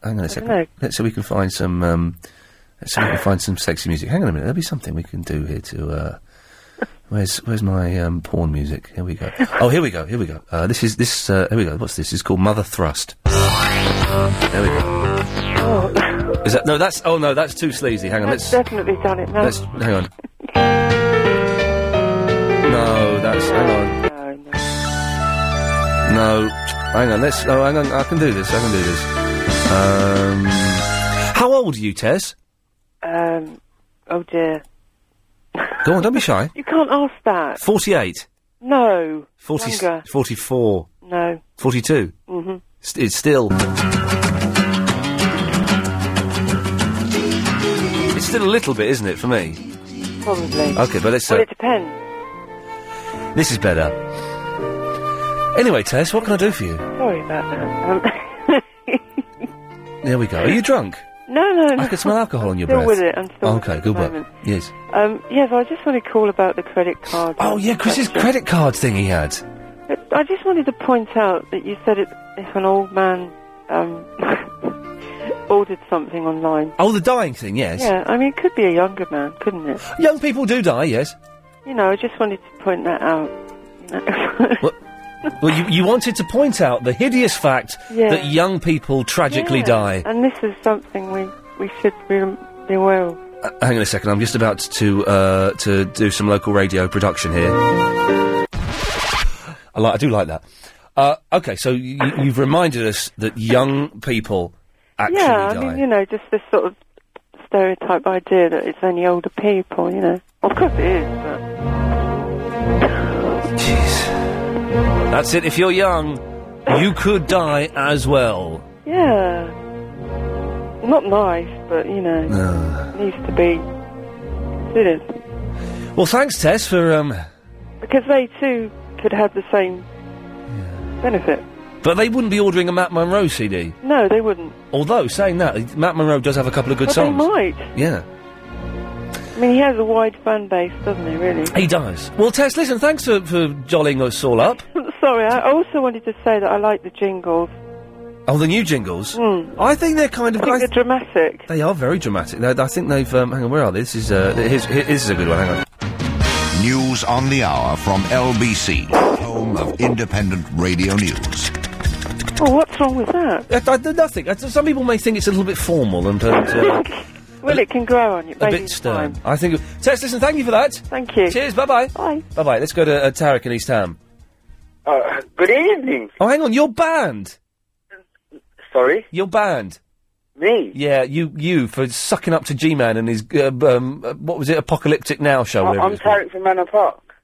on a know. second. Let's see if we can find some. Um, let's see if we can find some sexy music. Hang on a minute. There'll be something we can do here to. Uh, where's Where's my um, porn music? Here we go. Oh, here we go. Here we go. Uh, this is this. Uh, here we go. What's this? It's called Mother Thrust. There we go. Is that no? That's oh no. That's too sleazy. Hang on. Oh, That's Let's definitely done it now. Let's hang on. No, that's hang on. No, hang on. Let's. Oh, hang on. I can do this. I can do this. Um, how old are you, Tess? Um. Oh dear. Go on, don't be shy. You can't ask that. Forty-eight. No. 40, Younger. 44. No. 42. Mhm. St- it's still. It's still a little bit, isn't it, for me? Probably. Okay, but let's. well, Uh, it depends. this is better. Anyway, Tess, what can I do for you? Sorry about that. Um, There we go. Are you drunk? no, no, no. I can smell alcohol on your Still breath. with it. I'm still. okay, with it at good the work. moment. Yes. Um, yes, I just wanted to call about the credit card. Oh yeah, Chris's credit card thing he had. I just wanted to point out that you said it, if an old man um, ordered something online. Oh, the dying thing, yes. Yeah, I mean, it could be a younger man, couldn't it? Young people do die, yes. You know, I just wanted to point that out. well, you, you wanted to point out the hideous fact Yeah. that young people tragically Yeah, die. And this is something we, we should be, be aware of. Uh, hang on a second, I'm just about to uh, to do some local radio production here. I like, I do like that. Uh, okay, so y- y- you've reminded us that young people actually yeah, die. I mean, you know, just this sort of stereotype idea that it's only older people, you know. Of course it is, but. That's it. If you're young, you could die as well. Yeah. Not nice, but, you know, needs to be considered. Well, thanks, Tess, for um. Because they too could have the same benefit. But they wouldn't be ordering a Matt Monroe CD. No, they wouldn't. Although saying that, Matt Monroe does have a couple of good but songs. they might. Yeah, I mean, he has a wide fan base, doesn't he, really? he does. Well, Tess, listen, thanks for, for jollying us all up. Sorry, I also wanted to say that I like the jingles. Oh, the new jingles. Mm. I think they're kind of. I think they're dramatic. They are very dramatic. They- I think they've. Um, hang on, where are they? This is. Uh, th- here's, here- this is a good one. Hang on. News on the hour from LBC, home of independent radio news. Oh, what's wrong with that? I, I, Uh, nothing. I, some people may think it's a little bit formal and uh, uh, Well, it can grow on you. a baby. bit stern. I think. Tess, listen, thank you for that. Thank you. Cheers. Bye bye. Bye. Bye bye. Let's go to uh, Tarek in East Ham. Uh, good evening. Oh, hang on. You're banned. Sorry. You're banned. Me? Yeah, you you for sucking up to G-Man and his uh, b- um, uh, what was it, apocalyptic now show? I- whatever it I'm was called. Tarek from Manor Park.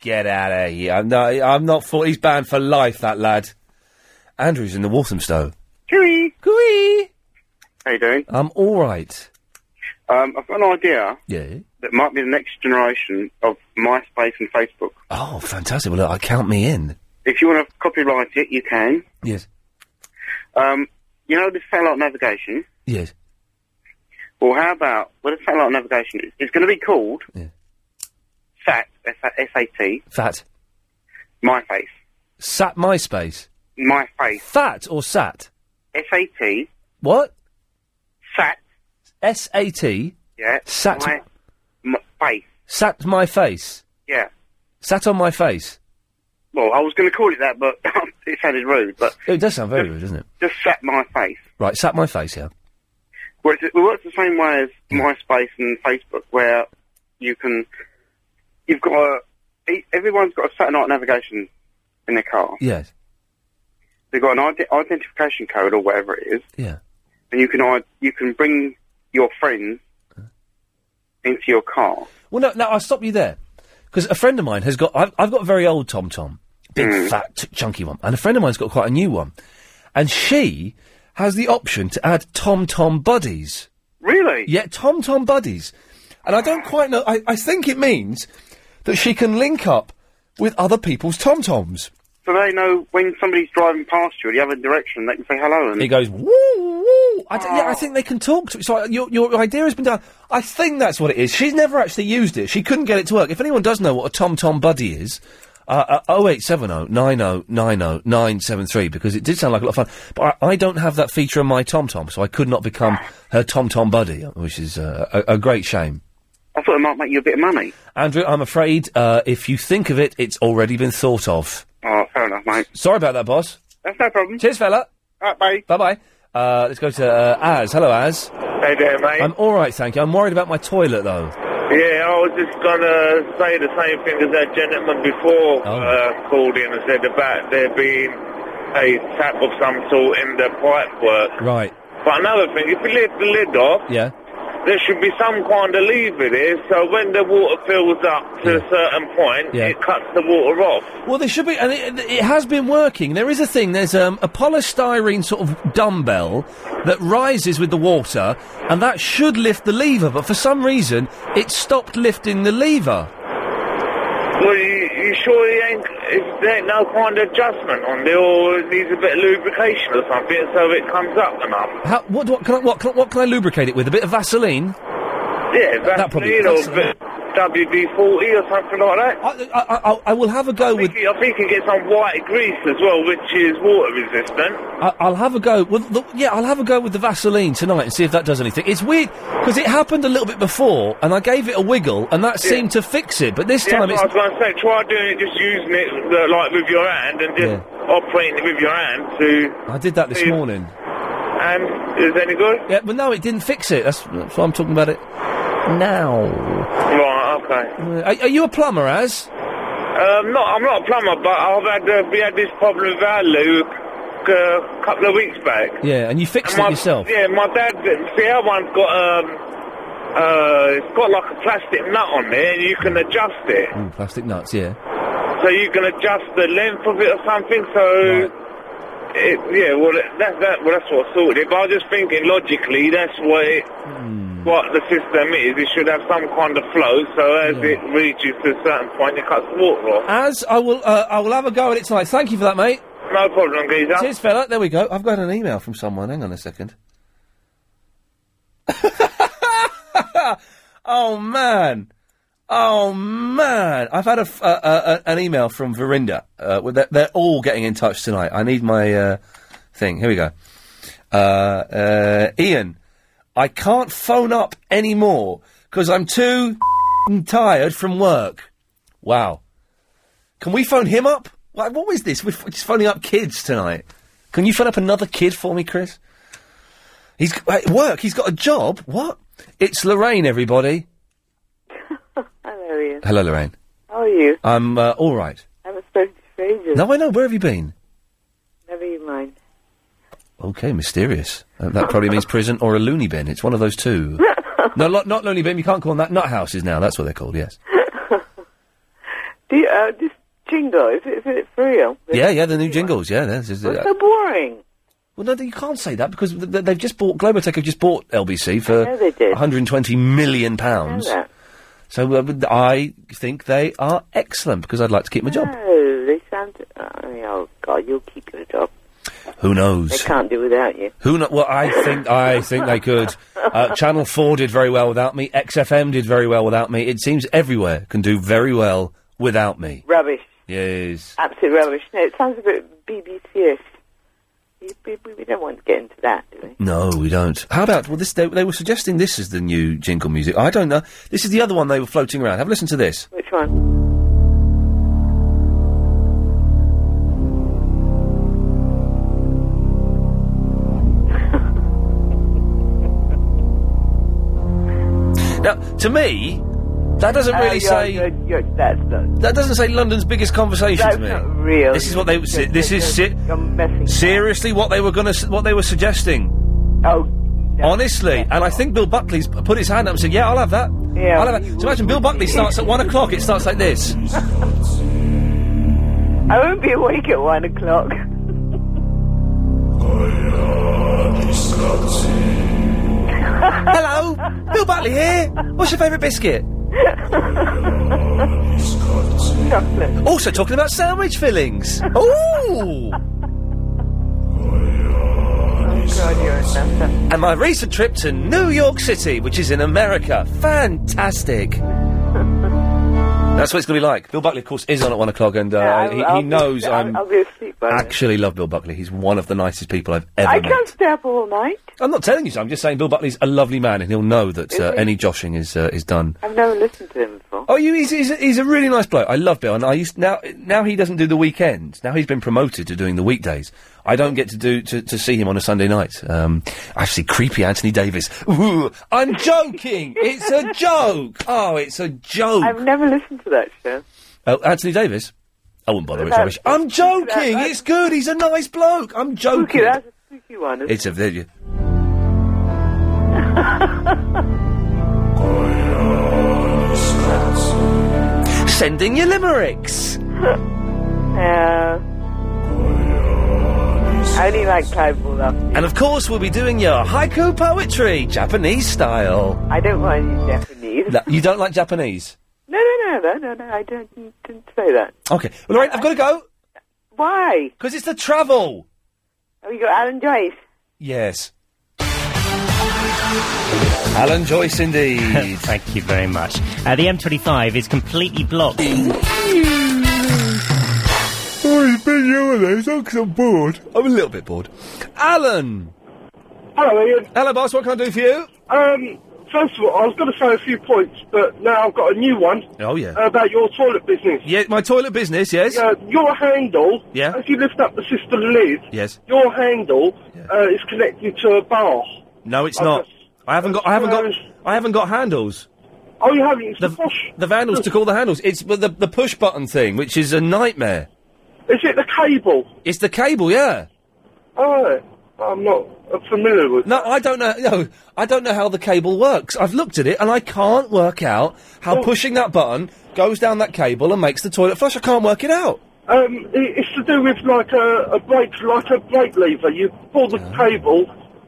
Get out of here! I'm not. I'm not for. He's banned for life. That lad. Andrew's in the Walthamstow. Chewy. Chewy. How you doing? I'm all right. Um, I've got an idea Yeah. that might be the next generation of MySpace and Facebook. Oh, fantastic! Well, look, I count me in. If you want to copyright it, you can. Yes. Um, you know the satellite navigation? Yes. Well, how about, well, the satellite navigation is it's going to be called SAT, S-A-T, Fat. My Face. Sat MySpace. My Face. Fat or sat? S-A-T, What? Sat. S A T. yeah. Sat. My, my Face, Sat my face. yeah. Sat on my face. Well, I was going to call it that, but it sounded rude, but It does sound very rude, doesn't it? just Sat My Face. Right, sat my face. Yeah. Well, it's, it works the same way as Hmm. MySpace and Facebook, where you can, you've got a, e- everyone's got a satellite navigation in their car. Yes. They've got an ide- identification code or whatever it is, Yeah. and you can id- you can bring your friends Hmm. into your car. Well, no, no, I'll stop you there. Because a friend of mine has got, I've, I've got a very old Tom Tom. Big, Mm. fat, t- chunky one. And a friend of mine's got quite a new one. And she has the option to add Tom Tom buddies. Really? Yeah, Tom Tom buddies. And I don't quite know, I, I think it means that she can link up with other people's Tom Toms. So they know when somebody's driving past you in the other direction, they can say hello. And He goes, woo, woo. I d- yeah, I think they can talk to it. So I- your, your idea has been done. I think that's what it is. She's never actually used it. She couldn't get it to work. If anyone does know what a Tom Tom buddy is, uh, uh, 0870 90 90 973, because it did sound like a lot of fun. But I, I don't have that feature on my Tom Tom, so I could not become her Tom Tom buddy, which is uh, a, a great shame. I thought it might make you a bit of money. Andrew, I'm afraid uh, if you think of it, it's already been thought of. Oh, fair enough, mate. Sorry about that, boss. That's no problem. Cheers, fella. All right, bye. Bye bye. Uh, let's go to uh, Az. Hello, Az. Hey there, mate. I'm all right, thank you. I'm worried about my toilet, though. Yeah, I was just gonna say the same thing as that gentleman before uh, called in and said about there being a tap of some sort in the pipe work. Right. But another thing, if you lift the lid off, Yeah. there should be some kind of lever there, so when the water fills up to a certain point, Yeah. it cuts the water off. Well, there should be, and it, it has been working. There is a thing. There's um, a polystyrene sort of dumbbell that rises with the water, and that should lift the lever. But for some reason, it stopped lifting the lever. Well, you, you sure he ain't, is there ain't no kind of adjustment on there, or it needs a bit of lubrication or something, so it comes up and up? How, what, what can I what, can, I- what can I lubricate it with? A bit of Vaseline. Yeah, That probably- Vaseline or that's- bit, WD-40 or something like that. I, I, I, I will have a go with. Think, I think it gets on white grease as well, which is water resistant. I, I'll have a go. Well, the, yeah, I'll have a go with the Vaseline tonight and see if that does anything. It's weird because it happened a little bit before, and I gave it a wiggle, and that seemed to fix it. But this yeah, time, that's it's what I was going to say. Try doing it, just using it uh, like with your hand and just operating it with your hand to. I did that this See- morning. And is any good? Yeah, but no, it didn't fix it. That's, that's why I'm talking about it now. Right. Okay. Uh, Are, are you a plumber, as? Um, no, I'm not a plumber, but I've had uh, we had this problem with our loo uh, a couple of weeks back. Yeah, and you fixed And my- it yourself. Yeah, my dad. See, our one's got um, uh, it's got like a plastic nut on there, and you can adjust it. Ooh, Mm, plastic nuts, yeah. So you can adjust the length of it or something. So. It, yeah, well, it- that, that, well, that's what sorted it. But I was just thinking logically, that's what it, Hmm. what the system is. It should have some kind of flow. So as it reaches to a certain point, it cuts the water off. As I will, uh, I will have a go at it tonight. Thank you for that, mate. No problem, geezer. Cheers, fella. There we go. I've got an email from someone. Hang on a second. oh man, oh man! I've had a, f- uh, uh, uh, an email from Verinda. Uh, with- they're, they're all getting in touch tonight. I need my uh, thing. Here we go. Uh, uh, Ian, I can't phone up anymore because I'm too tired from work. Wow. Can we phone him up? Like, what was this? We're f- just phoning up kids tonight. Can you phone up another kid for me, Chris? He's g- at work. He's got a job. What? It's Lorraine, everybody. Hello, Ian. Hello, Lorraine. How are you? I'm uh, all right. I haven't spoken to you for ages. No, I know. Where have you been? Never you mind. Okay, mysterious. Uh, that probably means prison or a loony bin. It's one of those two. no, lo- not loony bin. You can't call them that. Nut houses now. That's what they're called. Yes. Do you, uh, this jingle, is it, is it for real? Yeah, yeah. The new jingles. Yeah, uh, that's just, It's so boring. Well, no, you can't say that because th- th- they've just bought Globotech have just bought LBC for I know they did. 120 million pounds. I know that. So uh, but I think they are excellent because I'd like to keep my job. No, they sound. I mean, oh, God, you'll keep your job. Who They knows? can't do without you. Who know? Well, I think I think they could. Uh, Channel Four did very well without me. XFM did very well without me. It seems everywhere can do very well without me. Rubbish. Yes. Absolute rubbish. No, it sounds a bit BBC-ish. You- We, we, we don't want to get into that, do we? No, we don't. How about well? This they, they were suggesting this is the new jingle music. I don't know. This is the other one they were floating around. Have a listen to this. Which one? Now, to me, that doesn't Oh, really you're- say you're- you're- that's not. that doesn't say London's biggest conversation That's to me. not real. This is what they. You're- This you're- is si- You're messing. seriously what they were gonna s- what they were suggesting. Oh. Honestly, and I think Bill Buckley's p- put his hand up and said, "Yeah, I'll have that." Yeah, I'll have that. So imagine Bill Buckley starts at one o'clock. It starts like this. I won't be awake at one o'clock. Hello, Bill Buckley here. What's your favourite biscuit? Chocolate. Also talking about sandwich fillings. Ooh. And my recent trip to New York City, which is in America. Fantastic. That's what it's going to be like. Bill Buckley, of course, is on at one o'clock, and uh, he, he knows i I'm. I'll be asleep by then. actually love Bill Buckley. He's one of the nicest people I've ever I met. can't stay up all night. I'm not telling you so. I'm just saying Bill Buckley's a lovely man, and he'll know that uh, any joshing is uh, is done. I've never listened to him before. Oh, you, he's, he's, a, he's a really nice bloke. I love Bill, and I used now now he doesn't do the weekends. Now he's been promoted to doing the weekdays. I don't get to do to, to see him on a Sunday night. Um, actually, creepy Anthony Davis. Ooh, I'm joking. it's a joke. Oh, it's a joke. I've never listened to that show. Oh, Anthony Davis. I wouldn't bother. It's No. rubbish. I'm joking. It's good. He's a nice bloke. I'm Spooky, joking. that's a spooky one. Isn't It's a video. Sending you limericks. Yeah. I only like Clive Bull And of course, we'll be doing your haiku poetry, Japanese style. I don't mind you Japanese. No, you don't like Japanese? No, no, no, no, no, no. I don't, didn't say that. Okay. Well, Lorraine, I've got to go. Why? Because it's the travel. Oh, you got Alan Joyce. Yes. Alan Joyce, indeed. Thank you very much. Uh, the M25 is completely blocked. Oh, it's been you those. I'm, I'm bored. I'm a little bit bored. Alan! Hello, Ian. Hello, boss. What can I do for you? Um, first of all, I was going to say a few points, but now I've got a new one uh, Oh, yeah. Uh, about your toilet business. yeah, my toilet business, yes? Yeah, your handle, Yeah. if you lift up the system lid, Yes. your handle uh, is connected to a bar. No, it's I've not. got- I haven't got. I haven't got. I haven't got handles. Oh, you haven't. It's the, push. The vandals took all the handles. It's but the the push button thing, which is a nightmare. Is it the cable? It's the cable, yeah. Oh, I'm not uh, familiar with. No, I don't know. No, I don't know how the cable works. I've looked at it and I can't work out Oh. how pushing that button goes down that cable and makes the toilet flush. I can't work it out. Um, i- it's to do with like a, a brake, like a brake lever. You pull the Ah. cable,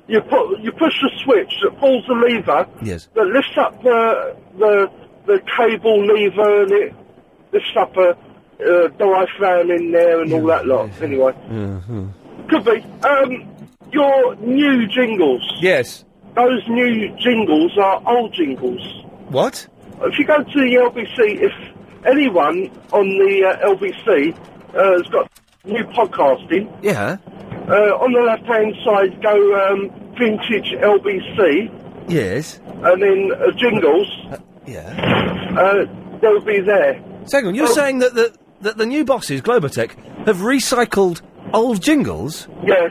you put, you push the switch that pulls the lever, Yes. that lifts up the the the cable lever, and it lifts up a uh, diaphragm in there and all that lot. Anyway, could be. Um, your new jingles. Yes. Those new jingles are old jingles. What? If you go to the LBC, if anyone on the uh, LBC uh, has got new podcasting, Yeah. uh, on the left-hand side go um, vintage LBC, Yes. and then uh, jingles. yeah. Uh, they'll be there. Oh. Second, you're saying that the that the new bosses, Globotech, have recycled old jingles. Yes.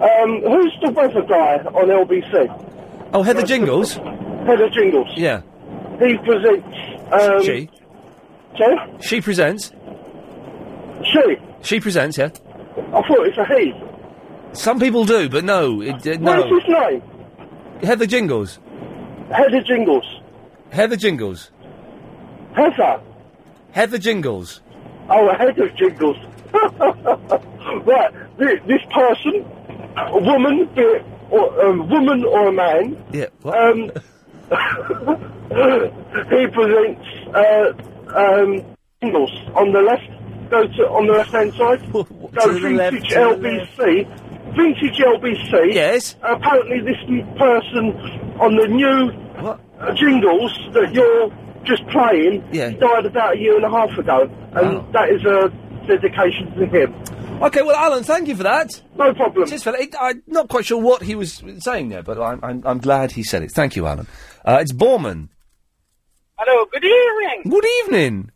Um, who's the weather guy on LBC? Oh, Heather Jingles. Heather Jingles. Yeah. He presents. Um, she. Sorry? She presents. She. She presents. Yeah. I thought it's a he. Some people do, but no, it, uh, What's no. his name? Heather Jingles. Heather Jingles. Heather Jingles. Heather. Heather Jingles. Oh, a head of jingles. right, this, this person, a woman, be it, or, a woman or a man. Yeah. Um, he presents uh, um, jingles on the left. Go to on the left hand side. Go to the vintage left, to the LBC. Vintage LBC. Yes. Apparently, this m- person on the new uh, jingles that you're just playing Yeah. died about a year and a half ago, and that is a dedication to him. Okay, well, Alan, thank you for that. No problem. Cheers, fella. It, I'm not quite sure what he was saying there, but I'm, I'm, I'm glad he said it. Thank you, Alan. Uh, it's Borman. Hello, good evening. Good evening.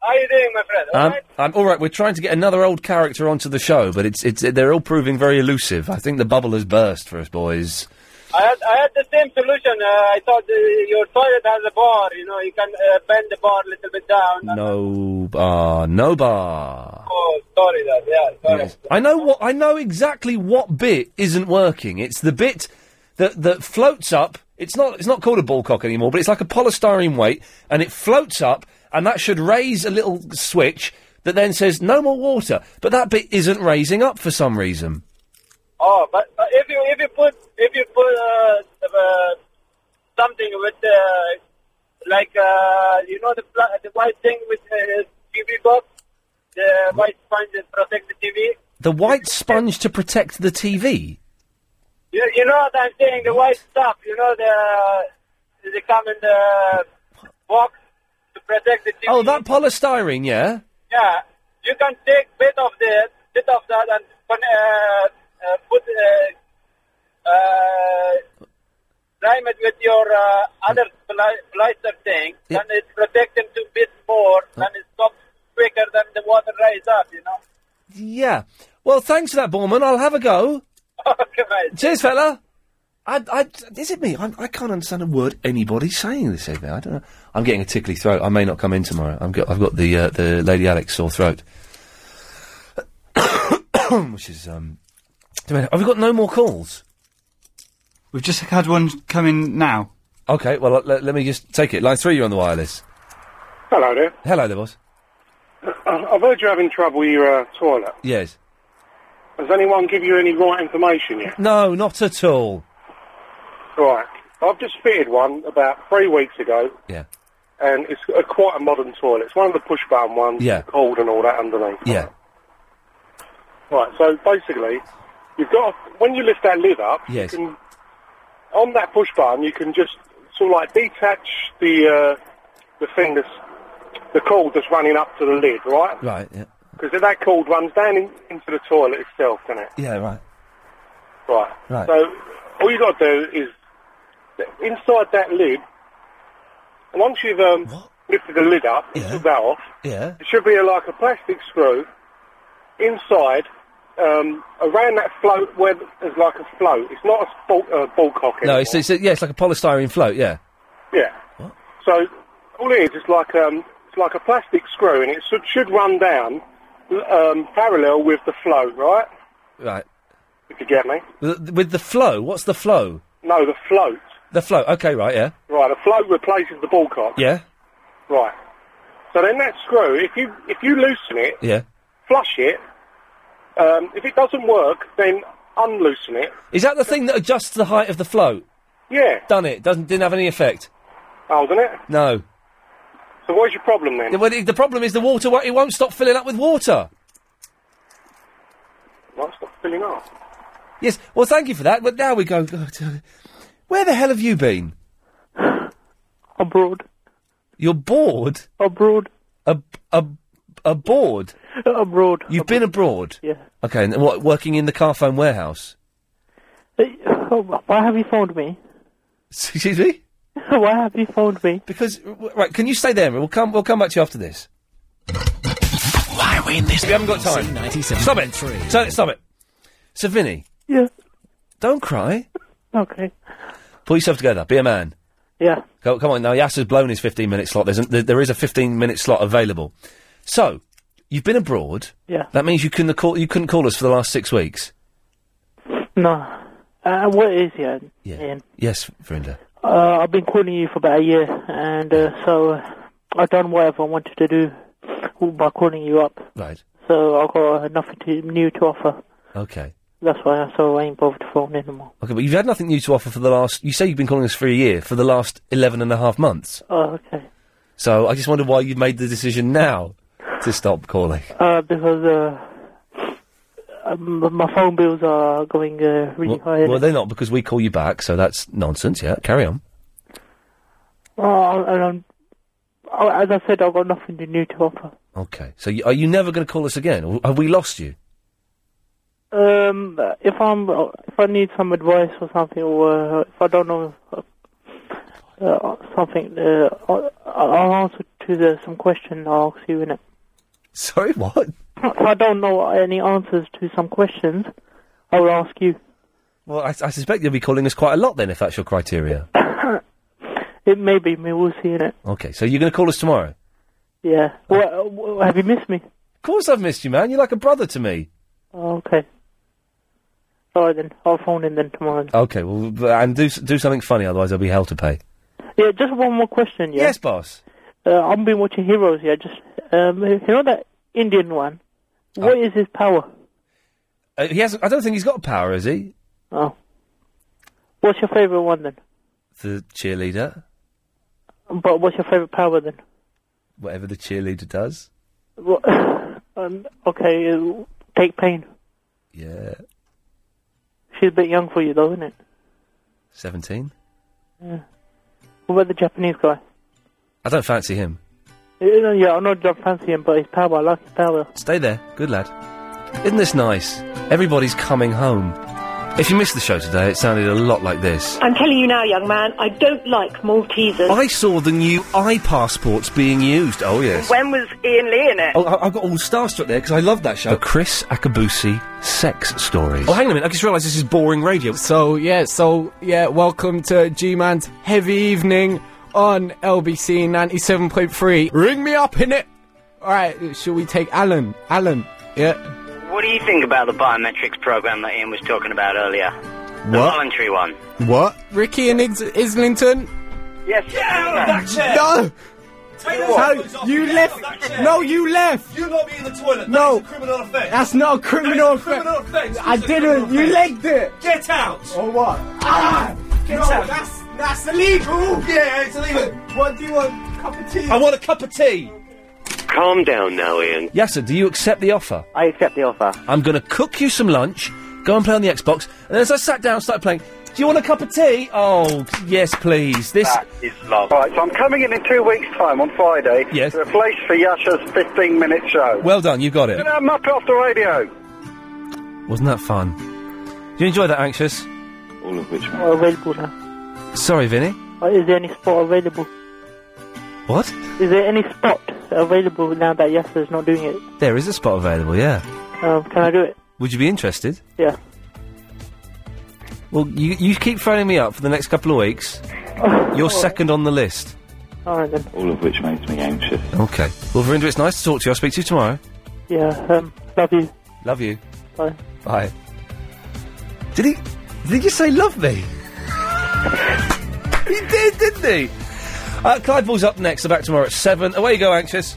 How are you doing, my friend? All Um, right? I'm all right. We're trying to get another old character onto the show, but it's it's they're all proving very elusive. I think the bubble has burst for us boys. I had I had the same solution. Uh, I thought uh, your toilet has a bar. You know, you can uh, bend the bar a little bit down. No bar, no bar. Oh, sorry, that yeah, sorry. I know what I know exactly what bit isn't working. It's the bit that that floats up. It's not it's not called a ball cock anymore, but it's like a polystyrene weight, and it floats up, and that should raise a little switch that then says no more water. But that bit isn't raising up for some reason. Oh, but, but if you if you put if you put uh, uh, something with uh, like uh, you know the pla- the white thing with uh, TV box, the white sponge that protects the TV. The white sponge to protect the TV. You, you know what I'm saying? The white stuff. You know the they come in the box to protect the TV. Oh, that polystyrene, yeah. Yeah, you can take bit of this, bit of that, and con- uh, uh, put uh, uh, prime it with your uh, other pli- blister thing, Yeah. and it protect them to bit more, and it stops quicker than the water rise up. You know. Yeah. Well, thanks for that, Borman. I'll have a go. Cheers, fella. I, I, is it me? I'm, I can't understand a word anybody's saying this evening. I don't know. I'm getting a tickly throat. I may not come in tomorrow. I'm got, I've got the uh, the Lady Alex sore throat, which is um. wait a minute. Have we got no more calls? We've just had one come in now. Okay. Well, let- let, let me just take it. Line three, you're on the wireless. Hello there. Uh, Hello, there, boss. I've heard you're having trouble with your uh, toilet. Yes. Has anyone give you any right information yet? No, not at all. Right. I've just fitted one about three weeks ago. Yeah. And it's a, quite a modern toilet. It's one of the push button ones. Yeah. Cold and all that underneath. Yeah. Right. So basically, you've got when you lift that lid up, Yes. you can on that push button you can just to like detach the uh, the thing that's the cord that's running up to the lid, right? Right, yeah. Because that cord runs down in, into the toilet itself, doesn't it? Yeah, right. Right. Right. So all you got to do is that inside that lid. Once you've um, lifted the lid up, and took that off. Yeah. It should be a, like a plastic screw inside um, around that float where th- there's like a float. It's not a ball, uh, ball cock. No, it's, it's, yeah, it's like a polystyrene float, yeah. Yeah. So all it is is like um, it's like a plastic screw, and it should, should run down l- um, parallel with the float, right? Right. If you get me. With with the flow, what's the flow? No, the float. The flow, okay, right, yeah. Right, the float replaces the ball cock. Yeah, Right. So then that screw, if you if you loosen it, yeah. flush it. Um, if it doesn't work, then unloosen it. Is that the thing that adjusts the height of the float? Yeah. Done it. Doesn't didn't have any effect. Oh, didn't it? No. So what's your problem then? Yeah, well, the the problem is the water. wo- It won't stop filling up with water. Well, it's not filling up. Yes. Well, thank you for that. But now we go. Where the hell have you been? Abroad. You're bored. Abroad. A a abroad. Abroad. You've been abroad. Yeah. Okay. And what? Working in the car phone warehouse. Oh, why have you phoned me? Excuse me. Why have you phoned me? Because w- right, can you stay there? We'll come. We'll come back to you after this. Why are we in this? We haven't got time. Stop it. Stop it. Stop it. So, Vinny. Yeah. Don't cry. Okay. Pull yourself together. Be a man. Yeah. Go, come on now. Yasser's blown his fifteen-minute slot. There's a, there, there is a fifteen-minute slot available. So, you've been abroad. Yeah. That means you couldn't call. You couldn't call us for the last six weeks. No. Uh, what is it, Ian? Ian? Yes, Verinda. Uh, I've been calling you for about a year, and uh, so I've done whatever I wanted to do by calling you up. Right. So I've got uh, nothing to, new to offer. Okay. That's why I so I ain't bothered to phone anymore. Okay, but you've had nothing new to offer for the last. You say you've been calling us for a year for the last 11 and a half months. Oh, okay. So I just wonder why you made the decision now to stop calling. Uh, because uh, um, my phone bills are going uh, really high. Well, they're not because we call you back, so that's nonsense. Yeah, carry on. Oh, and I'm, oh, as I said, I've got nothing to new to offer. Okay. So you, are you never going to call us again, or have we lost you? Um, if I'm, if I need some advice or something, or uh, if I don't know uh, something, uh, I'll, I'll answer to the, some question. I'll ask you in it. Sorry, what? If I don't know any answers to some questions, I will ask you. Well, I, I suspect you'll be calling us quite a lot then, if that's your criteria. It may be me. We'll see in it. Okay. So you're going to call us tomorrow. Yeah. Well, uh, well, have you missed me? Of course, I've missed you, man. You're like a brother to me. Oh, okay. All right then. I'll phone in then tomorrow. Okay. Well, b- and do s- do something funny, otherwise there'll be hell to pay. Yeah. Just one more question. Yeah. Yes, boss. Uh, I've been watching Heroes. Yeah. Just um, you know that Indian one. Oh. What is his power? Uh, he hasn't. I don't think he's got power, has he? Oh. What's your favourite one then? The cheerleader, But what's your favourite power then? whatever the cheerleader does. What, um, okay, uh, take pain. Yeah. She's a bit young for you though, isn't it? Seventeen. Yeah. What about the Japanese guy? I don't fancy him. You know, yeah, I'm not John fancy him, but his power, I like his power. Stay there, good lad. Isn't this nice? Everybody's coming home. If you missed the show today, it sounded a lot like this. I'm telling you now, young man, I don't like Maltesers. I saw the new iPassports being used. Oh yes. When was Ian Lee in it? Oh, I, I got all starstruck there because I love that show. The Chris Akabusi sex stories. Oh, hang on a minute. I just realised this is boring radio. So yeah, so yeah, welcome to G Man's Heavy Evening on LBC ninety seven point three. Ring me up in it. All right, shall we take Alan? Alan, yeah. What do you think about the biometrics program that Ian was talking about earlier? The voluntary one. What? Ricky and Ix- Islington? Yes. No. No, you left. No, you left. You locked me in the toilet. No. That is a criminal offence. That's not a criminal That is a criminal offence. I It's a criminal didn't. You offence. legged it. Get out. Or what? Ah! Get no, out. That's that's illegal. Yeah, it's illegal. What do you want? Cup of tea. I want a cup of tea. Calm down now, Ian. Yasser, do you accept the offer? I accept the offer. I'm going to cook you some lunch, go and play on the Xbox, and as I sat down and started playing, Do you want a cup of tea? Oh, yes, please. This. That is love. Right, so I'm coming in in two weeks' time on Friday Yes. to replace for Yasha's 15 minute show. Well done, you got Get it. that muppet off the radio. Wasn't that fun? Did you enjoy that, Anxious? All of which. Are available now. Sorry, Vinny. Uh, Is there any spot available? What? Is there any spot available now that Yasser's not doing it? There is a spot available, yeah. Um, can I do it? Would you be interested? Yeah. Well, you, you keep phoning me up for the next couple of weeks. You're second on the list. All right then. All of which makes me anxious. Okay. Well, Verinder, it's nice to talk to you. I'll speak to you tomorrow. Yeah. Um, love you. Love you. Bye. Bye. Did he? Did he just say love me? he did, didn't he? Uh, Clive Ball's up next. They're back tomorrow at seven. Away you go, anxious.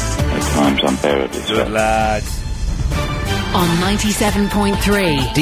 At times unbearably. Good lad. On 97.3.